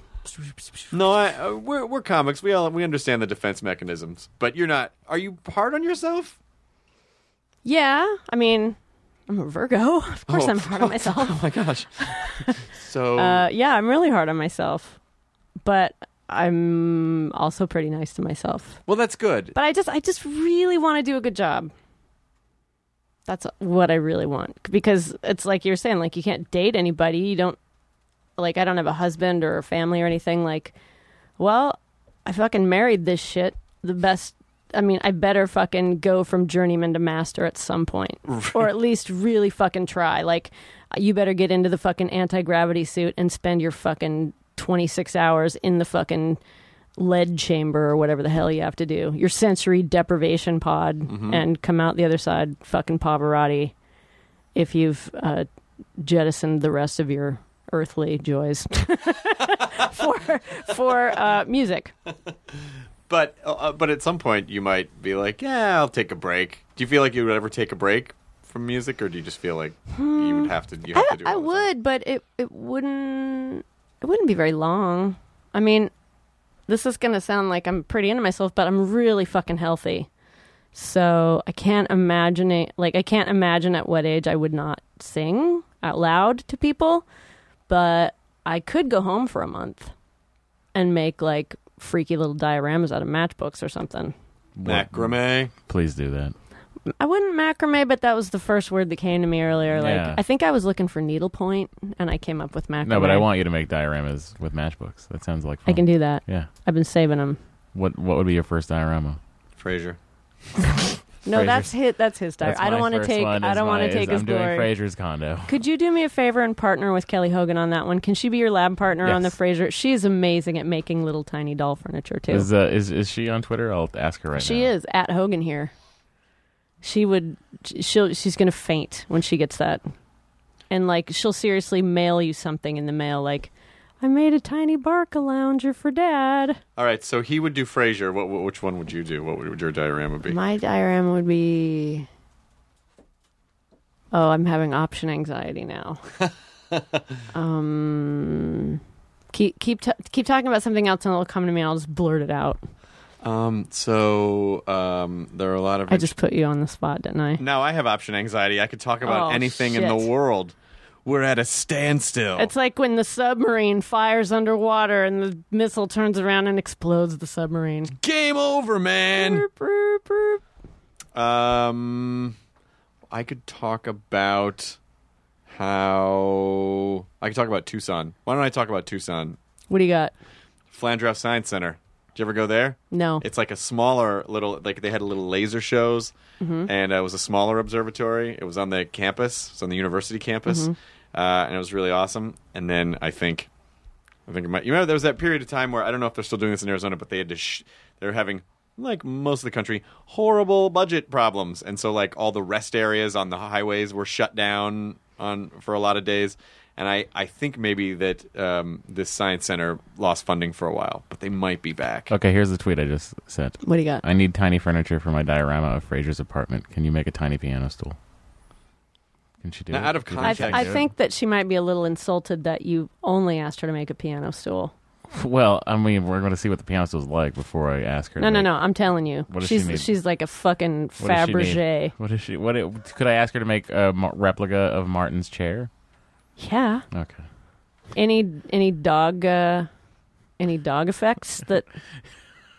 Speaker 1: no, I, uh, we're we're comics. We all we understand the defense mechanisms. But you're not. Are you hard on yourself?
Speaker 7: Yeah, I mean, I'm a Virgo. Of course,
Speaker 1: Oh,
Speaker 7: I'm hard on myself.
Speaker 1: Oh my gosh. so
Speaker 7: Uh, yeah, I'm really hard on myself, but I'm also pretty nice to myself.
Speaker 1: well, that's good.
Speaker 7: But I just, I just really want to do a good job. That's what I really want because it's like you're saying, like you can't date anybody. You don't, like I don't have a husband or a family or anything. Like, well, I fucking married this shit. The best. I mean, I better fucking go from journeyman to master at some point, or at least really fucking try. Like, you better get into the fucking anti gravity suit and spend your fucking twenty six hours in the fucking lead chamber or whatever the hell you have to do. Your sensory deprivation pod, and come out the other side fucking Pavarotti if you've uh, jettisoned the rest of your earthly joys for for uh, music.
Speaker 1: But uh, but at some point you might be like, yeah, I'll take a break. Do you feel like you would ever take a break from music, or do you just feel like you would have to? You have to
Speaker 7: Hmm. I,
Speaker 1: do.
Speaker 7: I
Speaker 1: all this?
Speaker 7: would, but it it wouldn't it wouldn't be very long. I mean, this is gonna sound like I'm pretty into myself, but I'm really fucking healthy. So I can't imagine it. Like I can't imagine at what age I would not sing out loud to people, but I could go home for a month and make like freaky little dioramas out of matchbooks or something.
Speaker 1: Macrame.
Speaker 4: Please do that.
Speaker 7: I wouldn't macrame, but that was the first word that came to me earlier. Like
Speaker 4: Yeah.
Speaker 7: I think I was looking for needlepoint, and I came up with macrame.
Speaker 4: No, but I want you to make dioramas with matchbooks. That sounds like
Speaker 7: I
Speaker 4: fun.
Speaker 7: can do that.
Speaker 4: Yeah.
Speaker 7: I've been saving them.
Speaker 4: What What would be your first diorama?
Speaker 1: Frasier.
Speaker 7: No,
Speaker 4: Frasier's-
Speaker 7: that's his. That's his diary.
Speaker 4: That's
Speaker 7: I don't
Speaker 4: my
Speaker 7: want to
Speaker 4: first
Speaker 7: take.
Speaker 4: one
Speaker 7: I
Speaker 4: is
Speaker 7: don't want
Speaker 4: my-
Speaker 7: to
Speaker 4: is
Speaker 7: take his
Speaker 4: I'm
Speaker 7: glory.
Speaker 4: doing Frasier's condo.
Speaker 7: Could you do me a favor and partner with Kelly Hogan on that one? Can she be your lab partner on the
Speaker 4: Yes.
Speaker 7: Fraser? She's amazing at making little tiny doll furniture too.
Speaker 4: Is, uh, is is she on Twitter? I'll ask her right now.
Speaker 7: she is at Hogan here. She would. She'll. She's gonna faint when she gets that, and like she'll seriously mail you something in the mail. Like, I made a tiny Barca lounger for Dad.
Speaker 1: All right, so he would do Frasier. What, what? Which one would you do? What would would your diorama be?
Speaker 7: My diorama would be. Oh, I'm having option anxiety now. um, keep keep t- keep talking about something else, and it'll come to me, and I'll just blurt it out.
Speaker 1: Um, so um, there are a lot of.
Speaker 7: I just put you on the spot, didn't I?
Speaker 1: now I have option anxiety. I could talk about
Speaker 7: Oh,
Speaker 1: anything in the
Speaker 7: shit.
Speaker 1: world. We're at a standstill.
Speaker 7: It's like when the submarine fires underwater, and the missile turns around and explodes the submarine.
Speaker 1: game over, man.
Speaker 7: Burp, burp, burp.
Speaker 1: Um, I could talk about how I could talk about Tucson. Why don't I talk about Tucson?
Speaker 7: What do you got?
Speaker 1: Flandreau Science Center. Did you ever go there?
Speaker 7: No.
Speaker 1: It's like a smaller little, like they had little laser shows, and uh, it was a smaller observatory. It was on the campus, it was on the university campus, uh, and it was really awesome. And then I think, I think it might, you remember there was that period of time where I don't know if they're still doing this in Arizona, but they had to, sh- they were having like most of the country horrible budget problems, and so like all the rest areas on the highways were shut down on for a lot of days. And I, I think maybe that um, this science center lost funding for a while, but they might be back.
Speaker 4: Okay, here's the tweet I just sent.
Speaker 7: What do you got?
Speaker 4: I need tiny furniture for my diorama of Frasier's apartment. Can you make a tiny piano stool? Can she do
Speaker 1: Now,
Speaker 4: it?
Speaker 1: out of
Speaker 4: Do you
Speaker 7: I,
Speaker 4: think she
Speaker 1: context-
Speaker 4: can
Speaker 7: I
Speaker 4: do it?
Speaker 7: think that she might be a little insulted that you only asked her to make a piano stool.
Speaker 4: Well, I mean, we're going to see what the piano stool's like before I ask her.
Speaker 7: No,
Speaker 4: to
Speaker 7: no,
Speaker 4: make-
Speaker 7: no. I'm telling you,
Speaker 4: What does she
Speaker 7: she's
Speaker 4: need?
Speaker 7: she's like a fucking
Speaker 4: What does she need?
Speaker 7: Fabergé.
Speaker 4: What is she? What it, could I ask her to make a mo- replica of Martin's chair?
Speaker 7: Yeah.
Speaker 4: Okay.
Speaker 7: Any any dog uh, any dog effects that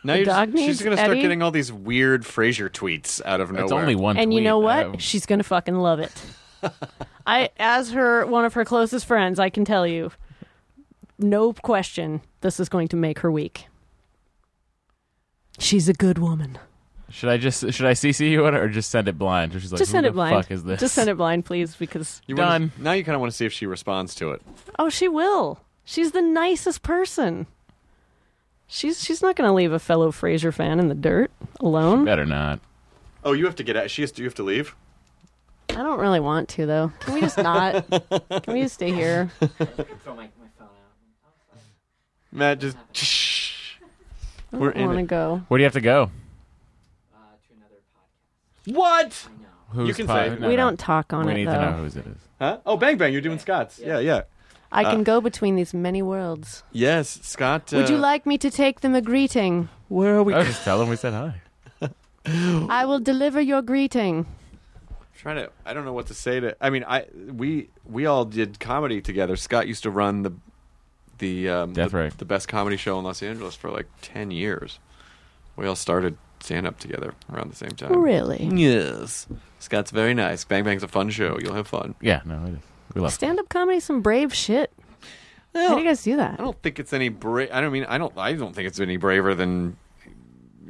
Speaker 1: Now
Speaker 7: The
Speaker 1: you're
Speaker 7: dog
Speaker 1: just, she's
Speaker 7: needs
Speaker 1: going to start
Speaker 7: Eddie?
Speaker 1: getting all these weird Frasier tweets out of nowhere.
Speaker 4: It's only one.
Speaker 7: and you
Speaker 4: tweet.
Speaker 7: know what?
Speaker 4: Uh,
Speaker 7: She's gonna fucking love it. I as her one of her closest friends, I can tell you, no question, this is going to make her week. She's a good woman.
Speaker 4: Should I just should I CC you on it or just send it blind? She's like,
Speaker 7: Just
Speaker 4: who
Speaker 7: send
Speaker 4: the
Speaker 7: it blind.
Speaker 4: Fuck is this?
Speaker 7: Just send it blind, please, because
Speaker 1: You
Speaker 4: Done.
Speaker 1: wanna- now you kind of want to see if she responds to it.
Speaker 7: oh, she will. She's the nicest person. She's she's not going to leave a fellow Frasier fan in the dirt alone.
Speaker 4: Better not.
Speaker 1: Oh, you have to get out. She has to, you have to leave.
Speaker 7: I don't really want to though. Can we just not? Can we just stay here?
Speaker 10: Throw my, my phone out.
Speaker 1: Matt just. We're
Speaker 7: I don't
Speaker 1: in
Speaker 7: want to
Speaker 1: it.
Speaker 7: go.
Speaker 4: Where do you have to go?
Speaker 10: Uh, to another
Speaker 1: What?
Speaker 10: podcast. I know.
Speaker 4: Who's
Speaker 1: You can
Speaker 4: pod-
Speaker 1: say.
Speaker 4: no,
Speaker 7: we
Speaker 4: no.
Speaker 7: don't talk on
Speaker 4: we
Speaker 7: it
Speaker 4: need
Speaker 7: though.
Speaker 4: to know whose it is.
Speaker 1: Huh? Oh, Bang Bang, you're doing Scott's. Yeah, yeah.
Speaker 7: I
Speaker 4: Uh,
Speaker 7: can go between these many worlds.
Speaker 1: Yes, Scott. Uh,
Speaker 7: Would you like me to take them a greeting?
Speaker 1: Where are we?
Speaker 4: Oh, just tell them we said hi.
Speaker 7: I will deliver your greeting.
Speaker 1: trying to i don't know what to say to i mean i we we all did comedy together scott used to run the the um
Speaker 4: That's
Speaker 1: the,
Speaker 4: right.
Speaker 1: the best comedy show in los angeles for like 10 years we all started stand up together around the same time
Speaker 7: Really?
Speaker 1: yes scott's very nice bang bang's a fun show you'll have fun
Speaker 4: Yeah, no, it is. We love.
Speaker 7: Stand up comedy, is some brave shit. How do you guys do that?
Speaker 1: i don't think it's any bra- i don't mean i don't i don't think it's any braver than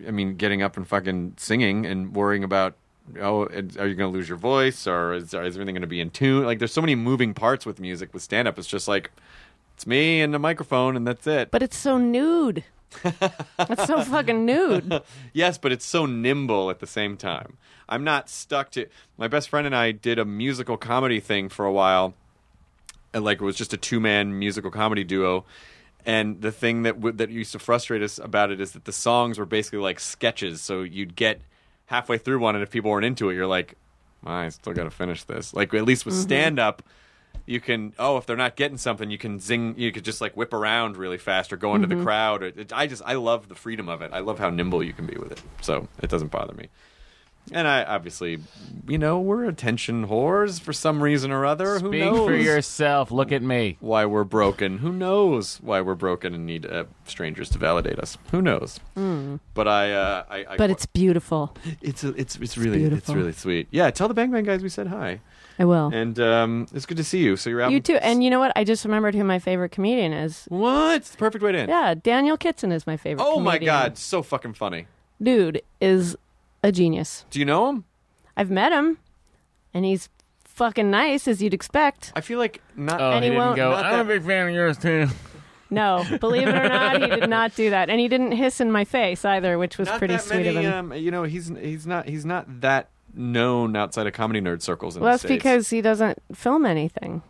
Speaker 1: i mean getting up and fucking singing and worrying about Oh, and are you going to lose your voice, or is, is everything going to be in tune? Like, there's so many moving parts with music with stand up. It's just like it's me and a microphone, and that's it.
Speaker 7: But it's so nude. it's so fucking nude.
Speaker 1: Yes, but it's so nimble at the same time. I'm not stuck to. My best friend and I did a musical comedy thing for a while, and like it was just a two man musical comedy duo. And the thing that w- that used to frustrate us about it is that the songs were basically like sketches. So you'd get halfway through one, and if people weren't into it, you're like, "My, I still got to finish this." Like at least with
Speaker 4: Mm-hmm.
Speaker 1: stand up. You can oh if they're not getting something you can zing you could just like whip around really fast or go into
Speaker 4: Mm-hmm.
Speaker 1: the crowd or it, I just I love the freedom of it I love how nimble you can be with it so it doesn't bother me and I obviously you know we're attention whores for some reason or other who
Speaker 4: Speak
Speaker 1: knows
Speaker 4: for yourself. Look at me.
Speaker 1: why we're broken. Who knows why we're broken and need uh, strangers to validate us? Who knows? But I, uh, I, I,
Speaker 7: Hmm. But it's beautiful.
Speaker 1: it's it's it's really it's,
Speaker 7: beautiful.
Speaker 1: really sweet. Yeah, tell the Bang Bang guys we said hi,
Speaker 7: I will.
Speaker 1: and um, it's good to see you. So you're out.
Speaker 7: You too. And you know what? I just remembered who my favorite comedian is.
Speaker 1: what? It's the perfect way to end.
Speaker 7: Yeah, Daniel Kitson is my favorite.
Speaker 1: oh my
Speaker 7: comedian.
Speaker 1: god, so fucking funny.
Speaker 7: Dude is a genius.
Speaker 1: Do you know him?
Speaker 7: I've met him, and he's fucking nice as you'd expect.
Speaker 1: I feel like not.
Speaker 4: Oh,
Speaker 7: Uh, And
Speaker 4: he
Speaker 7: he
Speaker 4: didn't
Speaker 7: won't-
Speaker 4: go.
Speaker 1: not
Speaker 4: I'm a
Speaker 1: that-
Speaker 4: big fan of yours too.
Speaker 7: No, believe it or not, he did not do that, and he didn't hiss in my face either, which was
Speaker 1: not
Speaker 7: pretty
Speaker 1: that
Speaker 7: sweet
Speaker 1: many,
Speaker 7: of him.
Speaker 1: Um, you know, he's he's not he's not that known outside of comedy nerd circles. In
Speaker 7: well,
Speaker 1: the
Speaker 7: that's
Speaker 1: States.
Speaker 7: because he doesn't film anything.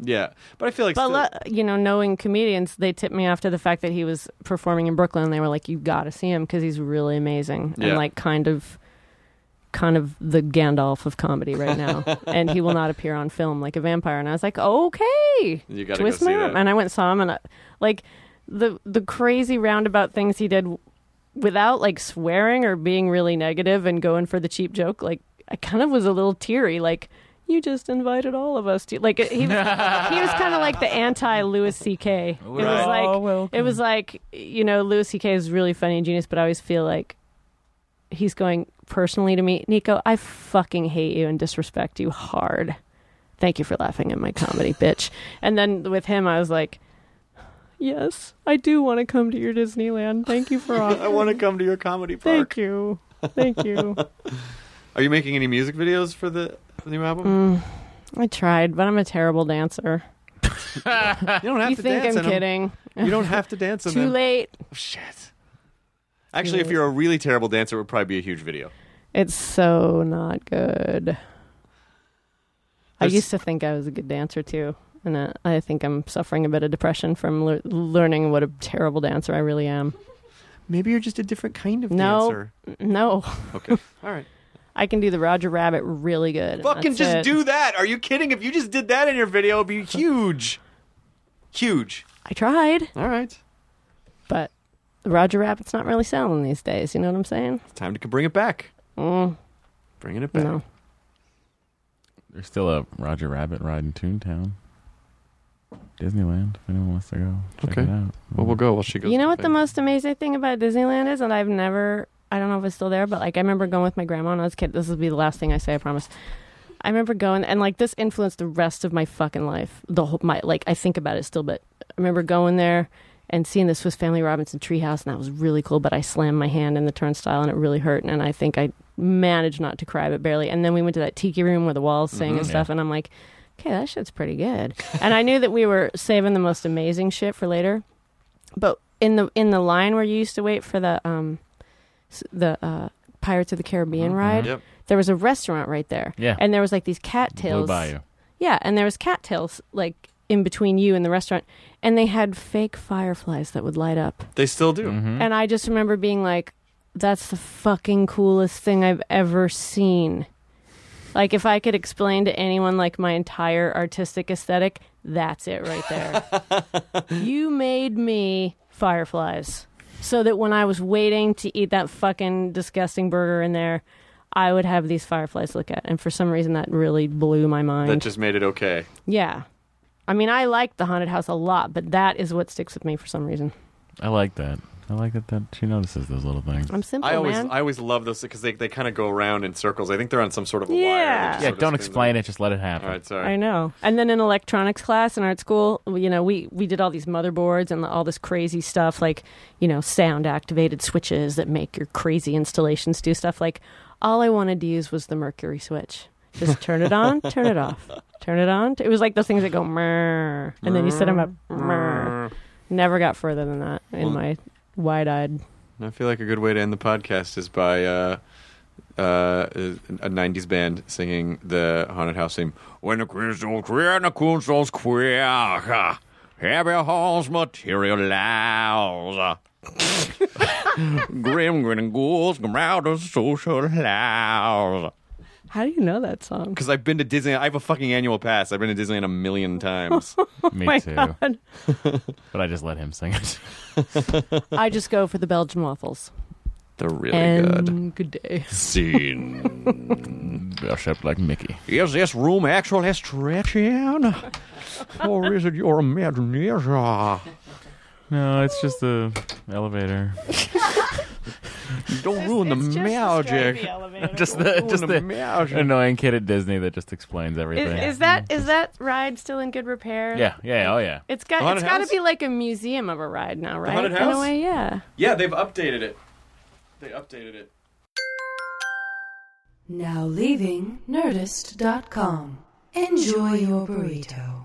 Speaker 1: yeah, but I feel like
Speaker 7: But
Speaker 1: still-
Speaker 7: le- you know, knowing comedians, they tipped me off to the fact that he was performing in Brooklyn. and They were like, "You got to see him because he's really amazing
Speaker 1: Yeah.
Speaker 7: and like kind of, kind of the Gandalf of comedy right now." and he will not appear on film like a vampire. And I was like, "Okay,
Speaker 1: You gotta go
Speaker 7: twist
Speaker 1: see
Speaker 7: my arm."
Speaker 1: that.
Speaker 7: And I went and saw him, and I, like the the crazy roundabout things he did w- without like swearing or being really negative and going for the cheap joke. Like I kind of was a little teary, like. You just invited all of us to like he was, he was kind of like the anti Louis C.K. It was
Speaker 1: Right.
Speaker 7: like
Speaker 4: Oh, welcome.
Speaker 7: it was like you know Louis C.K. is really funny and genius, but I always feel like he's going personally to me. Nico, I fucking hate you and disrespect you hard. Thank you for laughing at my comedy, bitch. And then with him, I was like, yes, I do want to come to your Disneyland. Thank you for offering.
Speaker 1: I want to come to your comedy park.
Speaker 7: Thank you. Thank you.
Speaker 1: Are you making any music videos for the for the new album?
Speaker 7: I tried, but I'm a terrible dancer.
Speaker 1: You don't have
Speaker 7: You
Speaker 1: to
Speaker 7: think
Speaker 1: dance.
Speaker 7: I'm
Speaker 1: in 'em.
Speaker 7: kidding?
Speaker 1: You don't have to dance in
Speaker 7: Too
Speaker 1: them. Oh,
Speaker 7: late.
Speaker 1: Shit. Actually, if you're a really terrible dancer, it would probably be a huge video.
Speaker 7: It's so not good. I
Speaker 1: There's-
Speaker 7: used to think I was a good dancer too, and uh, I think I'm suffering a bit of depression from lear learning what a terrible dancer I really am.
Speaker 1: Maybe you're just a different kind of
Speaker 7: No.
Speaker 1: dancer.
Speaker 7: No,
Speaker 1: Okay. All right.
Speaker 7: I can do the Roger Rabbit really good.
Speaker 1: Fucking
Speaker 7: That's
Speaker 1: just
Speaker 7: it.
Speaker 1: do that. Are you kidding? If you just did that in your video, it'd be huge. huge.
Speaker 7: I tried,
Speaker 1: All right.
Speaker 7: but the Roger Rabbit's not really selling these days. You know what I'm saying?
Speaker 1: It's time to bring it back.
Speaker 7: Mm,
Speaker 1: Bringing it back.
Speaker 7: no.
Speaker 4: There's still a Roger Rabbit ride in Toontown. Disneyland, if anyone wants to go, check
Speaker 1: Okay.
Speaker 4: it out.
Speaker 1: Well, we'll go while she goes.
Speaker 7: You know
Speaker 1: to
Speaker 7: what the
Speaker 1: bed.
Speaker 7: most amazing thing about Disneyland is, and I've never, I don't know if it's still there, but like I remember going with my grandma when I was a kid. This will be the last thing I say, I promise. I remember going, and like this influenced the rest of my fucking life. The whole, my, like, I think about it still, but I remember going there and seeing the Swiss Family Robinson Treehouse, and that was really cool. But I slammed my hand in the turnstile, and it really hurt. And I think I managed not to cry, but barely. And then we went to that tiki room where the walls sang
Speaker 11: Mhm.
Speaker 7: and stuff, and I'm like, okay, that shit's pretty good. and I knew that we were saving the most amazing shit for later. But in the in the line where you used to wait for the um s- the uh, Pirates of the Caribbean
Speaker 4: Mhm.
Speaker 7: ride,
Speaker 4: Yep.
Speaker 7: there was a restaurant right there.
Speaker 4: Yeah.
Speaker 7: and there was like these cattails.
Speaker 4: by you.
Speaker 7: Yeah, and there was cattails like in between you and the restaurant, and they had fake fireflies that would light up.
Speaker 1: They still do.
Speaker 7: And I just remember being like, that's the fucking coolest thing I've ever seen. Like, if I could explain to anyone, like, my entire artistic aesthetic, that's it right there. you made me fireflies so that when I was waiting to eat that fucking disgusting burger in there, I would have these fireflies look at. And for some reason, that really blew my mind.
Speaker 1: That just made it okay.
Speaker 7: yeah. I mean, I liked the haunted house a lot, but that is what sticks with me for some reason.
Speaker 4: I like that. I like that, that she notices those little things.
Speaker 7: I'm simple,
Speaker 1: I always
Speaker 7: man.
Speaker 1: I always love those because they, they kind of go around in circles. I think they're on some sort of a wire.
Speaker 7: Yeah.
Speaker 1: that
Speaker 4: Yeah,
Speaker 1: sort of
Speaker 4: don't
Speaker 1: spins
Speaker 4: explain it. Just let it happen.
Speaker 1: All right, sorry.
Speaker 7: I know. And then in electronics class in art school, we- you know, we we did all these motherboards and all this crazy stuff like, you know, sound activated switches that make your crazy installations do stuff like all I wanted to use was the mercury switch. Just turn it on, turn it off. Turn it on. It was like those things that go "Mrrr," and then you set them up. "Mrrr." Never got further than that in
Speaker 1: Well-
Speaker 7: my wide-eyed.
Speaker 1: And I feel like a good way to end the podcast is by uh, uh, a '90s band singing the haunted house theme. When the crystal's clear and the crystal's clear, uh, heavy halls materialize. Grim grinning ghouls come out to socialize.
Speaker 7: How do you know that song?
Speaker 1: Because I've been to Disney. I have a fucking annual pass. I've been to Disneyland a million times.
Speaker 4: Me
Speaker 7: my
Speaker 4: too.
Speaker 7: God.
Speaker 4: But I just let him sing it.
Speaker 7: I just go for the Belgian waffles.
Speaker 1: They're really
Speaker 7: and good, day.
Speaker 1: Scene.
Speaker 4: Shaped like Mickey.
Speaker 1: Is this room actually stretching? or is it your imagination?
Speaker 4: No, it's just the elevator.
Speaker 1: Don't ruin the magic.
Speaker 4: just the
Speaker 1: Ruin
Speaker 4: just the
Speaker 1: magic.
Speaker 4: annoying kid at Disney that just explains everything.
Speaker 7: Is, is that is that ride still in good repair?
Speaker 4: Yeah, yeah, oh yeah.
Speaker 7: It's got
Speaker 1: Haunted
Speaker 7: it's got to
Speaker 1: house?
Speaker 7: be like a museum of a ride now, right?
Speaker 1: haunted
Speaker 7: In
Speaker 1: house?
Speaker 7: a way, yeah.
Speaker 1: Yeah, they've updated it. They updated it.
Speaker 2: Now leaving Nerdist.com. Enjoy your burrito.